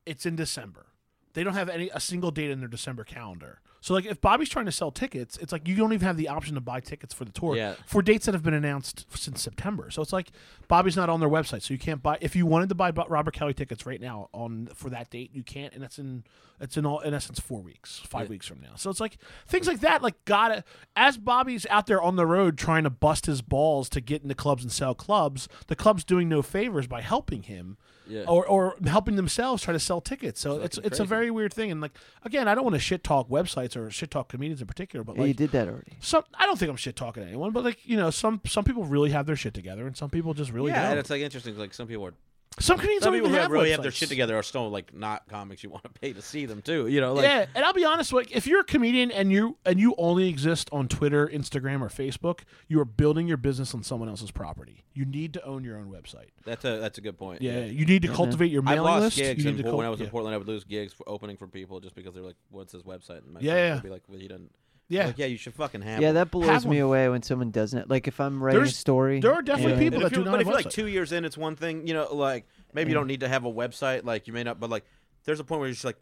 It's in December. They don't have any a single date in their December calendar. So like, if Bobby's trying to sell tickets, it's like you don't even have the option to buy tickets for the tour
Yeah.
for dates that have been announced since September. So it's like Bobby's not on their website, so you can't buy. If you wanted to buy Bo- Robert Kelly tickets right now on for that date, you can't, and that's in it's in all in essence four weeks, five weeks from now. So it's like things like that. Like gotta as Bobby's out there on the road trying to bust his balls to get into clubs and sell clubs, the club's doing no favors by helping him.
Yeah.
Or, or helping themselves try to sell tickets, so it's it's, a very weird thing. And like again, I don't want to shit talk websites or shit talk comedians in particular, but
yeah,
like
you did that already.
some I don't think I'm shit talking to anyone, but like you know, some some people really have their shit together, and some people just really
yeah, and
don't.
it's like interesting. Like some people are,
some comedians
some
don't
people
even
who
have
really have their
websites.
shit together are still like not comics you want to pay to see them too. You know, like
yeah, and I'll be honest, like if you're a comedian and you and you only exist on Twitter, Instagram, or Facebook, you are building your business on someone else's property. You need to own your own website.
that's a that's a good point.
Yeah, you need to
Mm-hmm.
cultivate your
I
mailing
lost
list.
gigs
you
in,
need to
Port-
cul-
when I was in
yeah.
Portland. I would lose gigs for opening for people just because they're like, "What's his website?" And my
Yeah,
friends
yeah.
would be like, "Well, you didn't."
Yeah.
like, yeah, you should fucking have.
Yeah,
one."
that blows
Have
me
one.
away when someone doesn't. Like if I'm writing
There's-
a story,
there are definitely
and-
people that
But if
do
you
not
but
have
if you're like
website.
two years in, it's one thing. You know, like maybe you don't need to have a website. Like you may not, but like there's a point where you're just like.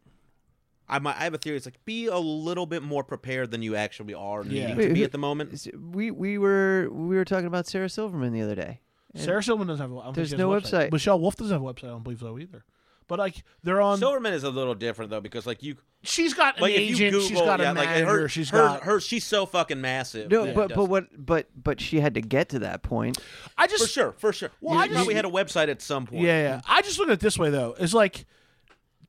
I, might, I have a theory. It's like be a little bit more prepared than you actually are needing
Wait,
to be
who-
at the moment.
Is- We we were we were talking about Sarah Silverman the other day. And
Sarah Silverman doesn't have. a- I don't think
There's
she has
no
a
website.
Michelle Wolf doesn't have a website. I don't believe so either. But like they're on.
Silverman is a little different though because like you,
she's got an
like if you
agent.
Google,
she's got
yeah,
a
like
manager.
her,
she's
her,
got
her. She's so fucking massive.
No,
that it
but but
doesn't-
what but but she had to get to that point.
I just
for sure, for sure.
Well,
Well,
I
I
just-
probably had a website at some point.
Yeah, yeah. I just look at it this way though. It's like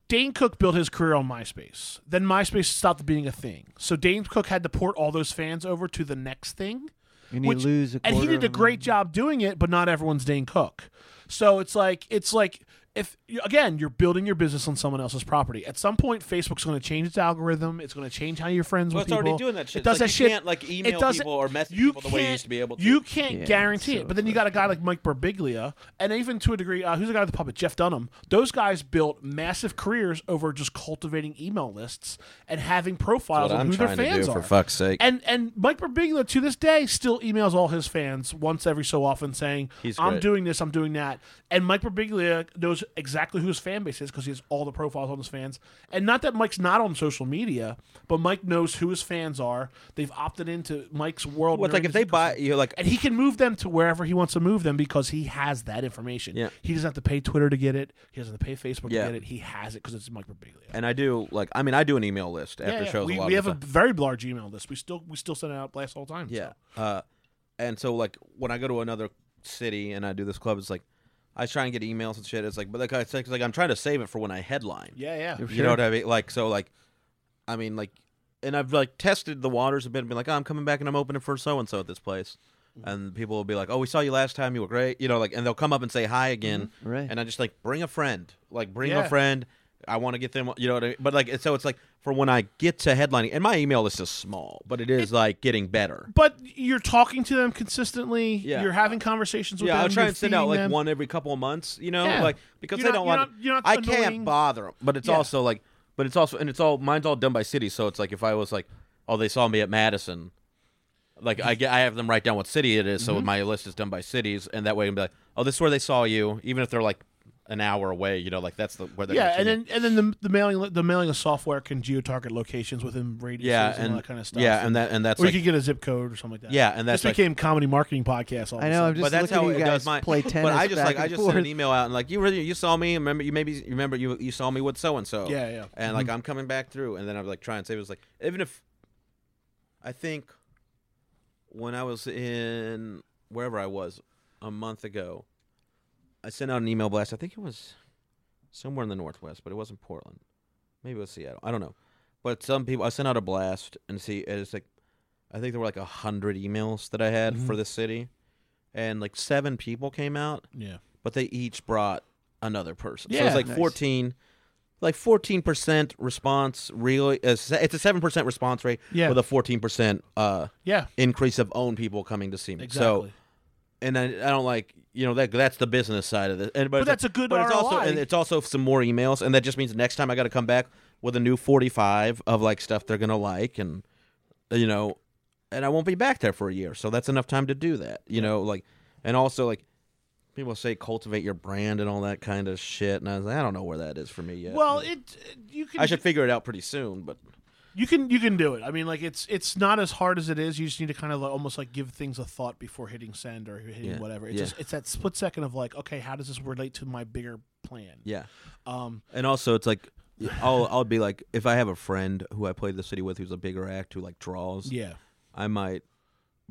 Dane Cook built his career on MySpace. Then MySpace stopped being a thing. So Dane Cook had to port all those fans over to the next thing.
And you lose a
and he
quarter
did a
of a
great job doing it, but not everyone's Dane Cook. So it's like it's like if again you're building your business on someone else's property. At some point, Facebook's going to change its algorithm. It's going to change how you're friends
Well,
with
it's already
people.
doing that shit.
It does
It's like
that
you
shit.
can't, like, email
It doesn't-
people or message
you
people the way you
can't-
used to be able to.
You can't
Yeah,
guarantee
so
it. But then you got a guy like Mike Birbiglia, and even to a degree, uh, who's the guy with the puppet, Jeff Dunham. Those guys built massive careers over just cultivating email lists and having profiles
what
on
I'm
who their
trying to
fans
do, for
are.
fuck's sake.
And and Mike Birbiglia to this day still emails all his fans once every so often saying,
He's
"I'm
great.
doing this, I'm doing that." And Mike Birbiglia knows exactly who his fan base is because he has all the profiles on his fans. And not that Mike's not on social media, but Mike knows who his fans are. They've opted into Mike's world.
Well, it's
and
like if they
everything.
buy you, like
and he can move them to wherever he wants to move them because he has that information.
Yeah.
He doesn't have to pay Twitter to get it. He doesn't have to pay Facebook
Yeah.
to get it. He has it because it's Mike Birbiglia.
and I do like I mean I do an email list after
Yeah, yeah.
shows
we,
a lot.
we
of
have
the
a
time.
very large email list. We still we still send it out blast all the time. so.
yeah, uh, and so like when I go to another city and I do this club, it's like I try and get emails and shit. It's like but like I- it's like, it's like I'm trying to save it for when I headline.
Yeah, yeah.
you know what I mean. Like so like I mean like and I've like tested the waters a bit and been like oh, I'm coming back and I'm opening for so and so at this place. And people will be like, "Oh, we saw you last time. You were great." You know, like, and they'll come up and say hi again.
Right.
And I just like bring a friend. Like, bring
Yeah.
a friend. I want to get them. You know what I mean? But like, so it's like for when I get to headlining, and my email list is small, but it is like getting better.
But you're talking to them consistently.
Yeah.
You're having conversations with
Yeah,
them.
I'll try
you're
and send out
feeding
like
them.
one every couple of months, you know,
Yeah.
like because
You're
I
not-
don't
you're
want.
not- you're not
I
annoying.
can't bother them, but it's
Yeah.
also like, but it's also and it's all mine's all done by city, so it's like if I was like, oh, they saw me at Madison, like I get I have them write
Mm-hmm.
down what city it is, so my list is done by cities, and that way I'm like, oh, this is where they saw you, even if they're like an hour away. You know, like that's the where they're
Yeah,
gonna
and
keep it.
then and then the, the mailing the mailing of software can geotarget locations within radiuses
yeah,
and,
and
all that kind of stuff.
Yeah, and that and that's
or
like,
you could get a zip code or something like that.
Yeah, and that's
this
like-
became comedy marketing podcast. All of a
I know.
sudden.
I'm just
but that's
looking
how
at
it
you guys
does mine.
play tennis.
but I just
back
like
and
I just
forth.
sent an email out and like you really you saw me and remember you maybe you remember you you saw me with so and so
Yeah, yeah.
and like I'm coming back through and then I was like trying to save it was like even if I think when I was in wherever I was a month ago I sent out an email blast I think it was somewhere in the northwest but it wasn't Portland maybe it was Seattle I don't know but some people I sent out a blast and see and it's like I think there were like a hundred emails that I had for this city and like seven people came out
yeah.
but they each brought another person. so
Yeah,
it's like
nice.
14 like 14% response really uh, se- it's a 7% response rate
Yeah.
with a 14% uh
Yeah.
increase of own people coming to see me.
Exactly.
So and I, I don't like you know that that's the business side of this. And,
But
it's-
that's a good
But it's also
ROI.
and it's also some more emails, and that just means next time I got to come back with a new forty-five of like stuff they're gonna like, and you know, and I won't be back there for a year, so that's enough time to do that. You know, like, and also like people say cultivate your brand and all that kind of shit, and I was like, I don't know where that is for me yet.
well, it you can
I should figure it out pretty soon, but
you can you can do it. I mean, like it's it's not as hard as it is. You just need to kind of like, almost like give things a thought before hitting send or hitting
Yeah.
whatever. It's
Yeah.
just it's that split second of like, okay, how does this relate to my bigger plan?
yeah.
Um,
And also, it's like I'll I'll be like if I have a friend who I played the city with who's a bigger act who like draws,
yeah.
I might,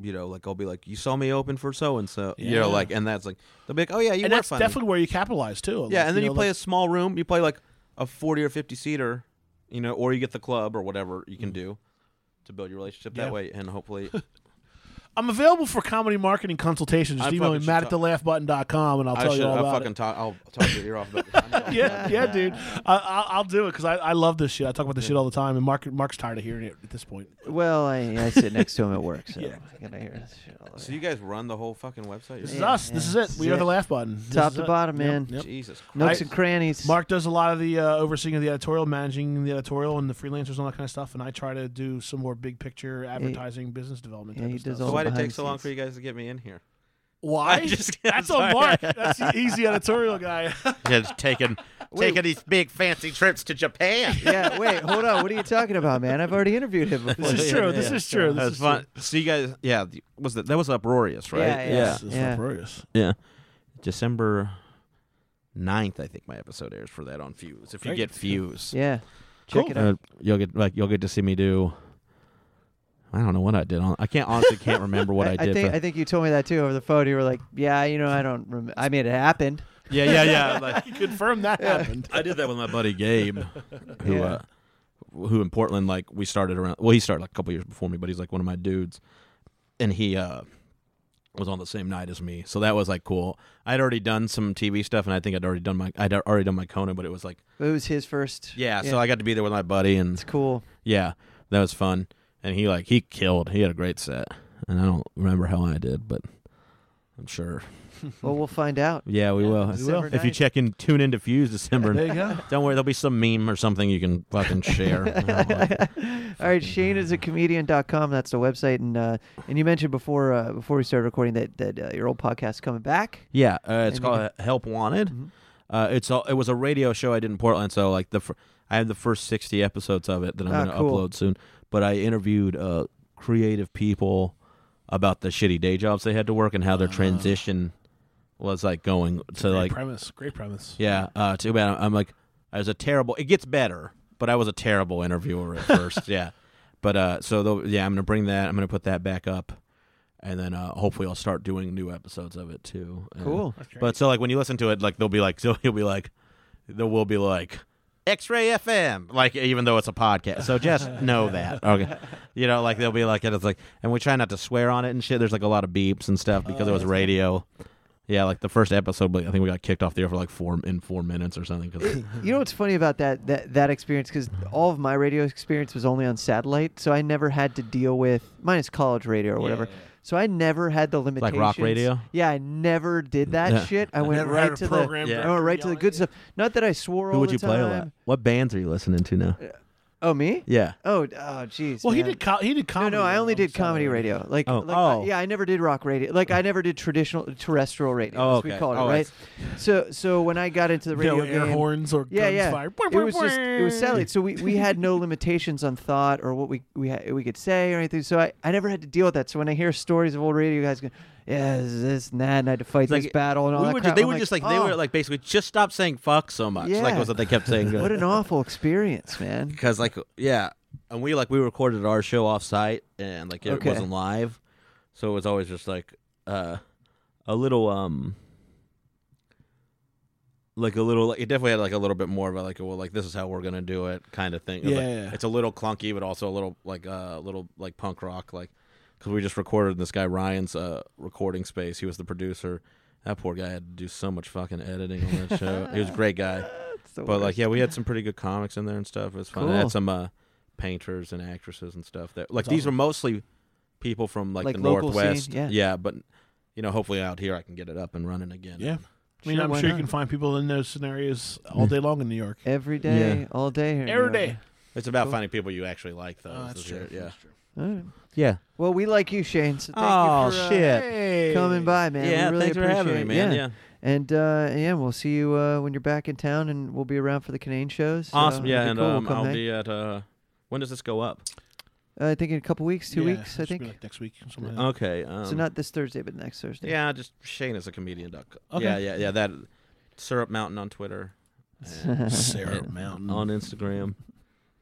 you know, like I'll be like, you saw me open for so and so, you
Yeah.
know, like, and that's like they'll be like, oh yeah, you
and
were
that's
funny.
definitely where you capitalize too. Like,
yeah, and then you,
know,
play
like-
a small room, you play like a forty or fifty seater, you know, or you get the club or whatever you can do to build your relationship
Mm. Yeah.
that way, and hopefully,
I'm available for comedy marketing consultations. Just
I
email
fucking
me
should
matt at the
talk-
laughbutton.com and I'll
I
tell
should
you all
I
about
fucking
it.
talk. I'll talk your ear off. About this.
Yeah, yeah, dude. I, I'll, I'll do it because I, I love this shit. I talk about this shit all the time, and Mark Mark's tired of hearing it at this point.
Well, I, I sit next to him at work, so I'm gonna hear this shit all the
So you guys run the whole fucking website?
This is
Yeah,
us. This
yeah.
is it.
This
We
is
are the
it.
laugh button. This
Top
is
to
it.
bottom,
Yep,
man.
yep.
Jesus Christ.
nooks
I-
and crannies.
Mark does a lot of the uh, overseeing of the editorial, managing the editorial and the freelancers and all that kind of stuff, and I try to do some more big picture advertising, business development.
yeah,
type
he
of
does
stuff.
So
all
why did it
behind
take
the
so long
scenes.
for you guys to get me in here?
Why?
I just-
That's
I'm
on
sorry.
Mark. That's the easy editorial guy.
Just taking taking these big fancy trips to Japan.
yeah, wait, hold on. What are you talking about, man? I've already interviewed him before.
this is true. This is true. This
That was
is
fun. So you guys, yeah, the- was that that was uproarious, right?
Yeah, yeah.
True. This is uproarious.
Yeah. December 9th, I think my episode airs for that on Fuse. If you
Great.
get Fuse,
Yeah. Check it out.
Uh, you'll get like you'll get to see me do. I don't know what I did. On, I can't honestly can't remember what I, did.
think
but-
I think you told me that too over the phone. You were like, "Yeah, you know, I don't. Rem- I mean, it happened."
yeah, yeah, yeah. Like,
Confirm that happened.
I did that with my buddy Gabe, who
Yeah.
uh, who in Portland like we started around. Well, he started like a couple years before me, but he's like one of my dudes, and he uh, was on the same night as me, so that was like cool. I'd already done some TV stuff, and I think I'd already done my I'd already done my Conan, but it was like
It was his first.
yeah, so I got to be there with my buddy, and
it's cool.
yeah, that was fun. And he like he killed. He had a great set, and I don't remember how I did, but I'm sure.
Well, we'll find out.
Yeah, we will.
December
If you
9th.
check in, tune in to Fuse December.
There you go.
Don't worry, there'll be some meme or something you can fucking share. I don't know.
All right, Shane is a comedian.com. That's the website, and uh, and you mentioned before uh, before we started recording that that uh, your old podcast is coming back.
yeah, uh,
And
it's
you Mm-hmm.
called Help Wanted. Uh, it's all, it was a radio show I did in Portland, so like the fir- I have the first sixty episodes of it that I'm
Ah,
going to
cool.
upload soon. But I interviewed uh, creative people about the shitty day jobs they had to work and how their
Ah.
transition was like going to
Great
like
premise. Great premise.
Yeah, uh, too bad. I'm like, I was a terrible. It gets better, but I was a terrible interviewer at first. yeah, but uh, so though, yeah, I'm gonna bring that. I'm gonna put that back up, and then uh, hopefully I'll start doing new episodes of it too. And-
Cool.
But so like when you listen to it, like they'll be like, so you'll be like, there will be like. X-ray FM, like even though it's a podcast, so just know that. Okay, you know, like they'll be like, and it's like, and we try not to swear on it and shit. There's like a lot of beeps and stuff because it was radio. Yeah, like the first episode, like, I think we got kicked off the air for like four in four minutes or something. Cause,
You know what's funny about that that that experience because all of my radio experience was only on satellite, so I never had to deal with minus college radio or whatever. So I never had the
rock
limitations.
radio?
Yeah, I never did that
Yeah.
shit. I, went
never had
right
a
to
program
the
Yeah.
I went right to the good stuff. Not that I swore all the time.
What bands are you listening to now?
Oh, me?
Yeah.
Oh, d- oh, jeez.
Well, he
man.
did. Co- he did
No,
comedy.
no, I only
on
did
Saturday
comedy
Night
radio.
Live.
Like,
Oh,
like I-
oh.
yeah, I never did rock radio. Like, I never did traditional terrestrial radio.
Oh,
as we
okay.
called it,
Oh, I
right? So, so when I got into the radio
no air
game,
horns or
yeah,
guns
yeah,
fired.
it was just it was satellite. So we, we had no limitations on thought or what we we had, we could say or anything. So I, I never had to deal with that. So when I hear stories of old radio guys going, yeah, this is this and that, and I had to fight this
Like,
battle and all
we
that
were
crap.
just, they
I'm
were just like they
"Oh,
were like basically just stop saying fuck so much. Like
Yeah.
was what they kept saying.
what an awful experience, man.
because like yeah and we like we recorded our show off site and like it
Okay.
wasn't live so it was always just like uh a little um like a little it definitely had like a little bit more of a like well like this is how we're gonna do it kind of thing Like,
Yeah.
it's a little clunky but also a little like uh, a little like punk rock like because we just recorded in this guy ryan's uh recording space he was the producer that poor guy had to do so much fucking editing on that show he was a great guy
It's the
but like,
worst.
yeah, we had some pretty good comics in there and stuff. It was fun. I
Cool.
had some uh, painters and actresses and stuff. That like
That's
these
awesome.
were mostly people from like,
Like
the
local scene,
northwest.
yeah.
but you know, hopefully out here I can get it up and running again.
Yeah. I mean,
Sure,
I'm
why
sure you
not?
can find people in those scenarios all
Hmm.
day long in New York.
every day, all day, here in
Every
New York.
day.
it's about
Cool.
finding people you actually like, though.
Oh,
is
that's
the-
true.
Yeah,
All right.
yeah.
Well, we like you, Shane. So thank
Oh,
you for, uh,
shit.
Hey.
coming by, man.
yeah,
we really
thanks for
appreciate
having me,
it.
man. Yeah.
And uh, yeah, we'll see you uh, when you're back in town, and we'll be around for the Canadian shows. so
Awesome. Yeah,
it'll be
and
cool. We'll
um,
come
I'll
hang.
be at. Uh, when does this go up?
Uh, I think in a couple weeks, two
Yeah,
weeks, I
it should be
think.
like next week. or something like that.
Okay. Um,
so not this Thursday, but next Thursday.
Yeah, just Shane is a comedian. Duck.
Okay.
Yeah, yeah, yeah. That syrup mountain on Twitter. and-
Sarah Mountain.
on Instagram.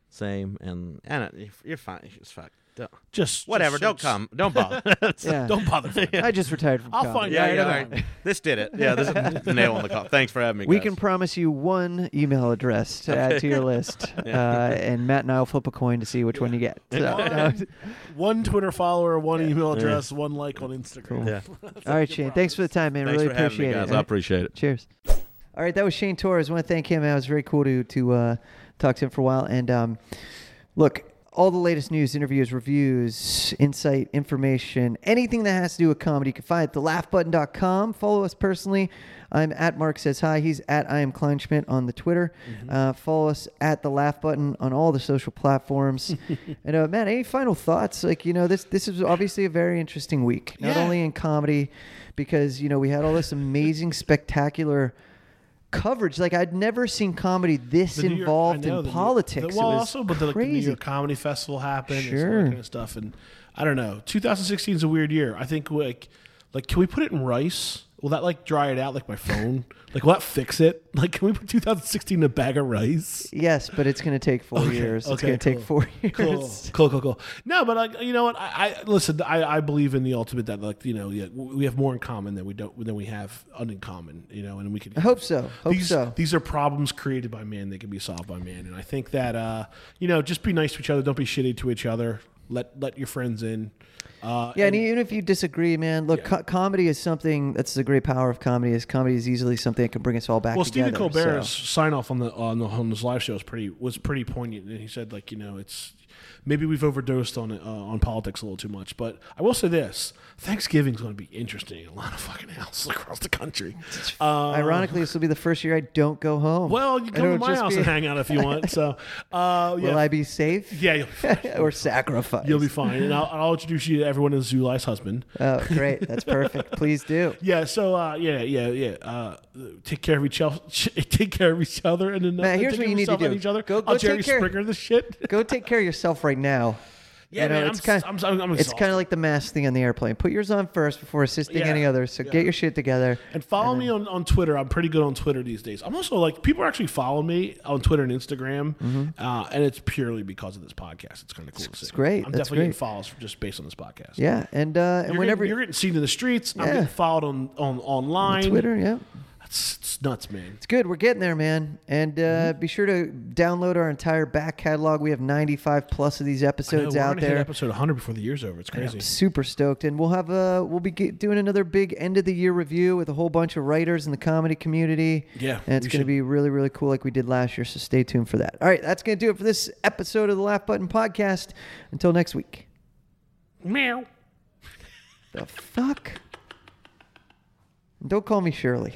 Same and and uh, if- you're fine. It's fine. Don't,
just
whatever.
just-
Don't
just-
come. Don't bother.
Yeah.
Don't bother.
I just retired from.
I'll
comedy.
find
Yeah,
out.
yeah,
another
all
one.
this did it. Yeah, this is the nail on the call. Thanks for having me.
We
guys.
can promise you one email address to add to your list, uh, and Matt and I will flip a coin to see which one you get. So, uh,
One Twitter follower, one email address, one like on Instagram.
Yeah.
all right, Shane. Thanks for the time, man.
Thanks
really
for having me,
appreciate
guys.
it.
I
All right.
appreciate it.
Cheers. All right, that was Shane Torres. I want to thank him. It was very cool to to uh, talk to him for a while. And um, look, all the latest news, interviews, reviews, insight, information, anything that has to do with comedy, you can find it at thelaughbutton.com. Follow us personally. I'm at Mark Says Hi. He's at I Am Kleinschmidt on the Twitter. Uh, follow us at The Laugh Button on all the social platforms. and uh, Matt, any final thoughts? Like, you know, this this is obviously a very interesting week, not
Yeah.
only in comedy, because, you know, we had all this amazing, spectacular coverage. Like, I'd never seen comedy this
The New York-
involved
I know, the
in
New-
politics.
the- well,
it was
also, but the, like, the New
crazy.
York Comedy Festival happened, and all
Sure.
that kind of stuff. And I don't know. 2016 is a weird year. I think like, like, can we put it in rice? Will that like dry it out? Like my phone? like, will that fix it? Like, can we put 2016 in a bag of rice?
Yes, but it's going to take four years. it's going to take
cool.
four years.
Cool, cool, cool, cool. No, but like you know what? I, I listen. I, I believe in the ultimate that like you know yeah, we have more in common than we don't than we have uncommon. You know, and we can.
I hope so. Hope
these,
so.
These are problems created by man that can be solved by man, and I think that uh, you know just be nice to each other. Don't be shitty to each other. Let let your friends in. Uh,
yeah, and, even if you disagree, man, look, co- comedy is something that's the great power of comedy. Is comedy is easily something that can bring us all back
well,
together.
Stephen Colbert's
so.
sign off on the on the on his live show was pretty was pretty poignant, and he said like you know it's maybe we've overdosed on uh, on politics a little too much, but I will say this: Thanksgiving's going to be interesting in a lot of fucking houses across the country. Uh,
Ironically, this will be the first year I don't go home.
well, you
And
come to
it'll
my
just
house
be-
and hang out if you want. So, uh, yeah,
Will I be safe
yeah, you'll be fine.
or sacrificed?
You'll be fine, and I'll, I'll introduce you to everyone as Zulai's husband.
Oh, great. That's perfect. Please do.
Yeah, so uh, yeah, yeah, yeah. Uh, take care of each other. Take care of each other, and then uh,
Matt, here's
take
what
care
you
of
need to
yourself and
do.
Each other.
Go- go
I'll Jerry
take care-
Springer this shit.
Go take care of yourself right now.
Yeah,
You know,
man, I'm
it's kind
s- I'm- I'm
it's kind
exhausted.
of like the mask thing on the airplane. Put yours on first before assisting
Yeah.
any others. So get your shit together.
And follow me on, on Twitter. I'm pretty good on Twitter these days. I'm also like people are actually following me on Twitter and Instagram,
Mm-hmm.
uh, and it's purely because of this podcast. It's kind of cool. It's, to see.
great.
I'm
That's
definitely
great.
getting follows just based on this podcast.
Yeah, and uh, and
You're
whenever
getting, you're getting seen in the streets, I'm
Yeah.
getting followed on, on online.
Twitter, yeah.
It's, it's nuts, man.
It's good. We're getting there, man. And uh,
Mm-hmm.
be sure to download our entire back catalog. We have 95 plus of these
No,
episodes
we're
out
gonna hit
there.
episode 100 before the year's over. It's crazy.
I'm super stoked, and we'll have uh we'll be get, doing another big end of the year review with a whole bunch of writers in the comedy community.
Yeah,
and it's going to
we should-
be really really cool, like we did last year. So stay tuned for that. All right, that's going to do it for this episode of the Laugh Button Podcast. Until next week.
Meow.
The fuck. Don't call me Shirley.